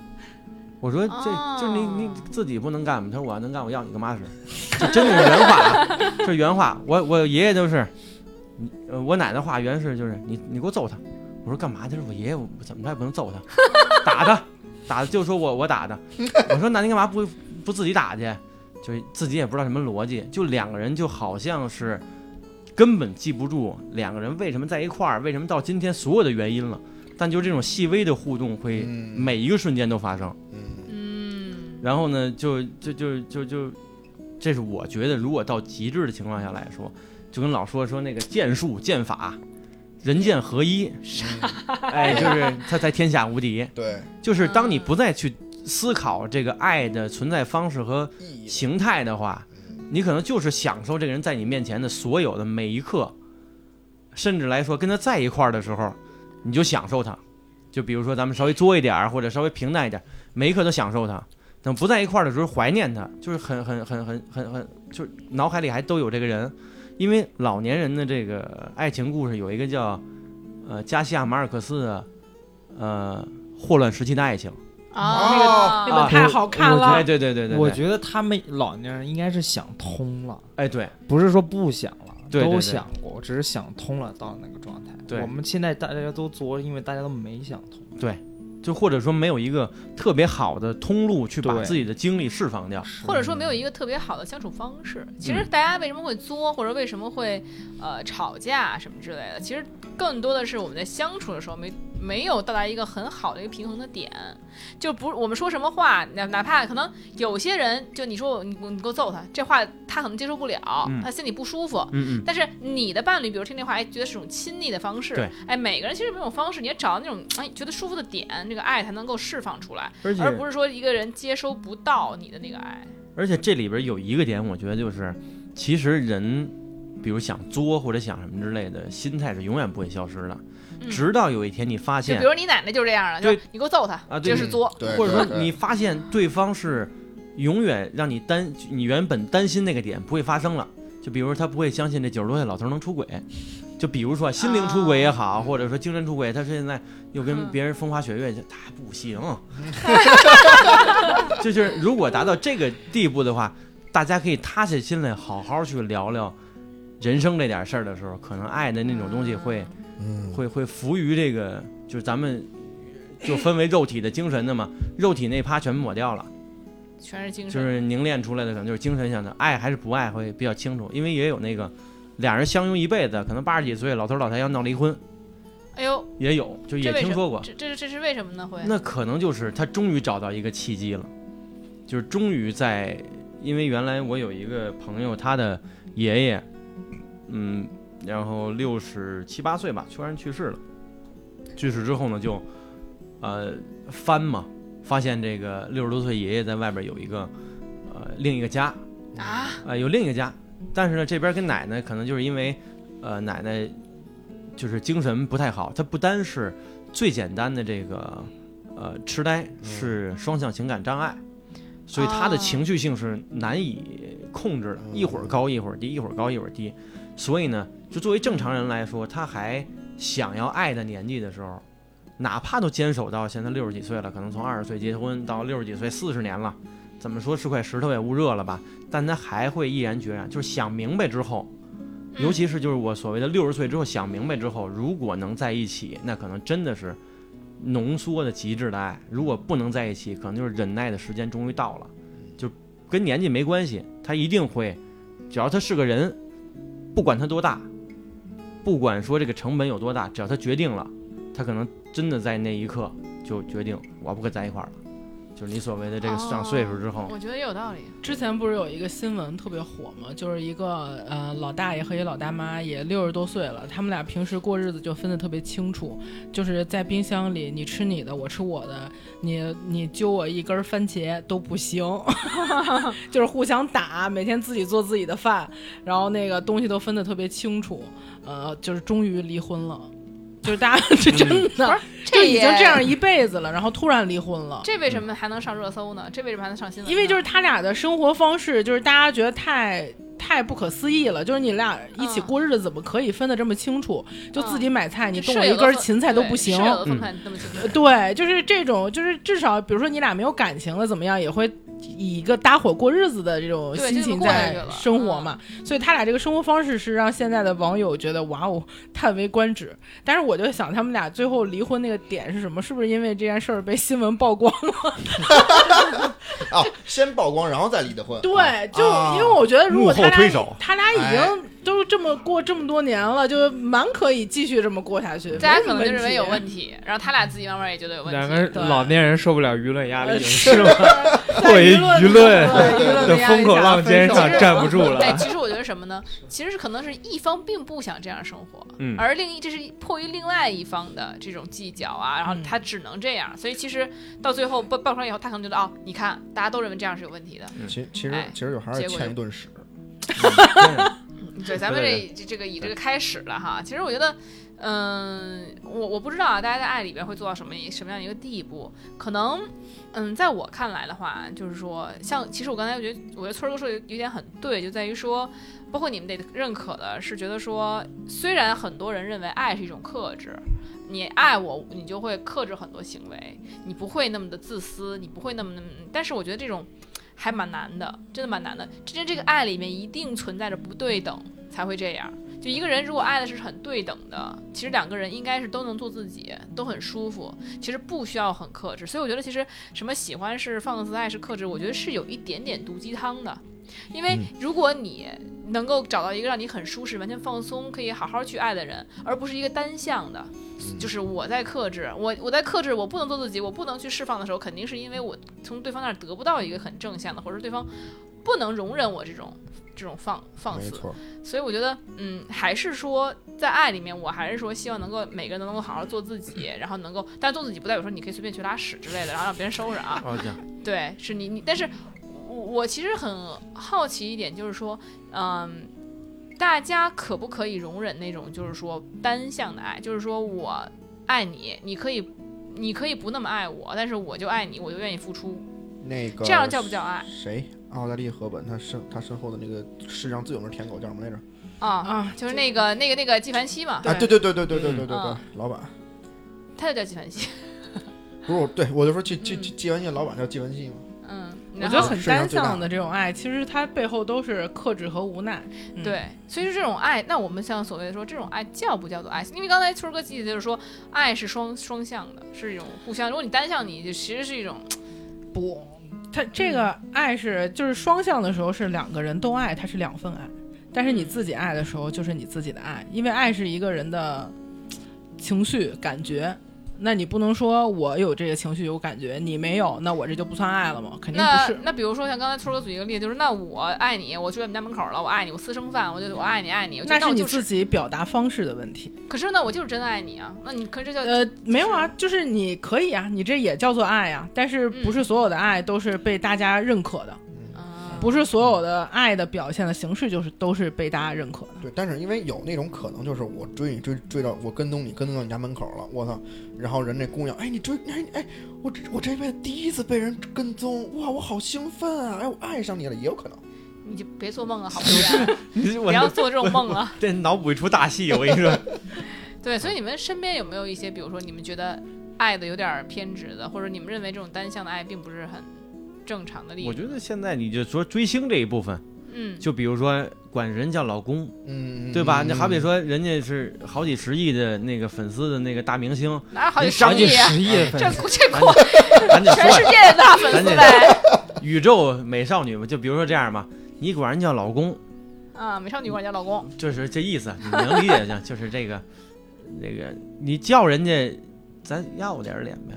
[SPEAKER 7] 我说这就是你你
[SPEAKER 2] 哦
[SPEAKER 7] 自己不能干吗？他说我要能干，我要你干嘛使？这真的是 [laughs] 原话啊，这是原话。我我爷爷就是，你呃我奶奶话原是就是你你给我揍他。我说干嘛？他说我爷爷我怎么着也不能揍他，打他， [laughs] 打他就说我我打他。 [laughs] 我说那你干嘛不不自己打去？就是自己也不知道什么逻辑，就两个人就好像是根本记不住两个人为什么在一块儿，为什么到今天所有的原因了。但就是这种细微的互动会
[SPEAKER 4] 嗯
[SPEAKER 7] 每一个瞬间都发生。
[SPEAKER 4] 嗯，
[SPEAKER 2] 嗯，
[SPEAKER 7] 然后呢，就就就就就，这是我觉得如果到极致的情况下来说，就跟老说说那个剑术剑法，人剑合一，哎，就是他才天下无敌。
[SPEAKER 4] 嗯对，
[SPEAKER 7] 就是当你不再去思考这个爱的存在方式和
[SPEAKER 4] 意义嗯
[SPEAKER 7] 形态的话，你可能就是享受这个人在你面前的所有的每一刻，甚至来说跟他在一块儿的时候，你就享受他。就比如说咱们稍微作一点儿，或者稍微平淡一点儿，每一刻都享受他。等不在一块儿的时候，怀念他，就是很很很很很很，就是脑海里还都有这个人。因为老年人的这个爱情故事有一个叫，呃，加西亚马尔克斯的，呃，霍乱时期的爱情。
[SPEAKER 2] 哦，
[SPEAKER 5] 那本
[SPEAKER 7] 啊
[SPEAKER 5] 太好看
[SPEAKER 7] 哎，
[SPEAKER 5] 了，
[SPEAKER 7] 对对对对，
[SPEAKER 8] 我
[SPEAKER 7] 对
[SPEAKER 8] 觉得他们老年人应该是想通了，
[SPEAKER 7] 哎对，
[SPEAKER 8] 不是说不想了，
[SPEAKER 7] 对对对
[SPEAKER 8] 都想过，只是想通了到那个状态。
[SPEAKER 7] 对
[SPEAKER 8] 我们现在大家都作，因为大家都没想通。
[SPEAKER 7] 就或者说没有一个特别好的通路去把
[SPEAKER 8] 对
[SPEAKER 7] 自己的精力释放掉。
[SPEAKER 2] 或者说没有一个特别好的相处方式。其实
[SPEAKER 7] 嗯
[SPEAKER 2] 大家为什么会作，或者为什么会呃吵架什么之类的，其实更多的是我们在相处的时候没没有到达一个很好的一个平衡的点，就不我们说什么话，哪哪怕可能有些人就你说我你你给我揍他，这话他可能接受不了，
[SPEAKER 7] 嗯
[SPEAKER 2] 他心里不舒服。
[SPEAKER 7] 嗯嗯，
[SPEAKER 2] 但是你的伴侣，比如听这话，哎，觉得是种亲昵的方式
[SPEAKER 7] 对，
[SPEAKER 2] 哎，每个人其实有每种方式，你要找到那种哎觉得舒服的点，这个爱才能够释放出来，
[SPEAKER 7] 而且
[SPEAKER 2] 而不是说一个人接收不到你的那个爱。
[SPEAKER 7] 而且这里边有一个点，我觉得就是，其实人，比如想作或者想什么之类的，心态是永远不会消失的，
[SPEAKER 2] 嗯
[SPEAKER 7] 直到有一天你发
[SPEAKER 2] 就
[SPEAKER 7] 现
[SPEAKER 2] 比，如你奶奶就是这样的，就
[SPEAKER 7] 对
[SPEAKER 2] 是你给我揍他
[SPEAKER 7] 啊对
[SPEAKER 2] 这是作。
[SPEAKER 4] 嗯对，
[SPEAKER 7] 或者
[SPEAKER 4] 对
[SPEAKER 7] 说
[SPEAKER 4] 对
[SPEAKER 7] 你发现对方是永远让你担你原本担心那个点不会发生了。就比如说他不会相信这九十多岁老头能出轨，就比如说啊心灵出轨也好，或者说精神出轨，他现在又跟别人风花雪月，就他不行。就是如果达到这个地步的话，大家可以踏下心来，好好去聊聊人生这点事儿的时候，可能爱的那种东西会
[SPEAKER 4] 嗯，
[SPEAKER 7] 会会浮于这个，就是咱们就分为肉体的、精神的嘛，肉体那趴全抹掉了。
[SPEAKER 2] 全是精
[SPEAKER 7] 就
[SPEAKER 2] 神，
[SPEAKER 7] 是凝练出来的，可能就是精神上的爱还是不爱会比较清楚，因为也有那个俩人相拥一辈子，可能八十几岁老头老太要闹离婚，
[SPEAKER 2] 哎呦，
[SPEAKER 7] 也有，就也
[SPEAKER 2] 这为什
[SPEAKER 7] 听说过。
[SPEAKER 2] 这这这是为什么呢？会
[SPEAKER 7] 那可能就是他终于找到一个契机了，就是终于在，因为原来我有一个朋友，他的爷爷，嗯，然后六十七八岁吧，突然去世了。去世之后呢，就呃翻嘛，发现这个六十多岁爷爷在外边有一个呃另一个家，
[SPEAKER 2] 啊，
[SPEAKER 7] 呃，有另一个家，但是呢，这边跟奶奶可能就是因为，呃，奶奶就是精神不太好，她不单是最简单的这个呃痴呆，是双向情感障碍，所以她的
[SPEAKER 2] 哦
[SPEAKER 7] 情绪性是难以控制的，一会儿高一会儿低，一会儿高一会儿低，所以呢，就作为正常人来说，她还想要爱的年纪的时候。哪怕都坚守到现在六十几岁了，可能从二十岁结婚到六十几岁，四十年了，怎么说是块石头也捂热了吧？但他还会毅然决然，就是想明白之后，尤其是就是我所谓的六十岁之后想明白之后，如果能在一起，那可能真的是浓缩的极致的爱；如果不能在一起，可能就是忍耐的时间终于到了，就跟年纪没关系，他一定会，只要他是个人，不管他多大，不管说这个成本有多大，只要他决定了，他可能真的在那一刻就决定我不跟在一块儿了，就是你所谓的这个上岁数之后。
[SPEAKER 2] 哦我觉得也有道理。
[SPEAKER 5] 之前不是有一个新闻特别火吗？就是一个呃老大爷和一老大妈也六十多岁了，他们俩平时过日子就分得特别清楚，就是在冰箱里你吃你的，我吃我的，你你揪我一根番茄都不行， [laughs] 就是互相打，每天自己做自己的饭，然后那个东西都分得特别清楚，呃，就是终于离婚了。就是大家 [laughs] 是真的，就已
[SPEAKER 2] 也
[SPEAKER 5] 经这样一辈子了，然后突然离婚了，
[SPEAKER 2] 这为什么还能上热搜呢？这为什么还能上新闻呢？
[SPEAKER 5] 因为就是他俩的生活方式，就是大家觉得太太不可思议了。就是你俩一
[SPEAKER 2] 嗯
[SPEAKER 5] 起过日子，怎么可以分得这么清楚？就自己买菜，你动我一根芹菜都不行嗯
[SPEAKER 2] 舍。友的分开那么
[SPEAKER 5] [laughs]
[SPEAKER 2] 清楚。
[SPEAKER 5] 对，就是这种，就是至少比如说你俩没有感情了，怎么样也会以一个搭伙过日子的这种
[SPEAKER 2] 对
[SPEAKER 5] 心
[SPEAKER 2] 就这么
[SPEAKER 5] 情
[SPEAKER 2] 过下
[SPEAKER 5] 在
[SPEAKER 2] 去了嗯
[SPEAKER 5] 生活嘛。所以他俩这个生活方式是让现在的网友觉得哇哦，叹为观止。但是我就想，他们俩最后离婚那个点是什么？是不是因为这件事儿被新闻曝光了？
[SPEAKER 4] 啊，先曝光然后再离的婚，
[SPEAKER 5] 对，就
[SPEAKER 4] 啊
[SPEAKER 5] 因为我觉得，如
[SPEAKER 7] 幕
[SPEAKER 5] 果
[SPEAKER 7] 后
[SPEAKER 5] 他俩
[SPEAKER 7] 推手
[SPEAKER 5] 他俩已经都这么过这么多年了，就蛮可以继续这么过下去。
[SPEAKER 2] 大家
[SPEAKER 5] 没什
[SPEAKER 2] 可
[SPEAKER 5] 么
[SPEAKER 2] 能就认为有
[SPEAKER 5] 题。
[SPEAKER 2] 问题，然后他俩自己慢慢也觉得有问题。
[SPEAKER 6] 两个
[SPEAKER 5] 对
[SPEAKER 6] 老年人受不了舆论压力
[SPEAKER 5] 呃
[SPEAKER 6] 了是吗？
[SPEAKER 5] 在
[SPEAKER 6] 作为
[SPEAKER 5] 舆
[SPEAKER 6] 舆论
[SPEAKER 5] 论
[SPEAKER 6] 的
[SPEAKER 5] 压力
[SPEAKER 6] 风口
[SPEAKER 5] 下
[SPEAKER 6] 浪尖
[SPEAKER 5] 分
[SPEAKER 6] 上
[SPEAKER 5] 手
[SPEAKER 6] 站不住了。
[SPEAKER 2] 对，其实我觉得什么呢？其实是可能是一方并不想这样生活，
[SPEAKER 6] 嗯
[SPEAKER 2] 而另一这是迫于另外一方的这种计较啊，然后
[SPEAKER 5] 嗯
[SPEAKER 2] 他只能这样，所以其实到最后爆爆出来以后，他可能觉得哦，你看大家都认为这样是有问题的，
[SPEAKER 4] 其其实
[SPEAKER 2] 哎
[SPEAKER 4] 其实就还是
[SPEAKER 2] 结果
[SPEAKER 4] 欠
[SPEAKER 2] 就
[SPEAKER 4] 一顿屎。
[SPEAKER 2] 对，咱们这这这个以这个开始了哈。其实我觉得，嗯，我我不知道啊，大家在爱里边会做到什么什么样一个地步？可能，嗯，在我看来的话，就是说，像其实我刚才我觉得，我觉得村儿哥说的有有点很对，就在于说，包括你们得认可的是，觉得说，虽然很多人认为爱是一种克制。你爱我，你就会克制很多行为，你不会那么的自私，你不会那么那么。但是我觉得这种还蛮难的，真的蛮难的。这这这个爱里面一定存在着不对等，才会这样。就一个人如果爱的是很对等的，其实两个人应该是都能做自己，都很舒服，其实不需要很克制。所以我觉得其实什么喜欢是放肆，爱是克制，我觉得是有一点点毒鸡汤的。因
[SPEAKER 4] 嗯
[SPEAKER 2] 为如果你能够找到一个让你很舒适、完全放松、可以好好去爱的人，而不是一个单向的，
[SPEAKER 4] 嗯
[SPEAKER 2] 就是我在克制，我我在克制，我不能做自己，我不能去释放的时候，肯定是因为我从对方那儿得不到一个很正向的，或者是对方不能容忍我这种这种放放
[SPEAKER 4] 没
[SPEAKER 2] 肆。
[SPEAKER 4] 错，
[SPEAKER 2] 所以我觉得，嗯，还是说在爱里面，我还是说希望能够每个人都能够好好做自己，
[SPEAKER 5] 嗯
[SPEAKER 2] 然后能够，但做自己不代表说你可以随便去拉屎之类的，然后让别人收拾啊。
[SPEAKER 7] 哦，这样
[SPEAKER 2] 对，是你你，但是我我其实很好奇一点，就是说，嗯，大家可不可以容忍那种就是说单向的爱？就是说我爱你，你可以，你可以不那么爱我，但是我就爱你，我就愿意付出，
[SPEAKER 7] 嗯
[SPEAKER 4] 那个
[SPEAKER 2] 这样叫不叫爱？
[SPEAKER 4] 谁？奥黛丽·赫本，她身她身后的那个世上最有名的舔狗叫什么来着？
[SPEAKER 2] 啊，
[SPEAKER 5] 啊，
[SPEAKER 2] 就是那个那个那个纪梵希嘛，
[SPEAKER 4] 啊，对对对对对对对对对
[SPEAKER 2] 嗯，
[SPEAKER 4] 老板
[SPEAKER 2] 他就叫纪梵希，
[SPEAKER 4] 不是我，对我就说纪纪
[SPEAKER 5] 嗯
[SPEAKER 4] 纪纪梵希的老板叫纪梵希嘛，
[SPEAKER 2] 嗯，
[SPEAKER 5] 我
[SPEAKER 2] 然
[SPEAKER 5] 觉
[SPEAKER 2] 后
[SPEAKER 5] 得很单
[SPEAKER 4] 世界上
[SPEAKER 5] 向
[SPEAKER 4] 最
[SPEAKER 5] 的这种爱，其实它背后都是克制和无奈。嗯，
[SPEAKER 2] 对，所以说这种爱，那我们像所谓的说这种爱叫不叫做爱？因为刚才春儿哥记得就是说，爱是双双向的，是一种互相。如果你单向，你就其实是一种
[SPEAKER 5] 不，它这个爱是就是双向的时候是两个人都爱，它是两份爱；但是你自己爱的时候就是你自己的爱，因为爱是一个人的情绪感觉。那你不能说我有这个情绪有感觉，你没有，那我这就不算爱了吗？肯定
[SPEAKER 2] 那
[SPEAKER 5] 嗯不是。
[SPEAKER 2] 那比如说像刚才春儿哥举一个例子，就是那我爱你，我住在你们家门口了，我爱你，我私生饭，我就我爱你爱你，
[SPEAKER 5] 那
[SPEAKER 2] 那
[SPEAKER 5] 是
[SPEAKER 2] 我
[SPEAKER 5] 你
[SPEAKER 2] 就
[SPEAKER 5] 自己表达方式的问题。
[SPEAKER 2] 可是呢，我就是真爱你啊。那你可是这叫
[SPEAKER 5] 呃，没有啊，就是你可以啊，你这也叫做爱啊，但是不是所有的爱都是被大家认可的，
[SPEAKER 4] 嗯
[SPEAKER 2] 啊
[SPEAKER 5] 不是所有的爱的表现的形式就是都是被大家认可的。
[SPEAKER 4] 对，但是因为有那种可能，就是我追你追追到我跟踪你跟踪到你家门口了，我操！然后人那姑娘，哎，你追，哎哎，我这我这辈子第一次被人跟踪，哇，我好兴奋啊！哎，我爱上你了，也有可能。
[SPEAKER 2] 你就别做梦了，好不
[SPEAKER 5] [laughs]
[SPEAKER 2] 好？不
[SPEAKER 7] 我
[SPEAKER 2] 要做这种梦啊！
[SPEAKER 7] 这脑补一出大戏，我跟你说，
[SPEAKER 2] 对，所以你们身边有没有一些，比如说你们觉得爱的有点儿偏执的，或者你们认为这种单向的爱并不是很正常的例子？
[SPEAKER 7] 我觉得现在你就说追星这一部分，
[SPEAKER 2] 嗯，
[SPEAKER 7] 就比如说管人叫老公，
[SPEAKER 4] 嗯，
[SPEAKER 7] 对吧？
[SPEAKER 4] 嗯
[SPEAKER 7] 你好比，说人家是好几十亿的那个粉丝的那个大明星，
[SPEAKER 2] 哪有好
[SPEAKER 7] 你
[SPEAKER 2] 几
[SPEAKER 7] 上
[SPEAKER 2] 十
[SPEAKER 7] 去
[SPEAKER 2] 亿啊？
[SPEAKER 6] 十亿的粉
[SPEAKER 2] 这
[SPEAKER 6] 丝，
[SPEAKER 2] 这国
[SPEAKER 7] 咱就
[SPEAKER 2] 全世
[SPEAKER 7] 说
[SPEAKER 2] 界的大粉丝呗。
[SPEAKER 7] 宇宙美少女嘛，就比如说这样吧，你管人叫老公，
[SPEAKER 2] 啊，美少女管家老公，
[SPEAKER 7] 就是这意思，你能理解就就是这个， [laughs] 那个你叫人家，咱要点脸呗，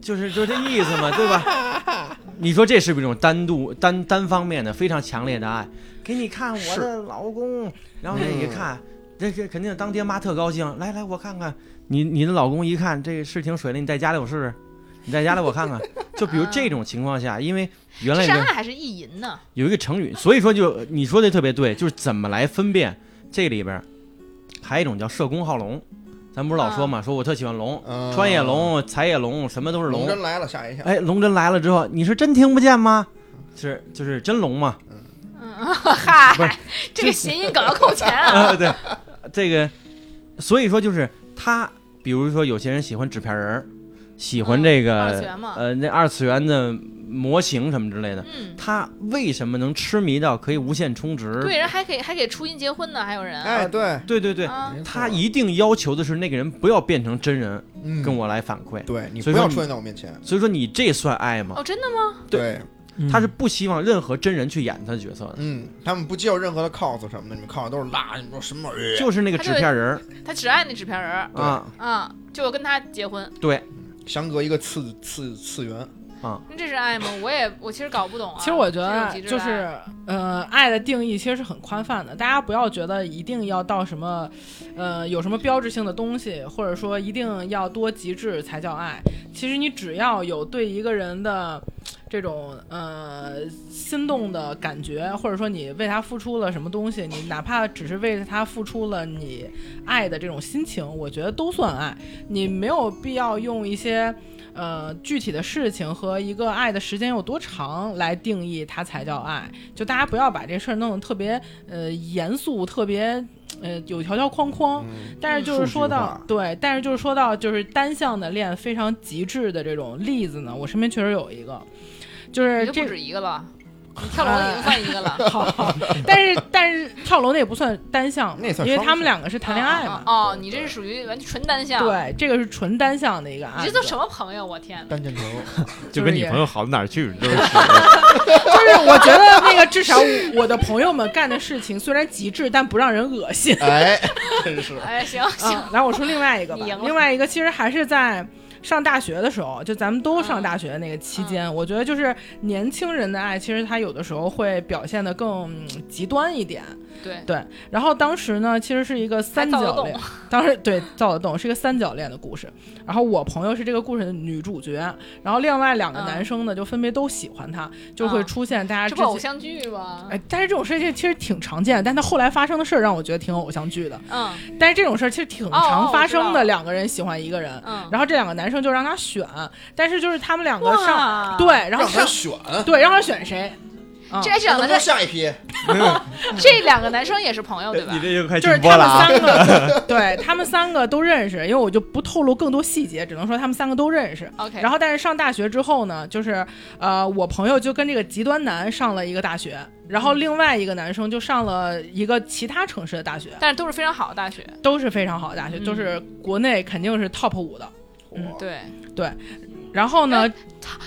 [SPEAKER 7] 就是就这意思嘛，对吧？你说这是不是一种单独单单方面的非常强烈的爱？给你看我的老公，然后人一看，这这肯定当爹妈特高兴。来来，我看看你你的老公一看这是挺水灵，你在家里我试试，你在家里我看看。就比如这种情况下，因为原
[SPEAKER 2] 这
[SPEAKER 7] 来
[SPEAKER 2] 是
[SPEAKER 7] 没有
[SPEAKER 2] 爱还是意淫呢？
[SPEAKER 7] 有一个成语，所以说就你说的特别对，就是怎么来分辨这里边儿，还有一种叫社工好龙，咱不是老说嘛，说我特喜欢龙，
[SPEAKER 4] 嗯
[SPEAKER 7] 川也，龙，财也龙，什么都是
[SPEAKER 4] 龙
[SPEAKER 7] 龙。
[SPEAKER 4] 真来了，吓一跳。
[SPEAKER 7] 哎，龙真来了之后，你是真听不见吗？是就是真龙吗？ [laughs]
[SPEAKER 2] 嗯，嗨
[SPEAKER 7] 不是，
[SPEAKER 2] 这个谐音梗要扣钱 [laughs] 啊！
[SPEAKER 7] 啊，对，这个，所以说就是他，比如说有些人喜欢纸片人儿， [laughs] 喜欢这个、
[SPEAKER 2] 嗯二次元嘛
[SPEAKER 7] 呃那二次元的模型什么之类的，
[SPEAKER 2] 嗯，
[SPEAKER 7] 他为什么能痴迷到可以无限充值？
[SPEAKER 2] 对，人还给还给初音结婚呢，还有人
[SPEAKER 4] 哎，对，
[SPEAKER 7] 对对对，
[SPEAKER 2] 啊，
[SPEAKER 7] 他一定要求的是那个人不要变成真人
[SPEAKER 4] 嗯
[SPEAKER 7] 跟，我来反馈，
[SPEAKER 4] 对你不
[SPEAKER 7] 所以说
[SPEAKER 4] 要
[SPEAKER 7] 你
[SPEAKER 4] 出现在我面前。
[SPEAKER 7] 所以说你这算爱吗
[SPEAKER 2] 哦，？真的吗？
[SPEAKER 4] 对，
[SPEAKER 5] 嗯
[SPEAKER 6] 嗯
[SPEAKER 7] 他是不希望任何真人去演他的角色的，
[SPEAKER 4] 嗯，他们不接受任何的 cos 什么的，你们 cos 都是拉，你们说什么玩意儿？
[SPEAKER 7] 就是那个纸片人儿
[SPEAKER 2] 他只爱那纸片人儿
[SPEAKER 4] 对
[SPEAKER 7] 啊，
[SPEAKER 2] 啊，就跟他结婚，
[SPEAKER 7] 对，
[SPEAKER 4] 相隔一个次次次元，
[SPEAKER 2] 那这是爱吗？我也我其实搞不懂啊。
[SPEAKER 5] 其实我觉
[SPEAKER 2] 这种
[SPEAKER 5] 得
[SPEAKER 2] 极致的
[SPEAKER 5] 就
[SPEAKER 2] 爱
[SPEAKER 5] 是，呃，爱的定义其实是很宽泛的，大家不要觉得一定要到什么，呃，有什么标志性的东西，或者说一定要多极致才叫爱。其实你只要有对一个人的这种呃心动的感觉，或者说你为他付出了什么东西，你哪怕只是为他付出了你爱的这种心情，我觉得都算爱。你没有必要用一些。呃，具体的事情和一个爱的时间有多长来定义它才叫爱。就大家不要把这事儿弄得特别呃严肃，特别呃有条条框框。但是就是
[SPEAKER 4] 嗯数
[SPEAKER 5] 说
[SPEAKER 4] 据
[SPEAKER 5] 到
[SPEAKER 4] 化
[SPEAKER 5] 对，但是就是说到就是单向的恋非常极致的这种例子呢，我身边确实有一个，就
[SPEAKER 2] 你
[SPEAKER 5] 是
[SPEAKER 2] 就
[SPEAKER 5] 这哎
[SPEAKER 2] 不止一个了，你跳楼已经算一个了。
[SPEAKER 5] 好，但是但是跳楼那也不算单向，
[SPEAKER 4] 那也算
[SPEAKER 5] 因为
[SPEAKER 4] 双
[SPEAKER 5] 他们
[SPEAKER 4] 向
[SPEAKER 5] 两个是 [laughs] 谈恋爱
[SPEAKER 2] 啊
[SPEAKER 5] 嘛。
[SPEAKER 2] 啊啊哦，你这是属于完全纯单向。，
[SPEAKER 5] 对，哎这个是纯单向的一个
[SPEAKER 2] 你
[SPEAKER 5] 案
[SPEAKER 2] 这
[SPEAKER 5] 子。
[SPEAKER 2] 都什么朋友？我天哪！
[SPEAKER 4] 单箭头，
[SPEAKER 5] 就跟你朋
[SPEAKER 9] 友好到哪儿去？
[SPEAKER 7] [laughs]
[SPEAKER 5] 就是我觉得那个至少我我的朋友们干的事情虽然极致，但不让人恶心。
[SPEAKER 7] [laughs]
[SPEAKER 4] 哎，真是
[SPEAKER 2] 哎，行行，
[SPEAKER 5] 啊，来我说另外一个吧
[SPEAKER 2] 你赢，了
[SPEAKER 5] 另外一个其实还是在。上大学的时候，就咱们都上大学的那个期
[SPEAKER 2] 啊
[SPEAKER 5] 间，我觉得就是年轻人的爱，其实他有的时候会表现得更嗯极端一点。
[SPEAKER 2] 对，
[SPEAKER 5] 对，然后当时呢，其实是一个三
[SPEAKER 2] 还造得
[SPEAKER 5] 角
[SPEAKER 2] 动
[SPEAKER 5] 恋，当时对造得动是一个三角恋的故事。然后我朋友是这个故事的女主角，然后另外两个
[SPEAKER 2] 嗯
[SPEAKER 5] 男生呢，就分别都喜欢她，就会
[SPEAKER 2] 嗯
[SPEAKER 5] 出现大家
[SPEAKER 2] 这
[SPEAKER 5] 之
[SPEAKER 2] 不偶
[SPEAKER 5] 间。
[SPEAKER 2] 像剧吗？
[SPEAKER 5] 啊哎，但是这种事情其实挺常见的，但他后来发生的事儿让我觉得挺偶像剧的。
[SPEAKER 2] 嗯
[SPEAKER 5] 但是这种事儿其实挺
[SPEAKER 2] 哦哦
[SPEAKER 5] 常
[SPEAKER 2] 我
[SPEAKER 5] 发
[SPEAKER 2] 知道
[SPEAKER 5] 生的，
[SPEAKER 2] 了
[SPEAKER 5] 两个人喜欢一个人，
[SPEAKER 2] 嗯，
[SPEAKER 5] 然后这两个男生就让他选，但是就是他们两个上
[SPEAKER 2] 哇，
[SPEAKER 5] 对，然后
[SPEAKER 4] 让他
[SPEAKER 5] 上
[SPEAKER 4] 选，
[SPEAKER 5] 对让他选谁，嗯
[SPEAKER 2] 这这两个男
[SPEAKER 4] 那就
[SPEAKER 2] 生，
[SPEAKER 4] 下一批，
[SPEAKER 5] 哦
[SPEAKER 2] 这两个男生也是朋友，对吧
[SPEAKER 7] 你？这个快
[SPEAKER 5] 就是
[SPEAKER 7] 禁播
[SPEAKER 5] 他
[SPEAKER 7] 了
[SPEAKER 5] 们
[SPEAKER 7] 啊！
[SPEAKER 5] 三
[SPEAKER 7] [laughs]
[SPEAKER 5] 个，对他们三个都认识，因为我就不透露更多细节，只能说他们三个都认识。
[SPEAKER 2] OK，
[SPEAKER 5] 然后，但是上大学之后呢，就是呃，我朋友就跟这个极端男上了一个大学，然
[SPEAKER 2] 嗯
[SPEAKER 5] 后另外一个男生就上了一个其他城市的大学，
[SPEAKER 2] 但是都是非常好的大学，
[SPEAKER 5] 都是非常好的大学，
[SPEAKER 2] 嗯
[SPEAKER 5] 都是国内肯定是 top 五的。嗯
[SPEAKER 2] 对，
[SPEAKER 5] 然后呢，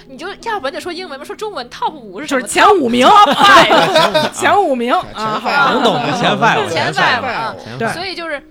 [SPEAKER 2] 你就要不然就说英文吧，说中文 top 五哎啊是什
[SPEAKER 5] 就
[SPEAKER 2] 么？
[SPEAKER 5] 是前五名， [laughs] 前五名
[SPEAKER 4] 前前
[SPEAKER 5] 啊，好
[SPEAKER 7] 能懂的前
[SPEAKER 2] 就
[SPEAKER 7] 犯
[SPEAKER 2] 是前百
[SPEAKER 7] 犯
[SPEAKER 4] 百
[SPEAKER 2] 嘛，
[SPEAKER 4] 哦
[SPEAKER 2] 嗯
[SPEAKER 5] 对
[SPEAKER 2] 所以就是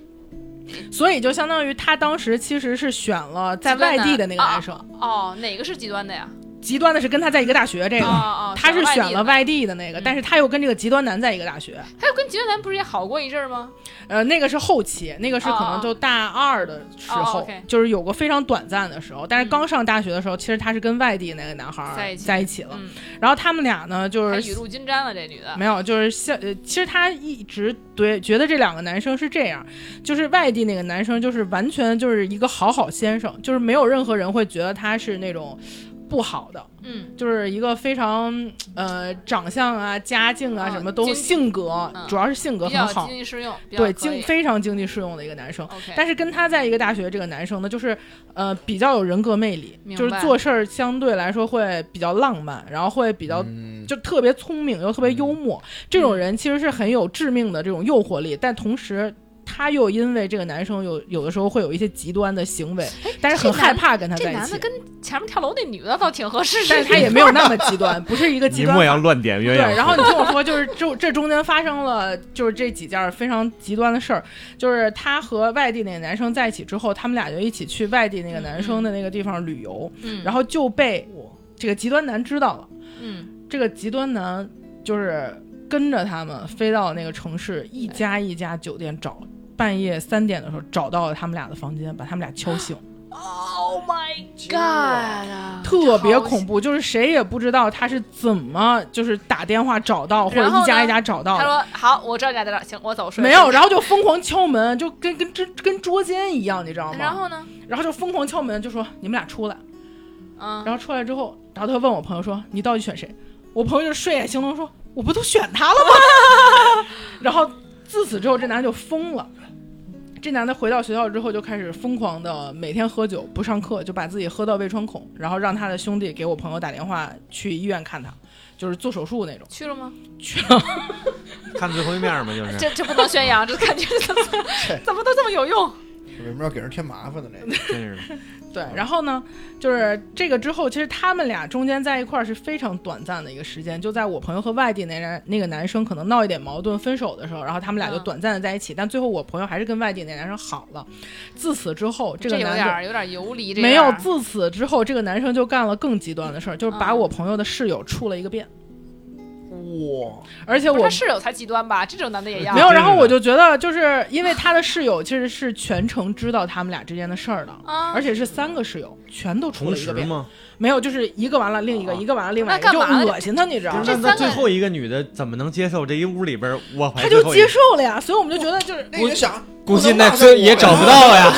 [SPEAKER 5] 所以就相当于他当时其实是选了在外地的那个男生，
[SPEAKER 2] 哦，哪个是极端的呀？
[SPEAKER 5] 极端的是跟他在一个大学这
[SPEAKER 2] 哦
[SPEAKER 5] 个。
[SPEAKER 2] 哦，
[SPEAKER 5] 他是选了
[SPEAKER 2] 外
[SPEAKER 5] 外地的那个，
[SPEAKER 2] 嗯
[SPEAKER 5] 但是他又跟这个极端男在一个大学，
[SPEAKER 2] 地的，还有跟极端男不是也好过一阵儿吗？
[SPEAKER 5] 呃，那个是后期，那个是可
[SPEAKER 2] 哦哦
[SPEAKER 5] 能就大二的时
[SPEAKER 2] 哦
[SPEAKER 5] 候，
[SPEAKER 2] ，OK
[SPEAKER 5] 就是有过非常短暂的时候，但是
[SPEAKER 2] 嗯
[SPEAKER 5] 刚上大学的时候，其实他是跟外地那个男孩儿
[SPEAKER 2] 在一起
[SPEAKER 5] 在一起了，
[SPEAKER 2] 嗯，
[SPEAKER 5] 然后他们俩呢就
[SPEAKER 2] 还
[SPEAKER 5] 是
[SPEAKER 2] 雨露均沾了这女的。
[SPEAKER 5] 没有，就是像呃，其实他一直对觉得这两个男生是这样，就是外地那个男生就是完全就是一个好好先生，就是没有任何人会觉得他是那种不好的，
[SPEAKER 2] 嗯，
[SPEAKER 5] 就是一个非常呃长相啊、家境啊
[SPEAKER 2] 嗯
[SPEAKER 5] 什么都
[SPEAKER 2] 经
[SPEAKER 5] 性格
[SPEAKER 2] 嗯，
[SPEAKER 5] 主要是性格
[SPEAKER 2] 比
[SPEAKER 5] 很
[SPEAKER 2] 较
[SPEAKER 5] 好
[SPEAKER 2] 经，济适用，比较可
[SPEAKER 5] 对
[SPEAKER 2] 以
[SPEAKER 5] 经非常经济适用的一个男生。
[SPEAKER 2] OK，
[SPEAKER 5] 但是跟他在一个大学，这个男生呢，就是呃比较有人格魅力，
[SPEAKER 2] 明
[SPEAKER 5] 就是
[SPEAKER 2] 白
[SPEAKER 5] 做事儿相对来说会比较浪漫，然后会比较
[SPEAKER 4] 嗯
[SPEAKER 5] 就特别聪明又特别
[SPEAKER 2] 嗯
[SPEAKER 5] 幽默，这种人其实是很有致命的这种诱惑力，但同时。他又因为这个男生有有的时候会有一些极端的行为，但是很
[SPEAKER 2] 哎这男
[SPEAKER 5] 害怕跟他
[SPEAKER 2] 这
[SPEAKER 5] 在一
[SPEAKER 2] 男
[SPEAKER 5] 起
[SPEAKER 2] 的，跟前面跳楼那女的倒挺合适的，
[SPEAKER 5] 但是他也没有那么极端，不是一个极
[SPEAKER 7] 你
[SPEAKER 5] 端
[SPEAKER 7] 莫。要乱点鸳
[SPEAKER 5] 对，
[SPEAKER 7] 鸯
[SPEAKER 5] 然后你听我说，就是这这中间发生了就是这几件非常极端的事儿，就是他和外地那个男生在一起之后，他们俩就一起去外地那个男生的那个地方旅游，
[SPEAKER 2] 嗯，
[SPEAKER 5] 然后就被这个极端男知道了。
[SPEAKER 2] 嗯，
[SPEAKER 5] 这个极端男就是跟着他们飞到那个城市，一家一家酒店找，半夜三点的时候找到了他们俩的房间，把他们俩敲醒，
[SPEAKER 2] Oh my God！啊
[SPEAKER 5] 特别恐。怖，就是谁也不知道他是怎么就是打电话找到，或者
[SPEAKER 2] 然后呢
[SPEAKER 5] 一家一家找到
[SPEAKER 2] 他
[SPEAKER 5] 的。
[SPEAKER 2] 说：“好，我知道你俩在哪儿，行，我走。”睡
[SPEAKER 5] 哦没有，。然后就疯狂敲门，就跟跟跟跟捉奸一样，你知道吗？
[SPEAKER 2] 然后呢？
[SPEAKER 5] 然后就疯狂敲门，就说你们俩出来。
[SPEAKER 2] 嗯，
[SPEAKER 5] 然后出来之后，然后他问我朋友说：“你到底选谁？”我朋友就睡眼惺忪说：“我不都选他了吗？” [laughs] 然后自此之后，这男的就疯了。这男的回到学校之后，就开始疯狂的每天喝酒，不上课，就把自己喝到胃穿孔，然后让他的兄弟给我朋友打电话去医院看他，就是做手术那种。
[SPEAKER 2] 去了吗？
[SPEAKER 7] 看最后一面嘛，
[SPEAKER 5] 嗯
[SPEAKER 7] 就是
[SPEAKER 2] 这这不能宣扬，这感觉怎么 [laughs] 怎么都这么有
[SPEAKER 5] [laughs]
[SPEAKER 2] 用？
[SPEAKER 4] 为什么要给人添麻烦的那个？
[SPEAKER 7] 真是
[SPEAKER 5] 对，然后
[SPEAKER 2] 嗯
[SPEAKER 5] 呢，就是这个之后，其实他们俩中间在一块儿是非常短暂的一个时间，就在我朋友和外地那人那个男生可能闹一点矛盾分手的时候，然后他们俩就
[SPEAKER 2] 嗯
[SPEAKER 5] 短暂的在一起，但最后我朋友还是跟外地那男生好了。自此之后，
[SPEAKER 2] 这
[SPEAKER 5] 个
[SPEAKER 2] 有
[SPEAKER 5] 男
[SPEAKER 2] 点
[SPEAKER 5] 的。
[SPEAKER 2] 儿有点儿游离，这
[SPEAKER 5] 没有，
[SPEAKER 2] 样儿
[SPEAKER 5] 自此之后，这个男生就干了更极端的事儿，就是把
[SPEAKER 2] 嗯
[SPEAKER 5] 我朋友的室友处了一个遍，
[SPEAKER 4] 哇，
[SPEAKER 5] 而且
[SPEAKER 2] 不是啊
[SPEAKER 5] 我
[SPEAKER 2] 他室友才极端吧？这种男的也要
[SPEAKER 5] 没有，
[SPEAKER 7] 真
[SPEAKER 5] 然后
[SPEAKER 7] 是
[SPEAKER 5] 我就觉得，就是因为他的室友其实是全程知道他们俩之间的事儿的，
[SPEAKER 2] 啊？
[SPEAKER 5] 而且是三个室友全都
[SPEAKER 7] [laughs]
[SPEAKER 5] 处
[SPEAKER 7] 同
[SPEAKER 5] 了一
[SPEAKER 7] 时
[SPEAKER 5] 个遍。
[SPEAKER 7] 嘛。
[SPEAKER 5] 没有，就是一个完了另一个，
[SPEAKER 7] 啊
[SPEAKER 5] 一个完了另外一
[SPEAKER 2] 哦那
[SPEAKER 5] 个，就
[SPEAKER 2] 干嘛呢
[SPEAKER 5] 恶心他，你知道
[SPEAKER 7] 不
[SPEAKER 5] 吗
[SPEAKER 7] 是？
[SPEAKER 2] 这
[SPEAKER 7] 那那
[SPEAKER 2] 三个
[SPEAKER 7] 最后一个女的怎么能接受这一屋里边儿我排
[SPEAKER 5] 他
[SPEAKER 7] 最
[SPEAKER 5] 就
[SPEAKER 7] 后一
[SPEAKER 5] 接
[SPEAKER 7] 个
[SPEAKER 5] 受了呀，所以我们就觉得就是
[SPEAKER 4] 那你想，
[SPEAKER 6] 估计那
[SPEAKER 4] 不能骂他
[SPEAKER 6] 这也找不到 [laughs] 呀。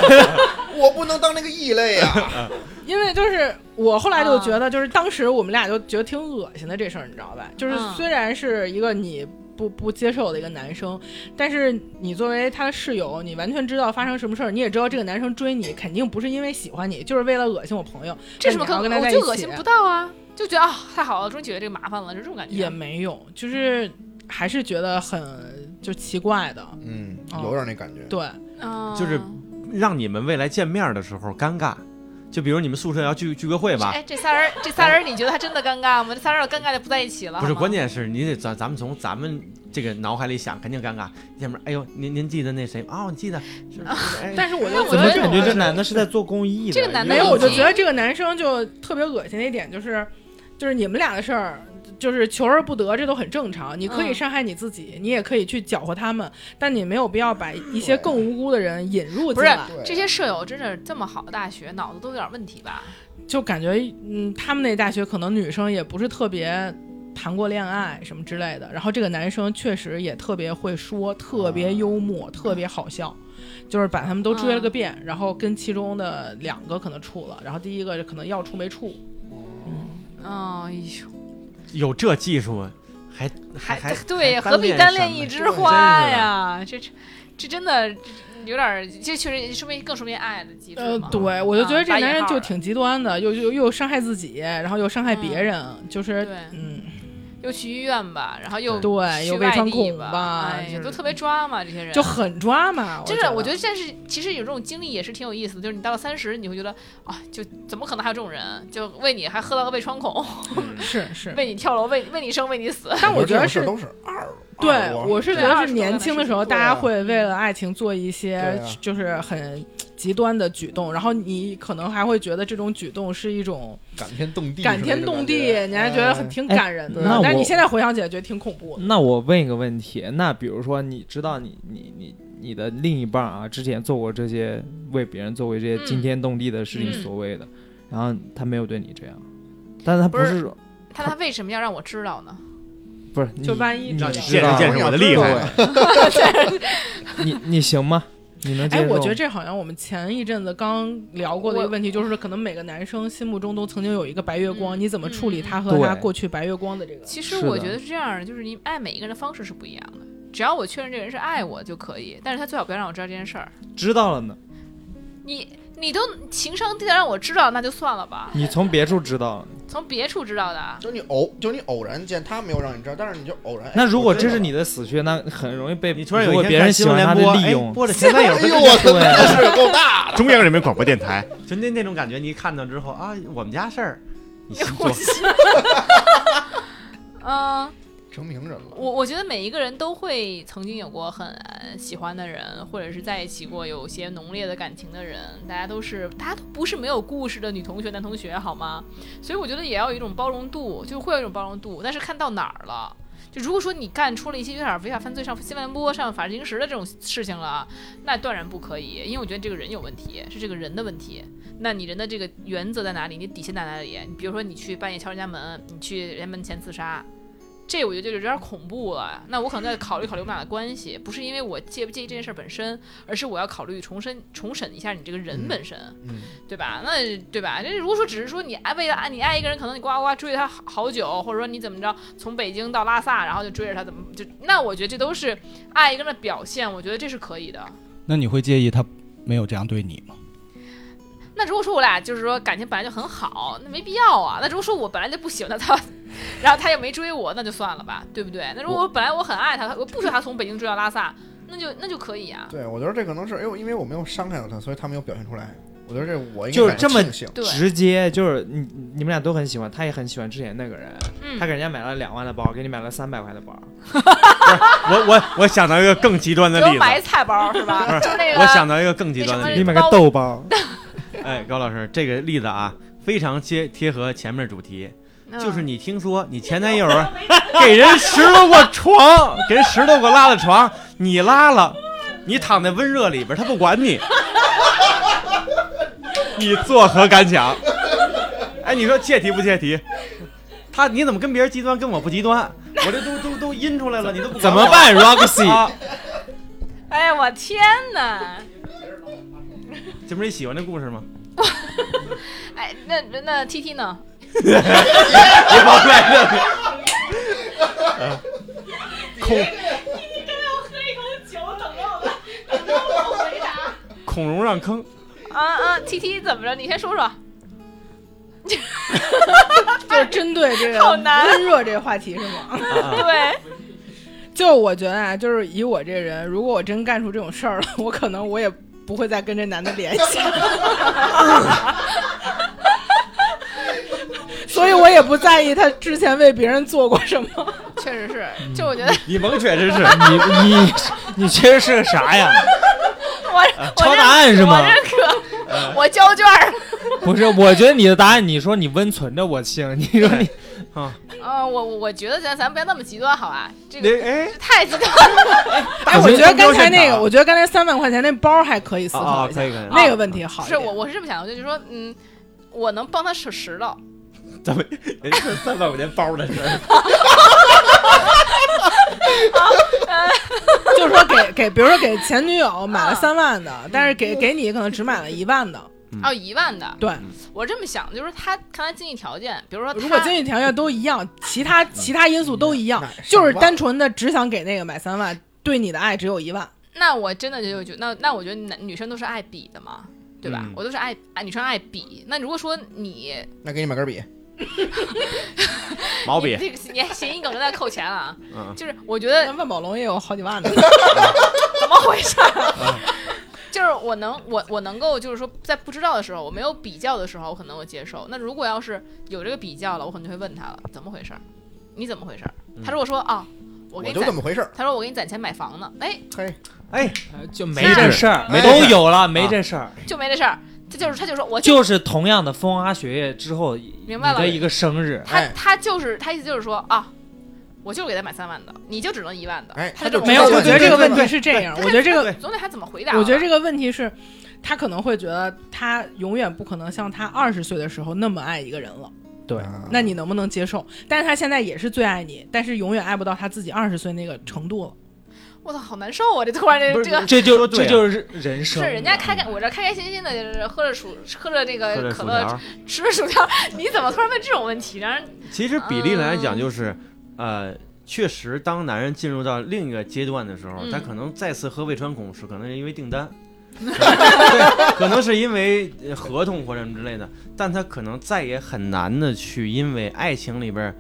[SPEAKER 4] 我不能当那个异类
[SPEAKER 5] [laughs]
[SPEAKER 4] 啊！
[SPEAKER 5] 因为就是我后来就觉得，就是当时我们俩就觉得挺恶心的这事儿，你知道吧？就是
[SPEAKER 2] 啊嗯
[SPEAKER 5] 虽然是一个你不不接受的一个男生，但是你作为他的室友，你完全知道发生什么事儿，你也知道这个男生追你肯定不是因为喜欢你，就是为了恶心我朋友。
[SPEAKER 2] 这什么
[SPEAKER 5] 但你
[SPEAKER 2] 可
[SPEAKER 5] 还要跟他
[SPEAKER 2] 我
[SPEAKER 5] 在
[SPEAKER 2] 就
[SPEAKER 5] 一起
[SPEAKER 2] 恶心不到啊，就觉得啊、太好了，终于解决这个麻烦了，就这种感觉。
[SPEAKER 5] 也没有，就是还是觉得很就奇怪的，
[SPEAKER 4] 嗯，
[SPEAKER 5] 哦
[SPEAKER 4] 有点那感觉。
[SPEAKER 5] 对。
[SPEAKER 2] 啊
[SPEAKER 7] 就是让你们未来见面的时候尴尬。就比如你们宿舍要聚聚个会吧，
[SPEAKER 2] 哎，这仨人，这仨人，你觉得还真的尴尬吗？这仨人要尴尬就不在一起了。
[SPEAKER 7] 不是，
[SPEAKER 2] 好吗
[SPEAKER 7] 关键是你得咱咱们从咱们这个脑海里想，肯定尴尬。要不然，哎呦，您您记得那谁？哦，你记得，是不是？哎，
[SPEAKER 5] 但是我
[SPEAKER 2] 那
[SPEAKER 5] 就
[SPEAKER 2] 我觉
[SPEAKER 5] 觉得
[SPEAKER 2] 得
[SPEAKER 5] 这种
[SPEAKER 6] 感觉这男的是
[SPEAKER 7] [laughs]
[SPEAKER 6] 在做公益的，
[SPEAKER 2] 这个男的
[SPEAKER 5] 没有，
[SPEAKER 2] 已
[SPEAKER 5] 我就
[SPEAKER 2] 经
[SPEAKER 5] 觉得这个男生就特别恶心的一点就是，就是你们俩的事儿，就是求而不得，这都很正常。你可以
[SPEAKER 2] 嗯
[SPEAKER 5] 伤害你自己，你也可以去搅和他们，但你没有必要把一些更无辜的人引入
[SPEAKER 2] 不
[SPEAKER 5] 进
[SPEAKER 2] 是
[SPEAKER 5] 来。
[SPEAKER 4] 对
[SPEAKER 2] 这些舍友真是这么好的大学，脑子都有点问题吧？
[SPEAKER 5] 就感觉，嗯，他们那大学可能女生也不是特别。谈过恋爱什么之类的，然后这个男生确实也特别会说，特别幽默，特别好笑，就是把他们都追了个遍，然后跟其中的两个可能处了，然后第一个可能要处没处，
[SPEAKER 2] 哎呦，
[SPEAKER 7] 有这技术，啊还还还
[SPEAKER 2] 对，
[SPEAKER 7] 还
[SPEAKER 2] 何必单恋
[SPEAKER 7] 什么
[SPEAKER 2] 一
[SPEAKER 7] 呢
[SPEAKER 2] 枝
[SPEAKER 7] 对
[SPEAKER 2] 花
[SPEAKER 7] 真是的
[SPEAKER 2] 呀？这这这真的有点儿，这确实说明更说明爱的极致
[SPEAKER 5] 呃，
[SPEAKER 2] 嘛。
[SPEAKER 5] 对，我就觉得这
[SPEAKER 2] 啊
[SPEAKER 5] 男人
[SPEAKER 2] 打引号
[SPEAKER 5] 就
[SPEAKER 2] 的
[SPEAKER 5] 挺极端的，又又又伤害自己，然后又伤害别人，就是
[SPEAKER 2] 嗯对
[SPEAKER 5] 嗯，
[SPEAKER 2] 又去医院吧，然后又
[SPEAKER 5] 对，
[SPEAKER 2] 去
[SPEAKER 5] 又
[SPEAKER 2] 外
[SPEAKER 5] 被穿
[SPEAKER 2] 地
[SPEAKER 5] 孔
[SPEAKER 2] 吧，哎
[SPEAKER 5] 就
[SPEAKER 2] 呀，
[SPEAKER 5] 是
[SPEAKER 2] 都特别抓嘛，这些人
[SPEAKER 5] 就很抓嘛。
[SPEAKER 2] 真的，我觉
[SPEAKER 5] 觉
[SPEAKER 2] 得但是其实有这种经历也是挺有意思的，就是你到了三十，你会觉得啊，就怎么可能还有这种人，就为你还喝到个胃穿孔， [laughs]
[SPEAKER 5] 得是是，
[SPEAKER 2] 为你跳楼，为为你生，为你死， [laughs]
[SPEAKER 5] 但我觉
[SPEAKER 4] 这
[SPEAKER 5] 得
[SPEAKER 4] 种
[SPEAKER 5] 是
[SPEAKER 4] 事都是二，
[SPEAKER 5] 对
[SPEAKER 4] 二，窝
[SPEAKER 5] 我是觉
[SPEAKER 2] 对
[SPEAKER 5] 得
[SPEAKER 2] 二
[SPEAKER 5] 是
[SPEAKER 2] 十
[SPEAKER 5] 年
[SPEAKER 2] 多
[SPEAKER 5] 轻
[SPEAKER 2] 的
[SPEAKER 5] 的
[SPEAKER 2] 事
[SPEAKER 5] 时候，
[SPEAKER 2] 情
[SPEAKER 5] 大家
[SPEAKER 4] 对啊
[SPEAKER 5] 会为了爱情做一些
[SPEAKER 4] 对啊
[SPEAKER 5] 就是很极端的举动，然后你可能还会觉得这种举动是一种
[SPEAKER 4] 感天动地，
[SPEAKER 5] 感天动地，你还觉得
[SPEAKER 4] 嗯
[SPEAKER 5] 很挺
[SPEAKER 6] 哎
[SPEAKER 5] 感人的
[SPEAKER 6] 那。
[SPEAKER 5] 但是你
[SPEAKER 6] 我
[SPEAKER 5] 现在回想起来，觉得挺恐怖的。
[SPEAKER 6] 那我问一个问题，那比如说你知道你你你你的另一半啊，之前做过这些为别人做过这些
[SPEAKER 2] 嗯
[SPEAKER 6] 惊天动地的事情，
[SPEAKER 2] 嗯
[SPEAKER 6] 所谓的，然后他没有对你这样，但是他不
[SPEAKER 2] 不是
[SPEAKER 6] 是
[SPEAKER 2] 但他为什么要让我知道呢？
[SPEAKER 6] 不是你
[SPEAKER 5] 就万一
[SPEAKER 6] 你
[SPEAKER 5] 这样
[SPEAKER 6] 知
[SPEAKER 7] 见
[SPEAKER 6] 道
[SPEAKER 7] 识见识我的厉害，
[SPEAKER 6] 你你行吗？你能接
[SPEAKER 5] 哎，
[SPEAKER 6] 受吗？
[SPEAKER 5] 我觉得这好像我们前一阵子刚聊过的一个
[SPEAKER 2] 我
[SPEAKER 5] 问题，就是可能每个男生心目中都曾经有一个白月光，
[SPEAKER 2] 嗯
[SPEAKER 5] 你怎么处理他和
[SPEAKER 6] 对
[SPEAKER 5] 他过去白月光的这个？
[SPEAKER 2] 其实
[SPEAKER 6] 是的
[SPEAKER 2] 我觉得是这样的，就是你爱每一个人的方式是不一样的。只要我确认这个人是爱我就可以，但是他最好不要让我知道这件事儿。
[SPEAKER 6] 知道了呢，
[SPEAKER 2] 你你都情商低的让我知道，那就算了吧。
[SPEAKER 6] 你从别处知道了。
[SPEAKER 2] 从别处知道的啊，
[SPEAKER 4] 就你偶就你偶然见他没有让你知道，但是你就偶然。
[SPEAKER 6] 那如果
[SPEAKER 4] 哎我知
[SPEAKER 6] 这
[SPEAKER 4] 道
[SPEAKER 6] 是你的死穴，那很容易被
[SPEAKER 7] 你突然有
[SPEAKER 6] 如
[SPEAKER 7] 一
[SPEAKER 6] 果
[SPEAKER 7] 天
[SPEAKER 6] 别
[SPEAKER 7] 看
[SPEAKER 6] 人喜
[SPEAKER 7] 新闻
[SPEAKER 6] 欢
[SPEAKER 7] 联
[SPEAKER 6] 他
[SPEAKER 7] 播，
[SPEAKER 6] 的
[SPEAKER 7] 哎
[SPEAKER 6] 利用，
[SPEAKER 7] 播着前男
[SPEAKER 4] [laughs]
[SPEAKER 7] 友
[SPEAKER 4] 了，哎
[SPEAKER 7] 跟
[SPEAKER 4] 呦
[SPEAKER 7] 着
[SPEAKER 4] 我
[SPEAKER 6] 对啊
[SPEAKER 4] 的是够大的，
[SPEAKER 9] 中央人民广播电台，
[SPEAKER 7] 就那那种感觉，你一看到之后啊，我们家事儿，你先做
[SPEAKER 2] 我 [laughs] 嗯。
[SPEAKER 4] 成名人了。
[SPEAKER 2] 我我觉得每一个人都会曾经有过很喜欢的人，或者是在一起过有些浓烈的感情的人，大家都是大家都不是没有故事的女同学、男同学，好吗？所以我觉得也要有一种包容度，就是会有一种包容度，但是看到哪儿了。就如果说你干出了一些有点违法犯罪上新闻联播上法制进行时的这种事情了，那断然不可以，因为我觉得这个人有问题，是这个人的问题。那你人的这个原则在哪里？你底线在哪里？你比如说你去半夜敲人家门，你去人家门前自杀，这我觉得就有点恐怖了。那我可能再考虑考虑我们俩的关系，不是因为我介不介意这件事本身，而是我要考虑重申重审一下你这个人本身，
[SPEAKER 4] 嗯，
[SPEAKER 2] 对吧？那对吧？那如果说只是说你爱为了爱你爱一个人，可能你呱呱呱追他好好久，或者说你怎么着从北京到拉萨，然后就追着他怎么就那我觉得这都是爱一个人的表现，我觉得这是可以的。
[SPEAKER 3] 那你会介意他没有这样对你吗？
[SPEAKER 2] 那如果说我俩就是说感情本来就很好，那没必要啊。那如果说我本来就不喜欢他，他然后他也没追我，那就算了吧，对不对？那如果我本来我很爱他，我不追他从北京追到拉萨，那就那就可以啊。
[SPEAKER 4] 对，我觉得这可能是，哎呦，因为我没有伤害到他，所以他没有表现出来。我觉得这我应该
[SPEAKER 6] 就是
[SPEAKER 4] 感到
[SPEAKER 6] 这么
[SPEAKER 4] 庆幸
[SPEAKER 2] 对，
[SPEAKER 6] 直接就是你你们俩都很喜欢，他也很喜欢之前那个人，
[SPEAKER 2] 嗯
[SPEAKER 6] 他给人家买了两万的包，给你买了三百块的包，
[SPEAKER 7] 我我我想到一个更极端的
[SPEAKER 2] 给我
[SPEAKER 7] 例子，
[SPEAKER 2] 买一菜包是吧？就是那个，
[SPEAKER 7] 我想到一个更极端的
[SPEAKER 2] 那
[SPEAKER 7] 例
[SPEAKER 2] 什
[SPEAKER 6] 你
[SPEAKER 7] 子。
[SPEAKER 6] 买个
[SPEAKER 8] [laughs]
[SPEAKER 6] 豆包，
[SPEAKER 7] 哎，高老师，这个例子啊，非常贴贴合前面主题，
[SPEAKER 2] 嗯
[SPEAKER 7] 就是你听说你前男友
[SPEAKER 5] [laughs]
[SPEAKER 7] 啊给人拾掇过床，给人拾掇过拉的床，你拉了，你躺在温热里边，他不管
[SPEAKER 5] [laughs]
[SPEAKER 7] 你，你作何感想？哎，你说切题不切题？他你怎么跟别人极端，跟我不极端？我这都都都阴出来了，你都不管
[SPEAKER 6] 怎么
[SPEAKER 7] 我
[SPEAKER 6] 办，Roxy？
[SPEAKER 7] 啊？
[SPEAKER 2] 哎呀，我天哪！
[SPEAKER 7] 这不是你喜欢的故事吗？
[SPEAKER 2] 哎，那那那 T T 呢？
[SPEAKER 7] 别跑出来了！孔孔融让坑，
[SPEAKER 2] 啊啊，T T 怎么着？你先说说。
[SPEAKER 5] 就是针对这个
[SPEAKER 2] 好难
[SPEAKER 5] 温热这个话题是吗？
[SPEAKER 2] 对，
[SPEAKER 5] 就我觉得啊，就是以我这人，如果我真干出这种事儿了，我可能我也不会再跟这男的联系， [laughs] 所以我也不在意他之前为别人做过什么。
[SPEAKER 2] 确实是。就我觉得
[SPEAKER 7] 你甭确
[SPEAKER 5] [laughs]
[SPEAKER 7] 实是，
[SPEAKER 6] 你你你确实是个啥呀？
[SPEAKER 2] 我我
[SPEAKER 6] 抄
[SPEAKER 2] 认
[SPEAKER 6] 答案是吗
[SPEAKER 2] 我认可，我交卷儿。
[SPEAKER 6] 不是，我觉得你的答案，你说你温存着我信，你说你
[SPEAKER 2] 啊，我我我觉得咱咱不要那么极端，好吧？这个
[SPEAKER 7] 你哎
[SPEAKER 2] 太极端了。
[SPEAKER 5] 哎，我觉得刚才那个，我觉得刚才三万块钱那包还可以思
[SPEAKER 7] 啊
[SPEAKER 5] 考
[SPEAKER 7] 啊，
[SPEAKER 5] 一下，
[SPEAKER 7] 可以可以，
[SPEAKER 5] 那个问题好
[SPEAKER 2] 不
[SPEAKER 5] 一
[SPEAKER 2] 是
[SPEAKER 5] 点。
[SPEAKER 2] 我我是这么想的，就是说，嗯，我能帮他拾拾到，
[SPEAKER 5] 嗯
[SPEAKER 7] 咱们人家三万块钱包的事
[SPEAKER 5] [laughs]
[SPEAKER 7] 儿，
[SPEAKER 5] [laughs]
[SPEAKER 4] 嗯
[SPEAKER 5] 就是说给给，比如说给前女友买了三万的，但是给给你可能只买了一万的，
[SPEAKER 2] 哦，一万的。
[SPEAKER 5] 对，
[SPEAKER 2] 我这么想，就是他看他经济条件，比如说
[SPEAKER 5] 如果
[SPEAKER 2] 他
[SPEAKER 5] 经济条件都一样，其他其他因素都一样
[SPEAKER 4] 那，那
[SPEAKER 5] 就
[SPEAKER 4] 上
[SPEAKER 5] 是
[SPEAKER 4] 万
[SPEAKER 5] 单纯的只想给那个买三万，对你的爱只有一万。
[SPEAKER 2] 那我真的就觉得，那那我觉得男女生都是爱比的嘛，对吧？
[SPEAKER 7] 嗯
[SPEAKER 2] 我都是爱爱女生爱比。那如果说你
[SPEAKER 4] 那给你买根笔，
[SPEAKER 7] 毛笔
[SPEAKER 2] 你，这个你谐音梗正在扣钱
[SPEAKER 5] [laughs]
[SPEAKER 2] 啊，
[SPEAKER 7] 嗯
[SPEAKER 2] 就是我觉
[SPEAKER 5] 那
[SPEAKER 2] 得
[SPEAKER 5] 万宝龙也有好几万呢。
[SPEAKER 2] 怎么回事儿？ [laughs] 就是我能我我能够就是说在不知道的时候，我没有比较的时候，我可能我接受。那如果要是有这个比较了，我可能就会问他了，怎么回事儿？你怎么回事儿？他如果说啊、我
[SPEAKER 4] 我
[SPEAKER 2] 给你
[SPEAKER 4] 就这
[SPEAKER 2] 攒，
[SPEAKER 4] 么回事儿。
[SPEAKER 2] 他说我给你攒钱买房呢，哎，
[SPEAKER 4] 嘿，
[SPEAKER 7] 哎，
[SPEAKER 8] 就没
[SPEAKER 2] 是
[SPEAKER 8] 这事儿，
[SPEAKER 7] 啊
[SPEAKER 2] 啊
[SPEAKER 4] 没这
[SPEAKER 8] 都
[SPEAKER 4] 事儿
[SPEAKER 8] 有了，没这事儿，
[SPEAKER 2] 就没这事儿。这就是他就说我
[SPEAKER 8] 就是同样的风花雪月之后，
[SPEAKER 2] 明白了
[SPEAKER 8] 你的一个生日，
[SPEAKER 2] 他
[SPEAKER 4] 哎
[SPEAKER 2] 他就是他意思就是说啊，我就是给他买三万的，你就只能一万的。
[SPEAKER 4] 哎
[SPEAKER 2] 他
[SPEAKER 4] 他就
[SPEAKER 2] 这么
[SPEAKER 5] 没有，
[SPEAKER 4] 对
[SPEAKER 5] 我觉得这个问题
[SPEAKER 4] 对
[SPEAKER 5] 是这样，我觉得这个，
[SPEAKER 2] 总得他怎么回答吧？
[SPEAKER 5] 我觉得这个问题是，他可能会觉得他永远不可能像他二十岁的时候那么爱一个人了。
[SPEAKER 8] 对，
[SPEAKER 4] 啊
[SPEAKER 5] 那你能不能接受？但是他现在也是最爱你，但是永远爱不到他自己二十岁那个程度了。
[SPEAKER 2] 我操，好难受啊！这突然这
[SPEAKER 7] 不是
[SPEAKER 2] 这个
[SPEAKER 8] 这就
[SPEAKER 7] 说对
[SPEAKER 8] 这
[SPEAKER 7] 啊
[SPEAKER 8] 就是人
[SPEAKER 2] 是
[SPEAKER 8] 生，
[SPEAKER 2] 人家开开，我这开开心心的，就是喝着薯喝着这
[SPEAKER 7] 喝
[SPEAKER 2] 个
[SPEAKER 7] 着
[SPEAKER 2] 可
[SPEAKER 7] 薯
[SPEAKER 2] 乐，
[SPEAKER 7] 条。
[SPEAKER 2] 吃着薯条，你怎么突然问这种问题？让人
[SPEAKER 7] 其实比例来
[SPEAKER 2] 嗯
[SPEAKER 7] 讲，就是，呃，确实，当男人进入到另一个阶段的时候，
[SPEAKER 2] 嗯
[SPEAKER 7] 他可能再次喝胃穿孔是可能是因为
[SPEAKER 2] [laughs]
[SPEAKER 7] 订单，对，可能是因为呃合同或者什么之类的，但他可能再也很难的去因为爱情里边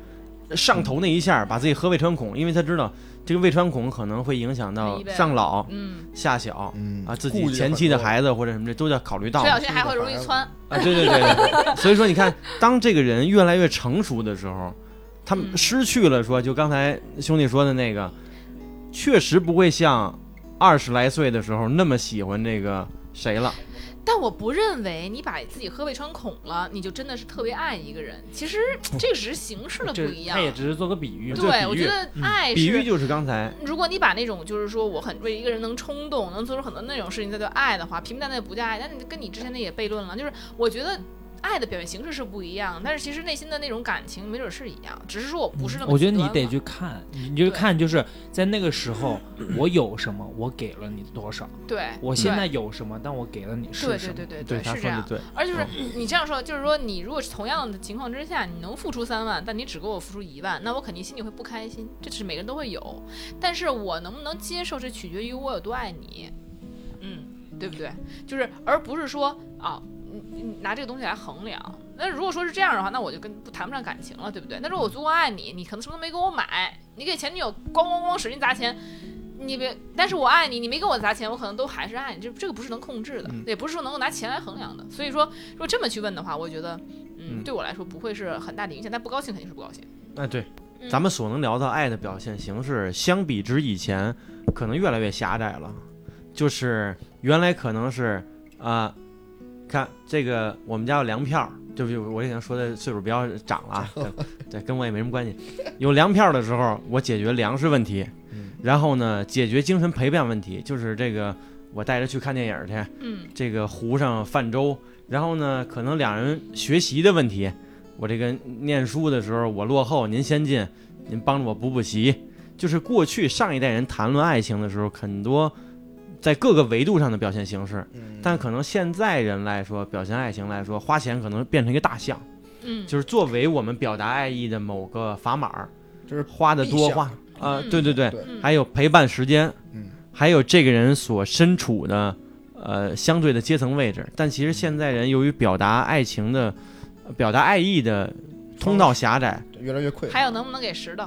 [SPEAKER 7] 上头那一下把自己喝胃穿孔，因为他知道这个胃穿孔可能会影响到
[SPEAKER 2] 一辈子
[SPEAKER 7] 上老
[SPEAKER 2] 嗯，
[SPEAKER 7] 下小。
[SPEAKER 4] 嗯
[SPEAKER 7] 啊，自己前妻的孩子或者什么的都要考虑到
[SPEAKER 2] 崔小迅还会容易窜，
[SPEAKER 7] 啊，对对对对，所以说你看，当这个人越来越成熟的时候，他们
[SPEAKER 2] 嗯
[SPEAKER 7] 失去了说，就刚才兄弟说的那个，确实不会像二十来岁的时候那么喜欢这个谁了。
[SPEAKER 2] 但我不认为你把自己喝胃穿孔了，你就真的是特别爱一个人。其实这只是形式的不
[SPEAKER 8] 哦这
[SPEAKER 2] 一样
[SPEAKER 8] 他。也只是做个比喻嗯嘛，
[SPEAKER 2] 对，我
[SPEAKER 7] 比喻
[SPEAKER 2] 觉得爱
[SPEAKER 7] 比
[SPEAKER 2] 哎是
[SPEAKER 7] 喻就是刚才，
[SPEAKER 2] 如果你把那种就是说我很为一个人能冲动，能做出很多那种事情叫做爱的话，平平淡淡不叫爱。但你跟你之前的也悖论了，就是我觉得爱的表现形式是不一样，但是其实内心的那种感情没准是一样，只是说我不是那么。
[SPEAKER 8] 嗯我觉得你得去，看，你你就看，就是在那个时候，我有什么，我给了你多少，
[SPEAKER 2] 对，
[SPEAKER 8] 我现在有什么，但我给了你是
[SPEAKER 2] 对
[SPEAKER 8] 什
[SPEAKER 2] 对
[SPEAKER 8] 么。
[SPEAKER 2] 对对
[SPEAKER 7] 对他
[SPEAKER 2] 是这
[SPEAKER 7] 说的
[SPEAKER 2] 样。
[SPEAKER 7] 对，
[SPEAKER 2] 而就是你这样说，就是说你如果是同样的情况之下，你能付出三万，但你只给我付出一万，那我肯定心里会不开心，这是每个人都会有。但是我能不能接受，这取决于我有多爱你，嗯，对不对？就是而不是说啊，你你拿这个东西来衡量。那如果说是这样的话，那我就跟不谈不上感情了，对不对？那如果我足够爱你，你可能什么都没给我买，你给前女友咣咣咣使劲砸钱，你别，但是我爱你，你没给我砸钱，我可能都还是爱你，这这个不是能控制的，
[SPEAKER 7] 嗯
[SPEAKER 2] 也不是说能够拿钱来衡量的。所以说，如果这么去问的话，我觉得，嗯，
[SPEAKER 7] 嗯
[SPEAKER 2] 对我来说不会是很大的影响，但不高兴肯定是不高兴。
[SPEAKER 7] 啊对
[SPEAKER 2] 嗯，
[SPEAKER 7] 咱们所能聊到爱的表现形式，相比之以前，可能越来越狭窄了。就是原来可能是啊、看这个我们家有粮票，对不对？我也想说的岁数不要长了啊，对对，跟我也没什么关系。有粮票的时候，我解决粮食问题，然后呢，解决精神陪伴问题，就是这个我带着去看电影去，
[SPEAKER 2] 嗯，
[SPEAKER 7] 这个湖上泛舟，然后呢，可能两人学习的问题，我这个念书的时候我落后，您先进，您帮着我补补习。就是过去上一代人谈论爱情的时候，很多在各个维度上的表现形式，
[SPEAKER 4] 嗯
[SPEAKER 7] 但可能现在人来说，表现爱情来说，花钱可能变成一个大项，
[SPEAKER 2] 嗯，
[SPEAKER 7] 就是作为我们表达爱意的某个砝码儿，
[SPEAKER 4] 就是
[SPEAKER 7] 花的多
[SPEAKER 4] 必
[SPEAKER 7] 花啊、
[SPEAKER 2] 嗯
[SPEAKER 7] 对对对，
[SPEAKER 4] 对
[SPEAKER 2] 嗯
[SPEAKER 7] 还有陪伴时间，
[SPEAKER 4] 嗯，
[SPEAKER 7] 还有这个人所身处的呃相对的阶层位置。但其实现在人由于表达爱情的、呃表达爱意的通道狭窄，
[SPEAKER 4] 对越来越匮乏。
[SPEAKER 2] 还有能不能给十的？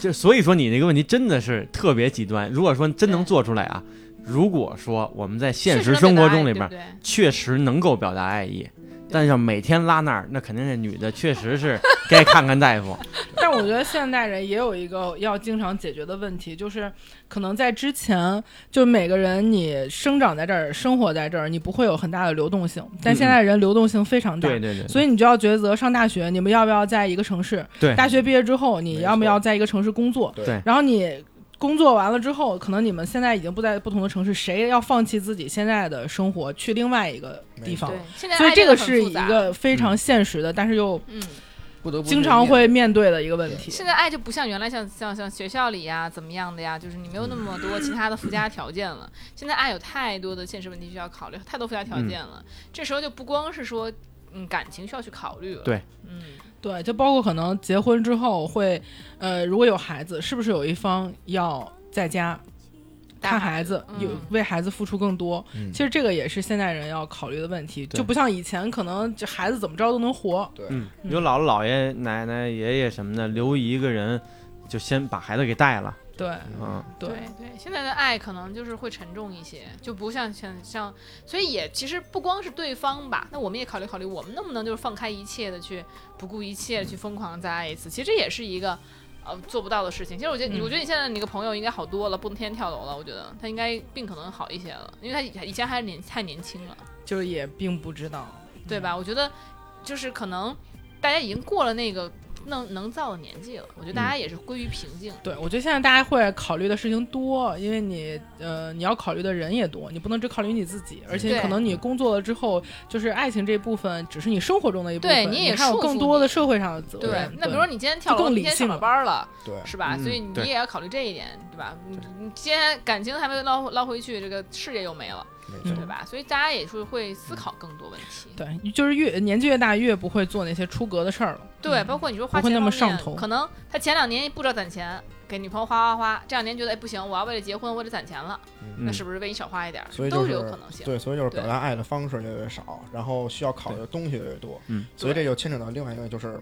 [SPEAKER 7] 就所以说你那个问题真的是特别极端。如果说真能做出来啊，如果说我们在现实生活中里边
[SPEAKER 2] 确实能给大家爱对不对
[SPEAKER 7] 确实能够表达爱意。但是要每天拉那儿，那肯定是女的，确实是该看看大夫。
[SPEAKER 5] [laughs] 但我觉得现代人也有一个要经常解决的问题，就是可能在之前，就每个人你生长在这儿、生活在这儿，你不会有很大的流动性，但现在人流动性非常大。
[SPEAKER 7] [laughs] 嗯对对对，
[SPEAKER 5] 所以你就要抉择上大学，你们要不要在一个城市？
[SPEAKER 7] 对
[SPEAKER 5] 大学毕业之后，你
[SPEAKER 4] 没
[SPEAKER 5] 要不
[SPEAKER 4] 错
[SPEAKER 5] 要在一个城市工作？
[SPEAKER 4] 对
[SPEAKER 7] 哎对
[SPEAKER 5] 然后你工作完了之后，可能你们现在已经不在不同的城市，谁要放弃自己现在的生活去另外一个地方？
[SPEAKER 2] 对，现在
[SPEAKER 5] 所以
[SPEAKER 2] 爱
[SPEAKER 5] 这
[SPEAKER 2] 个
[SPEAKER 5] 个
[SPEAKER 2] 很
[SPEAKER 5] 是
[SPEAKER 2] 复
[SPEAKER 7] 嗯
[SPEAKER 5] 一
[SPEAKER 2] 杂，
[SPEAKER 5] 个非常现实的，但是又
[SPEAKER 2] 嗯，
[SPEAKER 4] 不得不
[SPEAKER 5] 经常会面对的一个问题。
[SPEAKER 2] 现在爱就不像原来像像像学校里呀怎么样的呀，就是你没有那么多其他的附加条件了。现在爱有太多的现实问题需要考虑，太多附加条件了。
[SPEAKER 7] 嗯
[SPEAKER 2] 这时候就不光是说嗯感情需要去考虑了，
[SPEAKER 7] 对，
[SPEAKER 2] 嗯，
[SPEAKER 5] 对，就包括可能结婚之后会，呃，如果有孩子，是不是有一方要在家
[SPEAKER 2] 带
[SPEAKER 5] 看孩子，
[SPEAKER 2] 嗯
[SPEAKER 5] 有为孩子付出更多？其实这个也是现代人要考虑的问题，
[SPEAKER 7] 嗯对
[SPEAKER 5] 就不像以前可能这孩子怎么着都能活。
[SPEAKER 7] 嗯，
[SPEAKER 5] 嗯
[SPEAKER 7] 有姥姥、姥爷、奶奶、爷爷什么的，留一个人就先把孩子给带了，
[SPEAKER 5] 对
[SPEAKER 7] 嗯，
[SPEAKER 5] 对
[SPEAKER 2] 对，现在的爱可能就是会沉重一些，就不像像像，所以也其实不光是对方吧，那我们也考虑考虑，我们能不能就是放开一切的去不顾一切的去疯狂地再爱一次，其实这也是一个。呃，做不到的事情。其实我觉得，你
[SPEAKER 5] 嗯
[SPEAKER 2] 我觉得你现在你个朋友应该好多了，不能天天跳楼了。我觉得他应该病可能好一些了，因为他以以前还是年太年轻了。
[SPEAKER 5] 就是也并不知道，
[SPEAKER 2] 对
[SPEAKER 5] 嗯
[SPEAKER 2] 吧？我觉得就是可能大家已经过了那个能能造的年纪了，我觉得大
[SPEAKER 5] 嗯
[SPEAKER 2] 家也是归于平静。
[SPEAKER 5] 对，我觉得现在大家会考虑的事情多，因为你呃你要考虑的人也多，你不能只考虑你自己，而且
[SPEAKER 2] 对
[SPEAKER 5] 可能
[SPEAKER 7] 嗯
[SPEAKER 5] 你工作了之后，就是爱情这部分只是你生活中的一部分，
[SPEAKER 2] 对
[SPEAKER 5] 你
[SPEAKER 2] 你也
[SPEAKER 5] 还有
[SPEAKER 2] 束缚
[SPEAKER 5] 更
[SPEAKER 2] 你
[SPEAKER 5] 多的社会上的责
[SPEAKER 2] 对，
[SPEAKER 5] 任。
[SPEAKER 2] 那比如说你今天跳
[SPEAKER 5] 就
[SPEAKER 2] 楼，
[SPEAKER 5] 更
[SPEAKER 2] 明
[SPEAKER 5] 理
[SPEAKER 2] 天
[SPEAKER 5] 性
[SPEAKER 2] 上
[SPEAKER 5] 了
[SPEAKER 2] 了班了，
[SPEAKER 4] 对
[SPEAKER 2] 是吧？
[SPEAKER 7] 嗯
[SPEAKER 2] 所以你
[SPEAKER 7] 对
[SPEAKER 2] 也要考虑这一点，对吧？你你今天感情还没有捞捞回去，这个事业又没了，
[SPEAKER 4] 没
[SPEAKER 5] 嗯
[SPEAKER 4] 错
[SPEAKER 2] 对吧？所以大家也是会思考更多问题。
[SPEAKER 5] 对，就是越年纪越大，越不会做那些出格的事儿了。
[SPEAKER 2] 对，
[SPEAKER 5] 嗯
[SPEAKER 2] 包括你说花
[SPEAKER 5] 不
[SPEAKER 2] 钱
[SPEAKER 5] 会那么
[SPEAKER 2] 方面
[SPEAKER 5] 上头
[SPEAKER 2] 可能他前两年不知道攒钱，给女朋友花花花，这两年觉得哎不行，我要为了结婚我得攒钱了，
[SPEAKER 4] 嗯
[SPEAKER 2] 那是不是为你少花一点儿？
[SPEAKER 4] 所以就
[SPEAKER 2] 都是有
[SPEAKER 4] 是
[SPEAKER 2] 可能性。
[SPEAKER 4] 对，所以就是
[SPEAKER 2] 对
[SPEAKER 4] 表达爱的方式越来越少，然后需要考虑的东西越来越多。
[SPEAKER 7] 嗯，
[SPEAKER 4] 所以这就牵扯到另外一个，就是，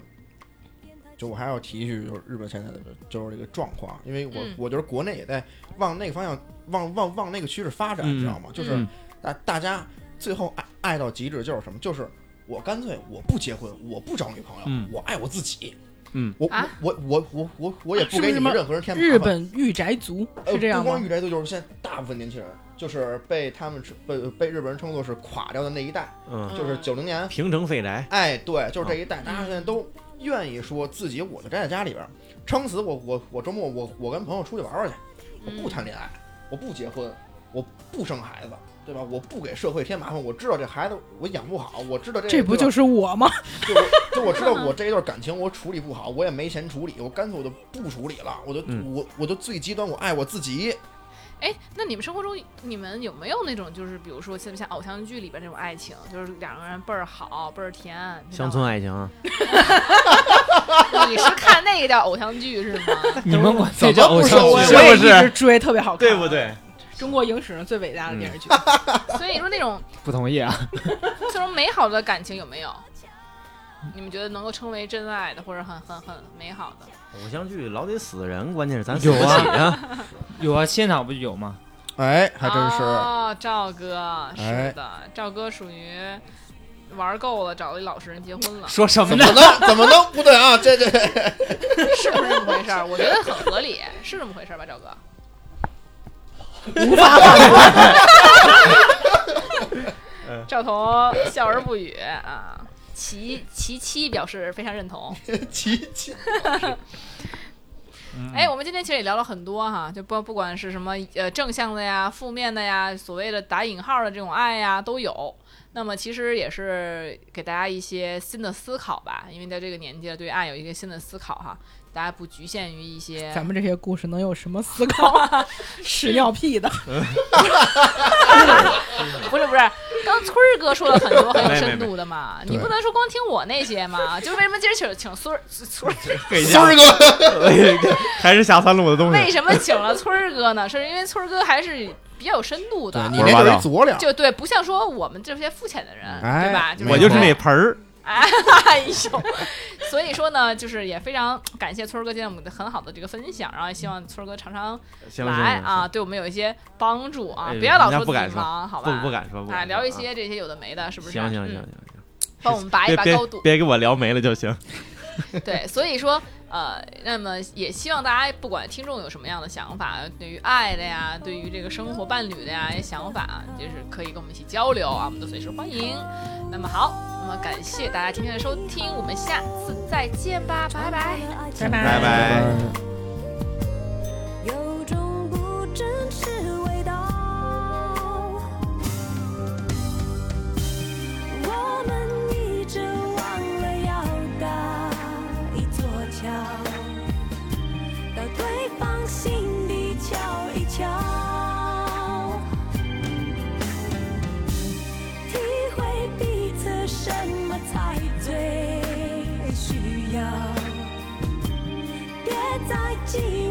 [SPEAKER 4] 就我还要提一句，就是日本现在的就是这个状况，啊因为我、
[SPEAKER 2] 嗯
[SPEAKER 4] 我觉得国内也在往那个方向，往往往那个趋势发展，
[SPEAKER 7] 嗯
[SPEAKER 4] 知道吗？就是
[SPEAKER 7] 嗯
[SPEAKER 4] 大大家最后爱爱到极致就是什么？就是我干脆我不结婚，我不找女朋友，
[SPEAKER 7] 嗯
[SPEAKER 4] 我爱我自己。
[SPEAKER 7] 嗯
[SPEAKER 4] 我
[SPEAKER 2] 啊
[SPEAKER 4] 我我我我我也
[SPEAKER 5] 啊是
[SPEAKER 4] 不
[SPEAKER 5] 不
[SPEAKER 4] 给
[SPEAKER 5] 是
[SPEAKER 4] 你
[SPEAKER 5] 什么
[SPEAKER 4] 们任何人添麻烦。
[SPEAKER 5] 日本御宅族
[SPEAKER 4] 呃
[SPEAKER 5] 是这样
[SPEAKER 4] 不光
[SPEAKER 5] 吗
[SPEAKER 4] 御？宅族，就是现在大部分年轻人，就是被他们称被被日本人称作是垮掉的那一代，
[SPEAKER 7] 嗯，
[SPEAKER 4] 就是九零年。
[SPEAKER 7] 平城废宅，
[SPEAKER 4] 哎，对，就是这一
[SPEAKER 5] 嗯
[SPEAKER 4] 代，大家现在都愿意说自己我就宅在家里边儿，撑死我我我周末我我跟朋友出去玩玩去，我
[SPEAKER 5] 嗯
[SPEAKER 2] 嗯
[SPEAKER 4] 不谈恋爱，我不结婚，我不生孩子。对吧？我不给社会添麻烦，我知道这孩子我养不好，我知道这
[SPEAKER 5] 这不就是是我吗？
[SPEAKER 4] 就我就我知
[SPEAKER 5] [laughs]
[SPEAKER 4] 道我这一段感情我处理不好，我也没钱处理，我干脆我就不处理了，我就、
[SPEAKER 7] 嗯
[SPEAKER 4] 我我就最极端，我爱我自己。
[SPEAKER 2] 哎，那你们生活中，你们有没有那种，就是比如说像像偶像剧里边那种爱情，就是两个人倍儿好，倍儿甜？你知道吗
[SPEAKER 7] 乡村，爱情啊，
[SPEAKER 2] [laughs] 你是看那个叫偶像剧是吗？ [laughs]
[SPEAKER 8] 你们管这叫偶
[SPEAKER 4] 不
[SPEAKER 8] 像
[SPEAKER 4] 是我
[SPEAKER 8] 剧
[SPEAKER 4] 也
[SPEAKER 7] 是？
[SPEAKER 5] 我也一
[SPEAKER 7] 不是
[SPEAKER 5] 直追，特别好看，
[SPEAKER 7] 对嗯不？对？
[SPEAKER 5] 中国影史上最伟大的电视剧， [laughs]
[SPEAKER 2] 所以说那种
[SPEAKER 8] 不同意啊！
[SPEAKER 2] 这种美好的感情有没有？你们觉得能够称为真爱的，或者很很很美好的？
[SPEAKER 7] 偶像剧老得死人，关键是咱死
[SPEAKER 8] 有
[SPEAKER 7] 不起啊！
[SPEAKER 8] 有啊，现场不就有吗？
[SPEAKER 4] 哎，还真是。
[SPEAKER 2] 哦，赵哥
[SPEAKER 4] 哎
[SPEAKER 2] 是的，赵哥属于玩够了，找了一老实人结婚了，
[SPEAKER 8] 说什么
[SPEAKER 4] 怎
[SPEAKER 8] 呢
[SPEAKER 4] 么？能怎么能不对啊？这这
[SPEAKER 2] 是不是这么回事儿？我觉得很合理，是这么回事儿吧，赵哥？
[SPEAKER 5] 无法反驳。
[SPEAKER 2] 赵彤笑而不语啊。其其妻表示非常认同。
[SPEAKER 4] 奇奇嗯
[SPEAKER 2] 哎，我们今天其实也聊了很多哈，就不不管是什么呃正向的呀、负面的呀、所谓的打引号的这种爱呀都有。那么其实也是给大家一些新的思考吧，因为在这个年纪了，对爱有一个新的思考哈。大家不局限于一些
[SPEAKER 4] [laughs]
[SPEAKER 5] 咱们这些故事能有什么思 [laughs] 考？屎尿屁的，
[SPEAKER 2] 不是不是，刚村儿哥说了很多
[SPEAKER 4] [laughs]
[SPEAKER 2] 很有
[SPEAKER 7] 没
[SPEAKER 2] 深
[SPEAKER 7] 没
[SPEAKER 2] 度的嘛，
[SPEAKER 4] 对
[SPEAKER 2] 你不能说光听我那些
[SPEAKER 4] [laughs]
[SPEAKER 2] 嘛。就为什么今儿请请村儿村儿
[SPEAKER 7] 给
[SPEAKER 4] 村儿哥，
[SPEAKER 7] [laughs] 哎还是下三路的东
[SPEAKER 2] 为，什么请了村儿哥呢？是因为村儿哥还是比较有深度的，
[SPEAKER 4] 你那就是一佐料，
[SPEAKER 2] 就对，不像说我们这些肤浅的人，
[SPEAKER 4] 哎
[SPEAKER 2] 对吧？
[SPEAKER 4] 我就是那
[SPEAKER 7] 盆儿，
[SPEAKER 2] 哎呦， [laughs] 所以说呢，就是也非常感谢村儿哥今天我们的很好的这个分享，然后也希望村儿哥常常
[SPEAKER 7] 行了行
[SPEAKER 2] 来
[SPEAKER 7] 了
[SPEAKER 2] 啊，，对我们有一些帮助啊，
[SPEAKER 7] 哎
[SPEAKER 2] 不要老
[SPEAKER 7] 人家
[SPEAKER 2] 说
[SPEAKER 7] 不
[SPEAKER 2] 自
[SPEAKER 7] 敢
[SPEAKER 2] 己
[SPEAKER 7] 说
[SPEAKER 2] 忙，好吧？
[SPEAKER 7] 不不敢说，不
[SPEAKER 2] 啊，
[SPEAKER 7] 敢
[SPEAKER 2] 聊
[SPEAKER 7] 说
[SPEAKER 2] 一些这些有的没的，是不是？
[SPEAKER 7] 行行行
[SPEAKER 2] 嗯
[SPEAKER 7] 行，
[SPEAKER 2] 帮我们拔一
[SPEAKER 7] 别
[SPEAKER 2] 拔
[SPEAKER 7] 别
[SPEAKER 2] 高度。
[SPEAKER 7] 别给我聊没了就行。
[SPEAKER 2] 对，所以说，呃，那么也希望大家不管听众有什么样的想法，对于爱的呀，对于这个生活伴侣的呀一些想法，啊就是可以跟我们一起交流啊，我们都随时欢迎。那么好，那么感谢大家今天的收听，我们下次再见吧，拜拜。
[SPEAKER 5] 拜
[SPEAKER 7] 拜拜
[SPEAKER 1] 有种不真实味道。我们一直忘了要打记